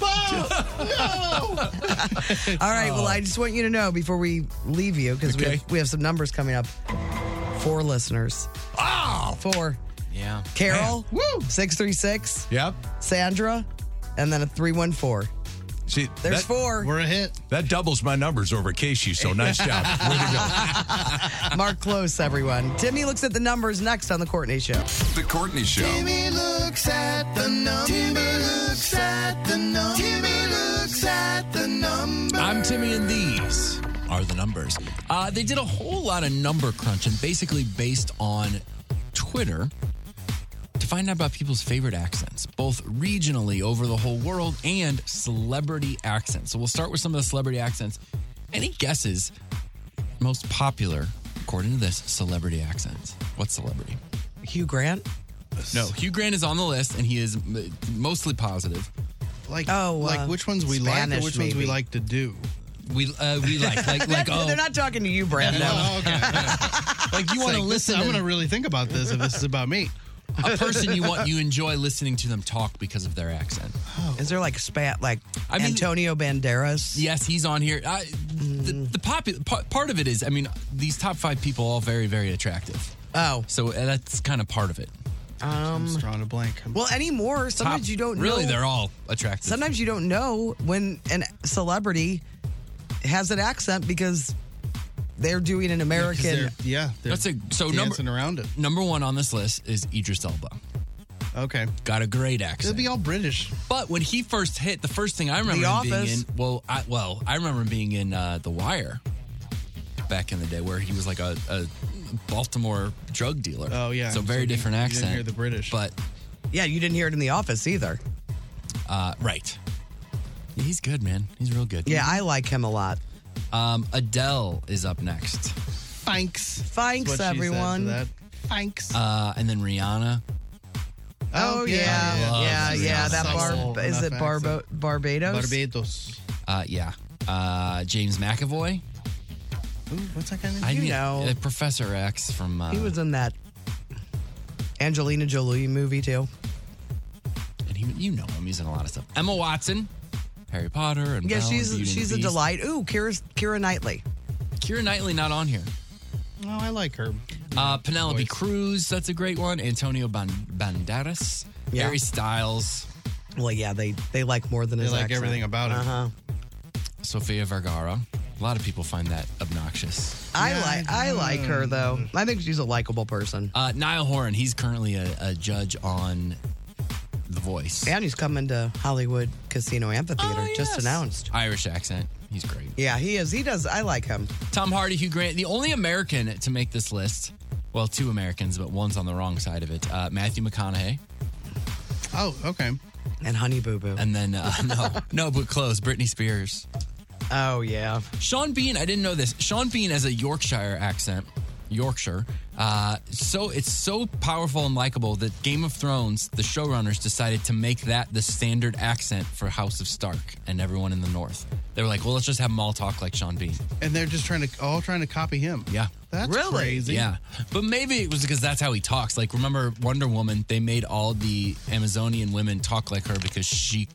All right. Well, I just want you to know before we leave you because we, Okay. have, we have some numbers coming up. Four listeners. Oh, four. Yeah. Carol. Woo. Six three six. Yep. Sandra, and then a three one four. See, There's that- four. We're a hit. That doubles my numbers over Casey, so nice job. Way to go. Mark close, everyone. Timmy looks at the numbers next on the Courtney Show. The Courtney Show. Timmy looks at the number. Timmy looks at the number. Timmy looks at the number. I'm Timmy, and these are the numbers. Uh, they did a whole lot of number crunching, basically based on Twitter, to find out about people's favorite accents, both regionally over the whole world and celebrity accents. So we'll start with some of the celebrity accents. Any guesses? Most popular, according to this, celebrity accents. What celebrity? Hugh Grant. No, Hugh Grant is on the list, and he is m- mostly positive. Like Oh, like uh, which ones we like Spanish, or which ones we maybe. like to do. We uh, we like like like That's- oh They're not talking to you, Brandon. Oh, okay. like you wanna listen I'm and- going to really think about this if this is about me. a person you want you enjoy listening to them talk because of their accent. Is there like spat like I mean- Antonio Banderas? Yes, he's on here. I, the the popu- pa- part of it is, I mean, these top five people all very very attractive. Oh, so uh, that's kind of part of it. Um, just drawing a blank. Well, anymore, sometimes Top- you don't really. know. They're all attractive. Sometimes you don't know when an celebrity has an accent because they're doing an American. yeah, that's a so dancing number around it. Number one on this list is Idris Elba. Okay, got a great accent. It'll be all British. But when he first hit, the first thing I remember The him being Office. in. Well, I, well, I remember him being in uh, The Wire back in the day, where he was like a, a Baltimore drug dealer. Oh yeah, so very you- different you accent. Didn't hear the British, but yeah, you didn't hear it in the office either. Uh, right. Yeah, he's good, man. He's real good. Yeah, I like him a lot. Um, Adele is up next, thanks, thanks, That's what she said to everyone. that. thanks. uh, and then Rihanna. Oh, yeah, yeah, yeah. that bar is it Barbo- Barbados? Barbados. Uh, yeah. Uh, James McAvoy. Ooh, what's that guy? name? I You knew- know. uh, Professor X from. Uh, He was in that Angelina Jolie movie too. and he, you know him. He's in a lot of stuff. Emma Watson, Harry Potter, and Yeah, Belle and she's Beauty and the she's a Beast. delight. Ooh, Kira Kira Knightley. Kira Knightley not on here. Oh, I like her. Uh, Penelope Cruz, that's a great one. Antonio Ban- Banderas, Yeah. Harry Styles, Well, yeah, they they like more than They his like accent. everything about him. Uh-huh. Sofia Vergara. A lot of people find that obnoxious. I like I like her though. I think she's a likable person. Uh, Niall Horan, he's currently a, a judge on The Voice. Oh, And he's coming to Hollywood Casino Amphitheater, just announced. Irish accent. He's great. Yeah, he is. He does. I like him. Tom Hardy, Hugh Grant, the only American to make this list. Well, two Americans, but one's on the wrong side of it. Uh, Matthew McConaughey. Oh, okay. And Honey Boo Boo. And then, uh, no, no, but close. Britney Spears. Oh, yeah. Sean Bean, I didn't know this. Sean Bean has a Yorkshire accent. Yorkshire. Uh, so it's so powerful and likable that Game of Thrones, the showrunners decided to make that the standard accent for House of Stark and everyone in the North. They were like, well, let's just have them all talk like Sean Bean. And they're just trying to all trying to copy him. Yeah. That's really? crazy. Yeah. But maybe it was because that's how he talks. Like, remember Wonder Woman? They made all the Amazonian women talk like her because she,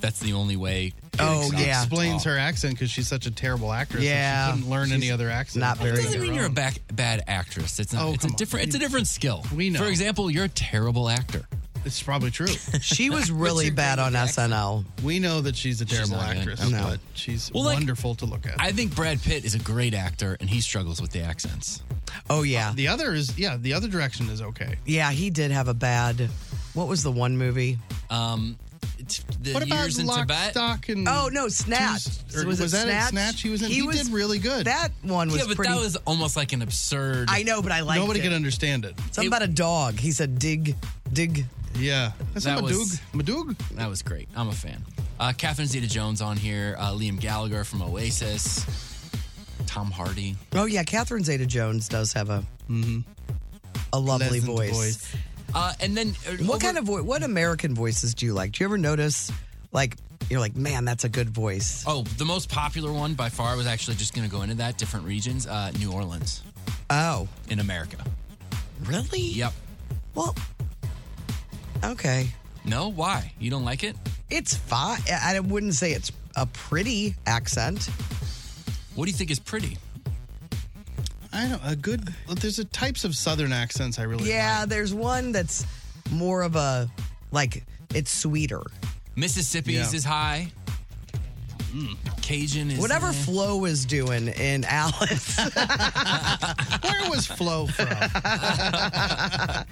that's the only way. Oh, yeah. Explains her accent because she's such a terrible actress. Yeah. Yeah. She couldn't learn any other accent. It doesn't mean you're a back, bad actress. It's not. Oh, it's a come on. different. It's a different skill. We know. For example, you're a terrible actor. It's probably true. She was really bad on SNL. We know that she's a terrible actress, Okay. but she's Well, like- wonderful to look at. I think Brad Pitt is a great actor, and he struggles with the accents. Oh, yeah. The other is, yeah, the other direction is okay. Yeah, he did have a bad. What was the one movie? Um, the What about years in Lock, Tibet? Stock, and oh no, Snatch. Two- or was that in Snatch? He was in- he did really good. That one was yeah, but pretty. that was almost like an absurd. I know, but I liked Nobody it. could understand it. Something about a dog. He said, "Dig, dig." Yeah, That's that not was Madoog. That was great. I'm a fan. Uh, Catherine Zeta-Jones on here. Uh, Liam Gallagher from Oasis. Tom Hardy. Oh yeah, Catherine Zeta-Jones does have a Mm-hmm. a lovely Pleasant voice. voice. Uh, and then what kind of voice? What American voices do you like? Do you ever notice, like, you're like, man, that's a good voice. Oh, the most popular one by far was actually just going to go into that different regions. Uh, New Orleans Oh, in America. really? Yep. Well, okay, No, why? You don't like it? it's fine. I I wouldn't say it's a pretty accent. What do you think is pretty? I don't. A good. There's a types of Southern accents I really. Yeah, there's one that's more of a like it's sweeter. Mississippi's Yeah. Hmm. is high. Cajun is Whatever Flo is doing in Alice. Where was Flo from? I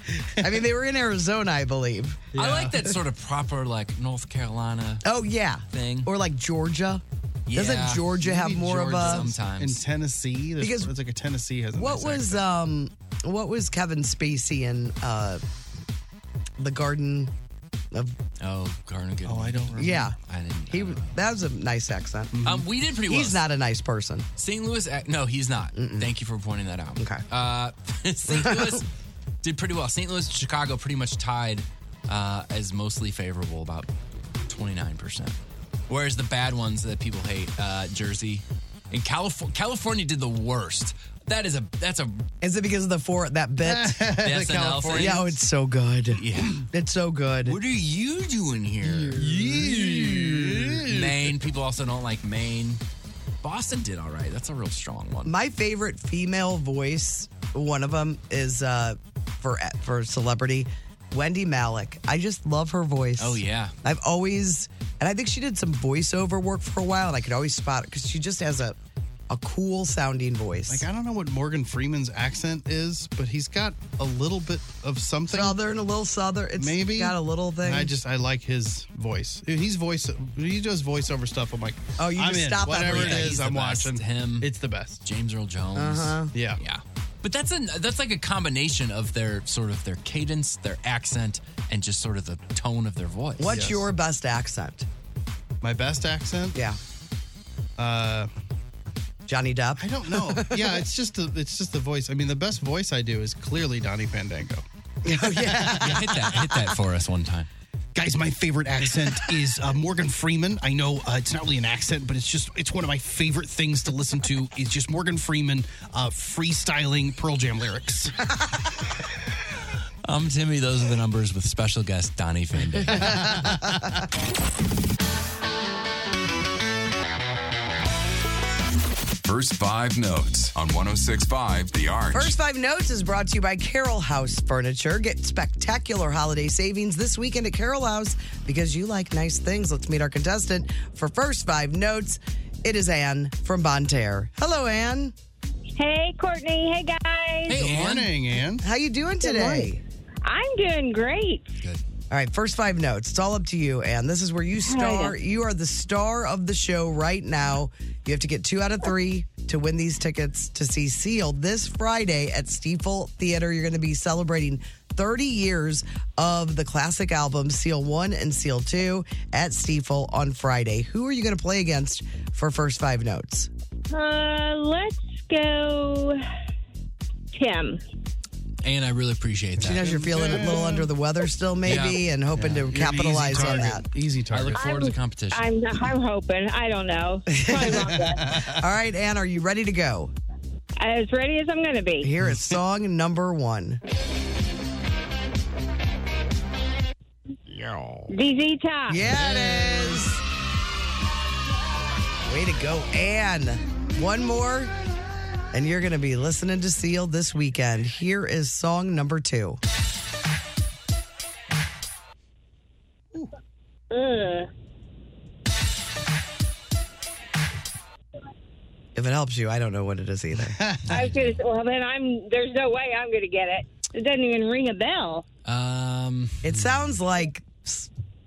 mean, they were in Arizona, I believe. I like that sort of proper like North Carolina. Oh yeah, thing or like Georgia. Yeah. Doesn't Georgia have Maybe more Georgia of a? sometimes. In Tennessee, there's- Because- it's like a Tennessee has. a What nice was um, what was Kevin Spacey in uh, the Garden of? Oh, Garden of Oh, I don't remember. Yeah, I didn't. He that was a nice accent. Um, we did pretty well. He's not a nice person. St. Louis. ac- No, he's not. Thank you for pointing that out. Okay. Uh, St. Louis did pretty well. St. Louis, Chicago, pretty much tied uh, as mostly favorable, about twenty nine percent. Whereas the bad ones that people hate, uh, Jersey and California, California did the worst. That is a that's a Is it because of the four that bit? The SNL Californians? Yeah, oh, it's so good. Yeah, it's so good. What are you doing here? Maine. People also don't like Maine. Boston did all right. That's a real strong one. My favorite female voice, one of them is uh, for for celebrity, Wendy Malik. I just love her voice. Oh, yeah. I've always, and I think she did some voiceover work for a while, and I could always spot it because she just has a a cool sounding voice. Like I don't know what Morgan Freeman's accent is, but he's got a little bit of something. Southern, a little southern. It's Maybe got a little thing. I just I like his voice. He's voice. He does voiceover stuff. I'm like, Oh, you I'm just in. stop whatever it everything. is. He's the I'm best. watching him. It's the best. James Earl Jones. Yeah. Yeah. But that's a that's like a combination of their sort of their cadence, their accent, and just sort of the tone of their voice. What's your best accent? My best accent? Yeah. Uh, Johnny Depp. I don't know. yeah, it's just the it's just the voice. I mean, the best voice I do is clearly Donnie Fandango. yeah. hit that hit that for us one time. Guys, my favorite accent is uh, Morgan Freeman. I know uh, it's not really an accent, but it's just it's one of my favorite things to listen to. Is just Morgan Freeman uh, freestyling Pearl Jam lyrics. I'm Timmy. Those are the numbers with special guest Donnie Fandango. First five notes on 1065 The Arch. First Five Notes is brought to you by Carroll House Furniture. Get spectacular holiday savings this weekend at Carroll House because you like nice things. Let's meet our contestant for First Five Notes. It is Anne from Bonterre. Hello, Anne. Hey, Courtney. Hey, guys. Good morning, Ann. How you doing Good today? morning. I'm doing great. All right, first five notes. It's all up to you, Anne. This is where you star. You are the star of the show right now. You have to get two out of three to win these tickets to see Seal this Friday at Steeple Theater. You're going to be celebrating 30 years of the classic album Seal 1 and Seal 2 at Steeple on Friday. Who are you going to play against for first five notes? Uh, let's go, Tim. And I really appreciate that. She knows you're feeling a little under the weather still, maybe, Yeah. and hoping Yeah. You're to an easy capitalize on target. that. Easy target. I look forward to the competition. I'm I'm hoping. I don't know. All right, Anne, are you ready to go? As ready as I'm going to be. Here is song number one. DZ Top. Yeah, it is. Way to go, Anne. One more, and you're going to be listening to Seal this weekend. Here is song number two. Ugh. If it helps you, I don't know what it is either. I was gonna, well, then I'm. There's no way I'm going to get it. It doesn't even ring a bell. Um, it sounds like.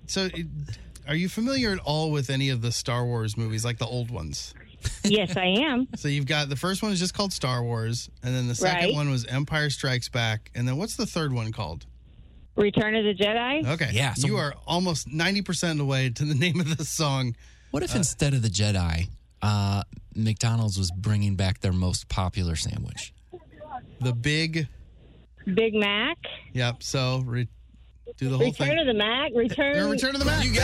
So, it- are you familiar at all with any of the Star Wars movies, like the old ones? Yes, I am. So you've got the first one is just called Star Wars, and then the second Right. one was Empire Strikes Back, and then what's the third one called? Return of the Jedi. Okay, Yeah, so- you are almost ninety percent of the way to the name of the song. What uh, if instead of the Jedi, uh, McDonald's was bringing back their most popular sandwich? The big, Big Mac. yep. So re- do the whole Return thing. of the Mac. Return. Yeah, Return of the Mac. You got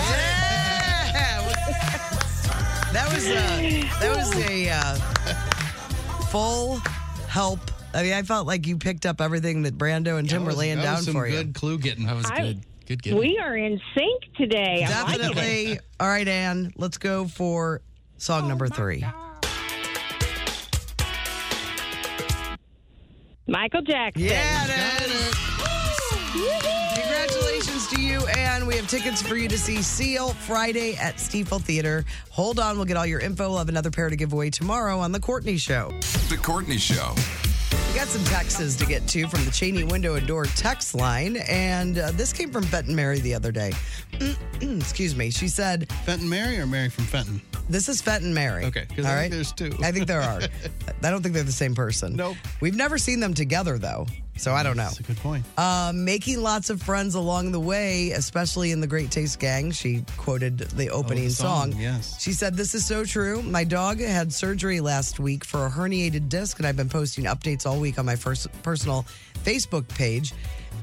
That was a, that was a uh, full help. I mean, I felt like you picked up everything that Brando and Tim were laying down some for good clue getting. That was I- good. Good We are in sync today. you. I like it. Definitely. All right, Anne, let's go for song Oh, number three. Michael Jackson. Yeah, it is. Congratulations to you, and we have tickets for you to see Seal Friday at Steeple Theater. Hold on, we'll get all your info. We'll have another pair to give away tomorrow on The Courtney Show. The Courtney Show. We got some texts to get to from the Cheney Window and Door text line, and uh, this came from Fenton Mary the other day. Excuse me. She said, Fenton Mary or Mary from Fenton? This is Fenton Mary. Okay, 'cause I think there's two. I think there are. I don't think they're the same person. Nope. We've never seen them together, though, so I don't know. That's a good point. Oh, Uh, making lots of friends along the way, especially in the Great Taste Gang. She quoted Oh, the opening song, song. yes. She said, This is so true. My dog had surgery last week for a herniated disc, and I've been posting updates all week on my first personal Facebook page.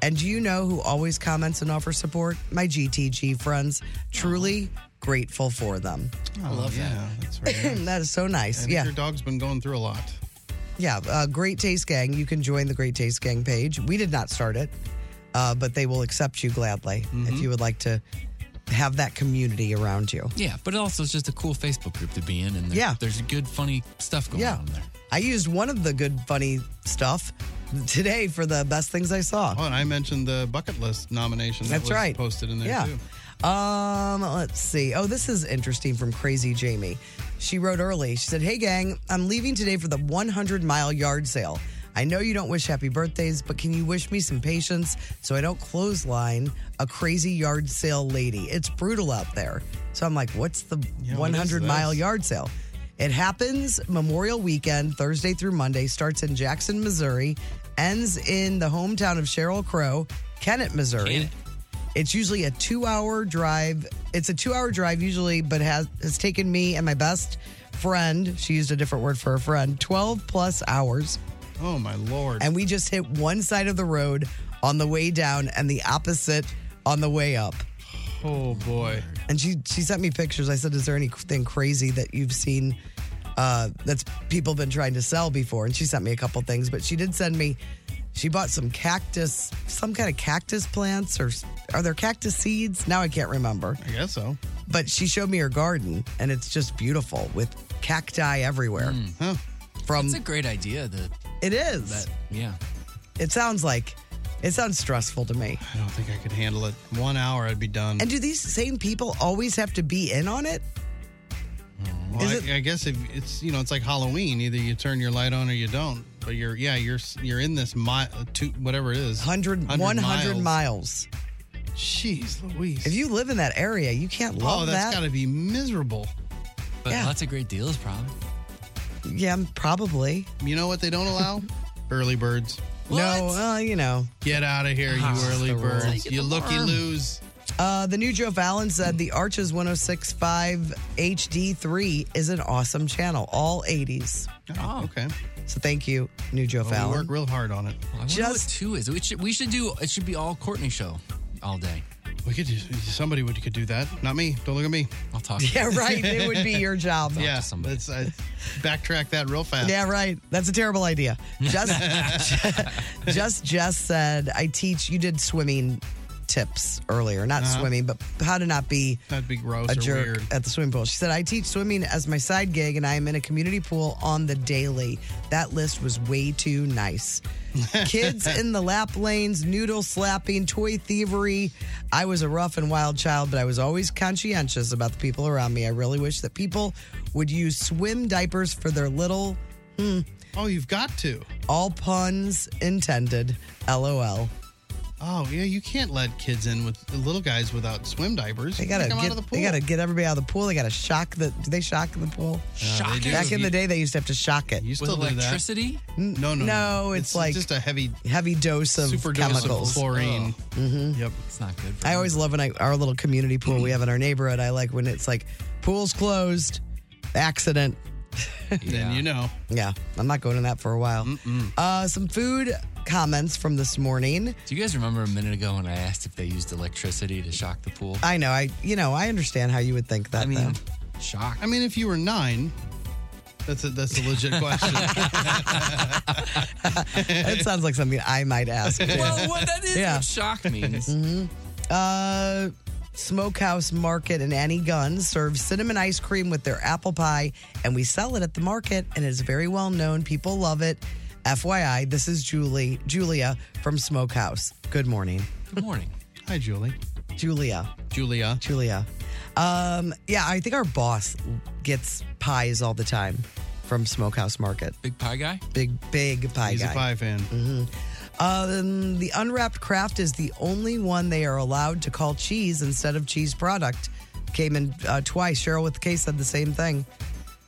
And do you know who always comments and offers support? My GTG friends. Truly grateful for them. I love that. That's very nice. that is so I nice. think Yeah. your dog's been going through a lot. Yeah, uh, Great Taste Gang. You can join the Great Taste Gang page. We did not start it, uh, but they will accept you gladly if you would like to have that community around you. Yeah, but it also it's just a cool Facebook group to be in, and there, Yeah. there's good, funny stuff going Yeah. on there. I used one of the good, funny stuff today for the best things I saw. Oh, and I mentioned the bucket list nomination. That That's was right. Posted in there yeah. too. Um, let's see. Oh, this is interesting from Crazy Jamie. She wrote early. She said, "Hey gang, I'm leaving today for the 100 mile yard sale. I know you don't wish happy birthdays, but can you wish me some patience so I don't clothesline a crazy yard sale lady? It's brutal out there." So I'm like, "What's the Yeah, what is 100 mile this? yard sale?" It happens Memorial Weekend, Thursday through Monday, starts in Jackson, Missouri, ends in the hometown of Cheryl Crow, Kennett, Missouri. It's usually a two hour drive. It's a two hour drive usually, but has has taken me and my best friend, she used a different word for a friend, 12 plus hours. Oh my lord. And we just hit one side of the road on the way down and the opposite on the way up. Oh boy. And she she sent me pictures. I said, "Is there anything crazy that you've seen uh, that's people been trying to sell before?" And she sent me a couple things, but she did send me. She bought some cactus, some kind of cactus plants, or s- are there cactus seeds? Now I can't remember. I guess so. But she showed me her garden, and it's just beautiful with cacti everywhere. From It's a great idea. The it is. that yeah. It sounds like it sounds stressful to me. I don't think I could handle it. One hour, I'd be done. And do these same people always have to be in on it? Well, I, I guess if it's you know it's like Halloween. Either you turn your light on or you don't. But you're uh, yeah you're you're in this mile two whatever it is 100, 100 miles. Jeez Louise. If you live in that area, you can't love oh, that. that's got to be miserable. But lots of great deals, probably. yeah, probably. You know what they don't allow? early birds. No, well, you know. Get out of here, you Ah, it's early the rules. birds. You looky lose. Uh, the new Joe Fallon said the Arches 1065 HD3 is an awesome channel, all 80s. Oh, okay. So thank you, new Joe Well, we Fallon. work real hard on it. I wonder what two is. We should, we should do. It should be all Courtney show, all day. We could do, somebody would could do that. Not me. Don't look at me. I'll talk. Yeah, right. It would be your job. yeah. Let's I backtrack that real fast. Yeah, right. That's a terrible idea. Just, just Jess said, I teach, you did swimming tips earlier, not Uh-huh. swimming, but how to not be That'd be gross a or jerk weird. at the swimming pool. She said, I teach swimming as my side gig and I am in a community pool on the daily. That list was way too nice. Kids in the lap lanes, noodle slapping, toy thievery. I was a rough and wild child, but I was always conscientious about the people around me. I really wish that people would use swim diapers for their little. Oh, you've got to. All puns intended. LOL. Oh yeah, you can't let kids in with the little guys without swim diapers. They gotta Take 'em get. out of the pool. They gotta get everybody out of the pool. They gotta shock the. Do they shock the pool? Shock they it. do. Back in the day, they used to have to shock it. You still do That. No, no, No, it's, like just a heavy, heavy dose of super dose of chemicals, chlorine. hmm Yep, it's not good. I always love when I our little community pool we have in our neighborhood. I like when it's like pool's closed, accident. Then you know. Yeah, I'm not going to that for a while. Uh, some food comments from this morning. Do you guys remember a minute ago when I asked if they used electricity to shock the pool? I know. I you know I understand how you would think that. I mean, shock. I mean, if you were nine, that's a that's a legit question. it sounds like something I might ask. well, what that is Yeah. what shock means. Mhm. Uh, Smokehouse Market and Annie Gunn serve cinnamon ice cream with their apple pie, and we sell it at the market, and it's very well known. People love it. FYI, this is Julie, Julia from Smokehouse. Good morning. Good morning. Hi, Julie. Julia. Julia. Julia. Um, yeah, I think our boss gets pies all the time from Smokehouse Market. Big pie guy? Big, big pie He's guy. a pie fan. hmm Um, the unwrapped craft is the only one they are allowed to call cheese instead of cheese product. Came in uh, twice. Cheryl with the case said the same thing.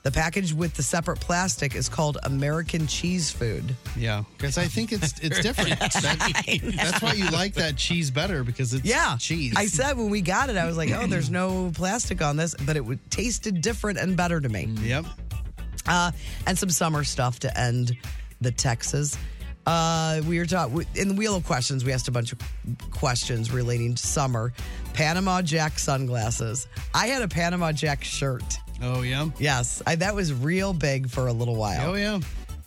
The package with the separate plastic is called American cheese food. Yeah, because I think it's it's different. That- that's why you like that cheese better because it's Yeah, cheese. I said when we got it, I was like, "Oh, there's no plastic on this," but it would tasted different and better to me. Yep. Uh, and some summer stuff to end the Texas. Uh, we were talking in the wheel of questions. We asked a bunch of questions relating to summer. Panama Jack sunglasses. I had a Panama Jack shirt. Oh yeah. Yes, I, that was real big for a little while. Oh yeah.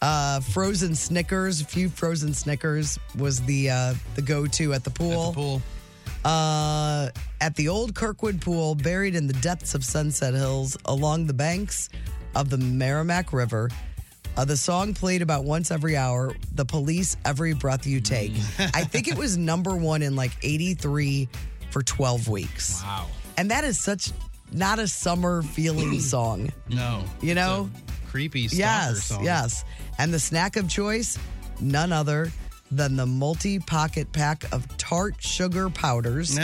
Uh, frozen Snickers. A few frozen Snickers was the uh, the go to at the pool. At the pool. Uh, at the old Kirkwood pool, buried in the depths of Sunset Hills, along the banks of the Merrimack River. Uh, the song played about once every hour. The police, every breath you take. Mm. I think it was number one in like '83 for 12 weeks. Wow! And that is such not a summer feeling song. No. You know, Creepy. stalker yes, song. yes. And the snack of choice, none other than the multi pocket pack of tart sugar powders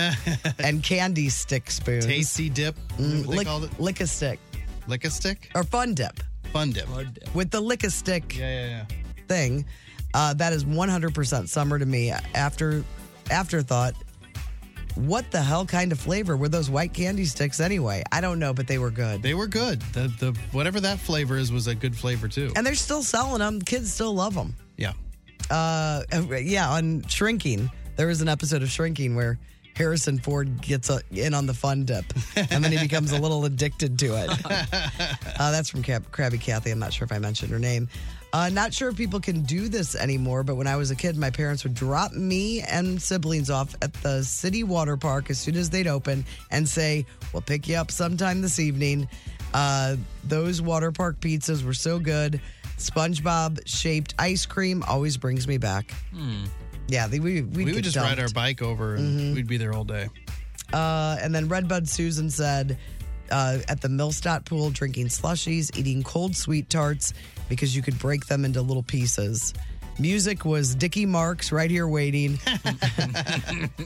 and candy stick spoons. Tasty dip. Mm, What they lick, called it? lick a stick. Lick a stick? Or fun dip. Fun dip. With the lick a stick Yeah, yeah, yeah. thing. Uh, that is 100% summer to me. After Afterthought, what the hell kind of flavor were those white candy sticks anyway? I don't know, but they were good. They were good. The the whatever that flavor is was a good flavor too. And they're still selling them. Kids still love them. yeah. uh, yeah, on Shrinking, there was an episode of Shrinking where Harrison Ford gets uh in on the fun dip, and then he becomes a little addicted to it. Uh, that's from Crab- Krabby Kathy. I'm not sure if I mentioned her name. Uh, not sure if people can do this anymore, but when I was a kid, my parents would drop me and siblings off at the city water park as soon as they'd open and say, We'll pick you up sometime this evening. Uh, those water park pizzas were so good. SpongeBob shaped ice cream always brings me back. Yeah, they, we we'd Hmm. We get would just dumped. ride our bike over and we'd be there all day. Uh, and then Redbud Susan said uh, at the Millstadt pool, drinking slushies, eating cold sweet tarts because you could break them into little pieces. Music was Dickie Marks, Right Here Waiting.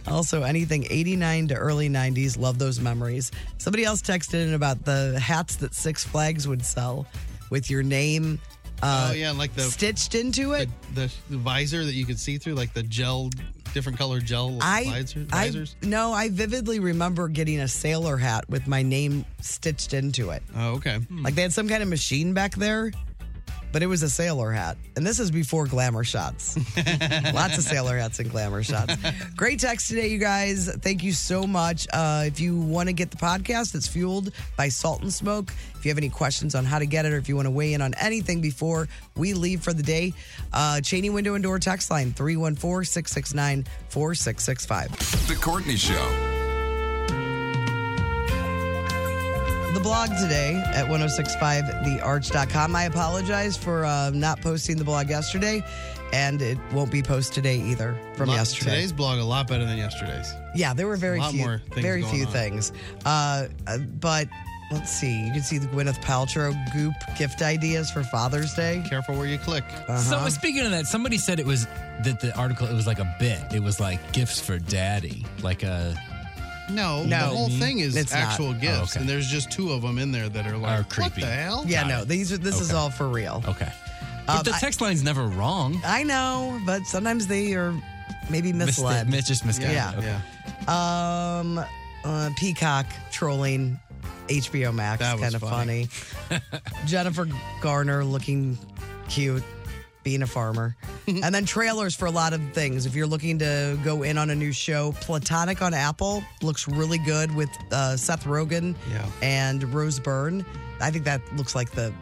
also, anything 89 to early 90s. Love those memories. Somebody else texted in about the hats that Six Flags would sell with your name. Uh, oh yeah, like the stitched into it, the, the visor that you could see through, like the gel, different color gel I, visor- I visors. no, I vividly remember getting a sailor hat with my name stitched into it. Oh, okay. Like they had some kind of machine back there, but it was a sailor hat. And this is before glamour shots. Lots of sailor hats and glamour shots. Great text today, you guys. Thank you so much. Uh, if you want to get the podcast, it's fueled by Salt and Smoke. If you have any questions on how to get it or if you want to weigh in on anything before we leave for the day, uh, Cheney Window and Door text line 314 669 4665. The Courtney Show. the blog today at 1065thearch.com. I apologize for uh, not posting the blog yesterday, and it won't be posted today either from Lot- yesterday. Today's blog a lot better than yesterday's. yeah, there were very a lot few, more things very going few on. things. Uh, uh, but let's see. You can see the Gwyneth Paltrow goop gift ideas for Father's Day. Careful where you click. Uh, Uh-huh. So speaking of that, somebody said it was that the article it was like a bit. It was like gifts for daddy, like a No, No. the whole thing is It's not. actual Oh, gifts, okay. and there's just two of them in there that are like What creepy. the hell? Yeah, no. These are, this is all for real. Okay. Um, But the I- text line's never wrong. I know, but sometimes they are maybe Mis- misled. mis- just misguided. Yeah. Okay. Um, uh, Peacock trolling HBO Max. That was Kind of funny. funny. Jennifer Garner looking cute, being a farmer. and then trailers for a lot of things. If you're looking to go in on a new show, Platonic on Apple looks really good with uh, Seth Rogen and Rose Byrne. I think that looks like the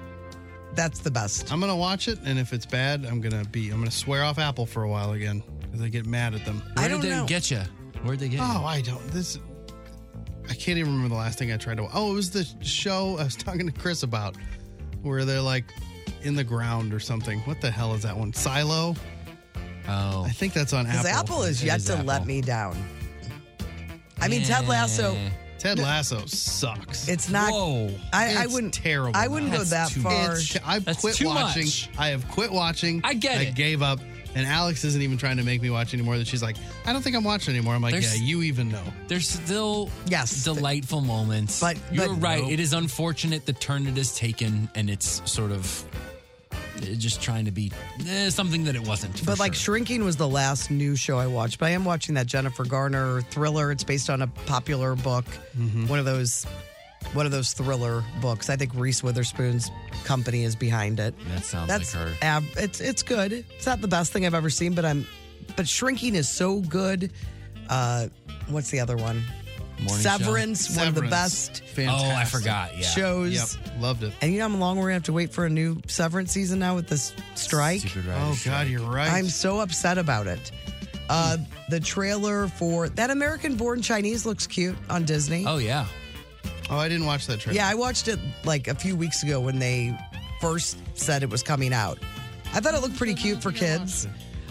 that's the best. I'm gonna watch it, and if it's bad, I'm gonna be I'm gonna swear off Apple for a while again because I get mad at them. Where did they get you? Where'd they get you? Oh, I don't. This I can't even remember the last thing I tried to. Oh, it was the show I was talking to Chris about, where they're like in the ground or something. What the hell is that one? Silo. Oh, I think that's on Because Apple. Apple is yet to let me down. I mean, Ted Lasso. Ted Lasso sucks. It's not. I, I It's wouldn't. Terrible. I wouldn't go that far. It's- I've quit watching. I have quit watching. I get I it. gave up. And Alex isn't even trying to make me watch anymore. That she's like, I don't think I'm watching anymore. I'm like, There's- yeah, you even know. There's still yes delightful moments. But you're but- right. Nope. It is unfortunate the turn it has taken, and it's sort of eh, just trying to be eh, something that it wasn't. But like Shrinking was the last new show I watched. But I am watching that Jennifer Garner thriller. It's based on a popular book, Mm-hmm. one of those, one of those thriller books. I think Reese Witherspoon's company is behind it. That sounds That's like her. ab- it's it's good. It's not the best thing I've ever seen, but I'm, but Shrinking is so good. Uh, what's the other one? Morning Show? Severance, one of the best. Oh, I forgot. Yeah. Shows. Loved it. And you know how long we're gonna have to wait for a new severance season now with this strike? Oh, God, strike. you're right. I'm so upset about it. Uh, the trailer for that American Born Chinese looks cute on Disney. Oh yeah. Oh, I didn't watch that trailer. Yeah, I watched it like a few weeks ago when they first said it was coming out. I thought it looked pretty cute for kids.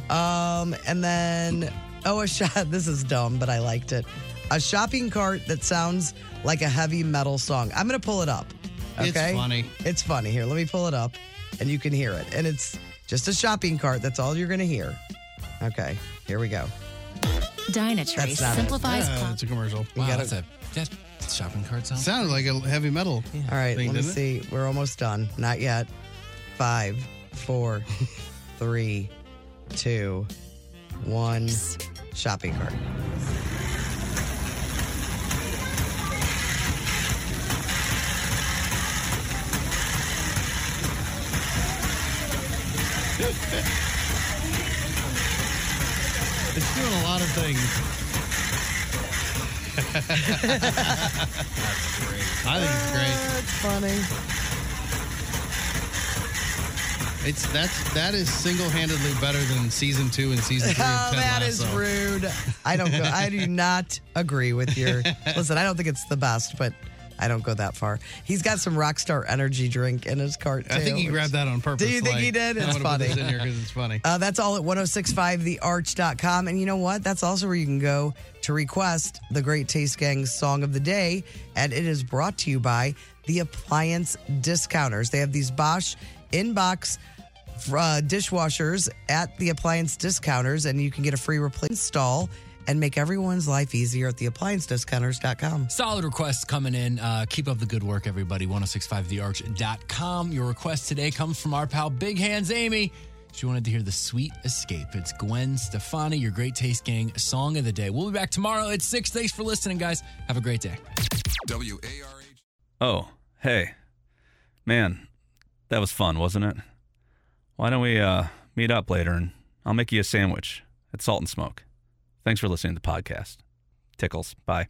Um, and then oh, a shot. This is dumb, but I liked it. A shopping cart that sounds like a heavy metal song. I'm gonna pull it up. Okay, It's funny. It's funny. Here, let me pull it up, and you can hear it. And it's just a shopping cart. That's all you're gonna hear. Okay, here we go. Dynatrace That's not it. simplifies. Yeah, it's a commercial. You Wow, gotta- that's a shopping cart sound. Sounded like a heavy metal. All right, thing, let me didn't see. it? We're almost done. Not yet. Five, four, three, two, one. Shopping cart. It's doing a lot of things. I think it's great. That's funny. It's that's that is single-handedly better than season two and season three. Oh, of Ted that is Lasso. rude. I don't go. I do not agree with your. Listen, I don't think it's the best, but I don't go that far. He's got some Rockstar energy drink in his cart. I think too, he which- grabbed that on purpose. Do you think like, he did? I It's wanna put funny. this in here 'cause it's funny. Uh, that's all at 1065thearch.com. And you know what? That's also where you can go to request the Great Taste Gang's Song of the Day. And it is brought to you by the Appliance Discounters. They have these Bosch inbox uh, dishwashers at the appliance discounters, and you can get a free replace install and make everyone's life easier at theappliancediscounters.com. Solid requests coming in. Uh, keep up the good work, everybody. 1065thearch.com. Your request today comes from our pal Big Hands Amy. She wanted to hear the sweet escape. It's Gwen Stefani, your great taste gang song of the day. We'll be back tomorrow at 6. Thanks for listening, guys. Have a great day. WARH. Oh, hey. Man, that was fun, wasn't it? Why don't we uh, meet up later and I'll make you a sandwich at Salt and Smoke. Thanks for listening to the podcast. Tickles. Bye.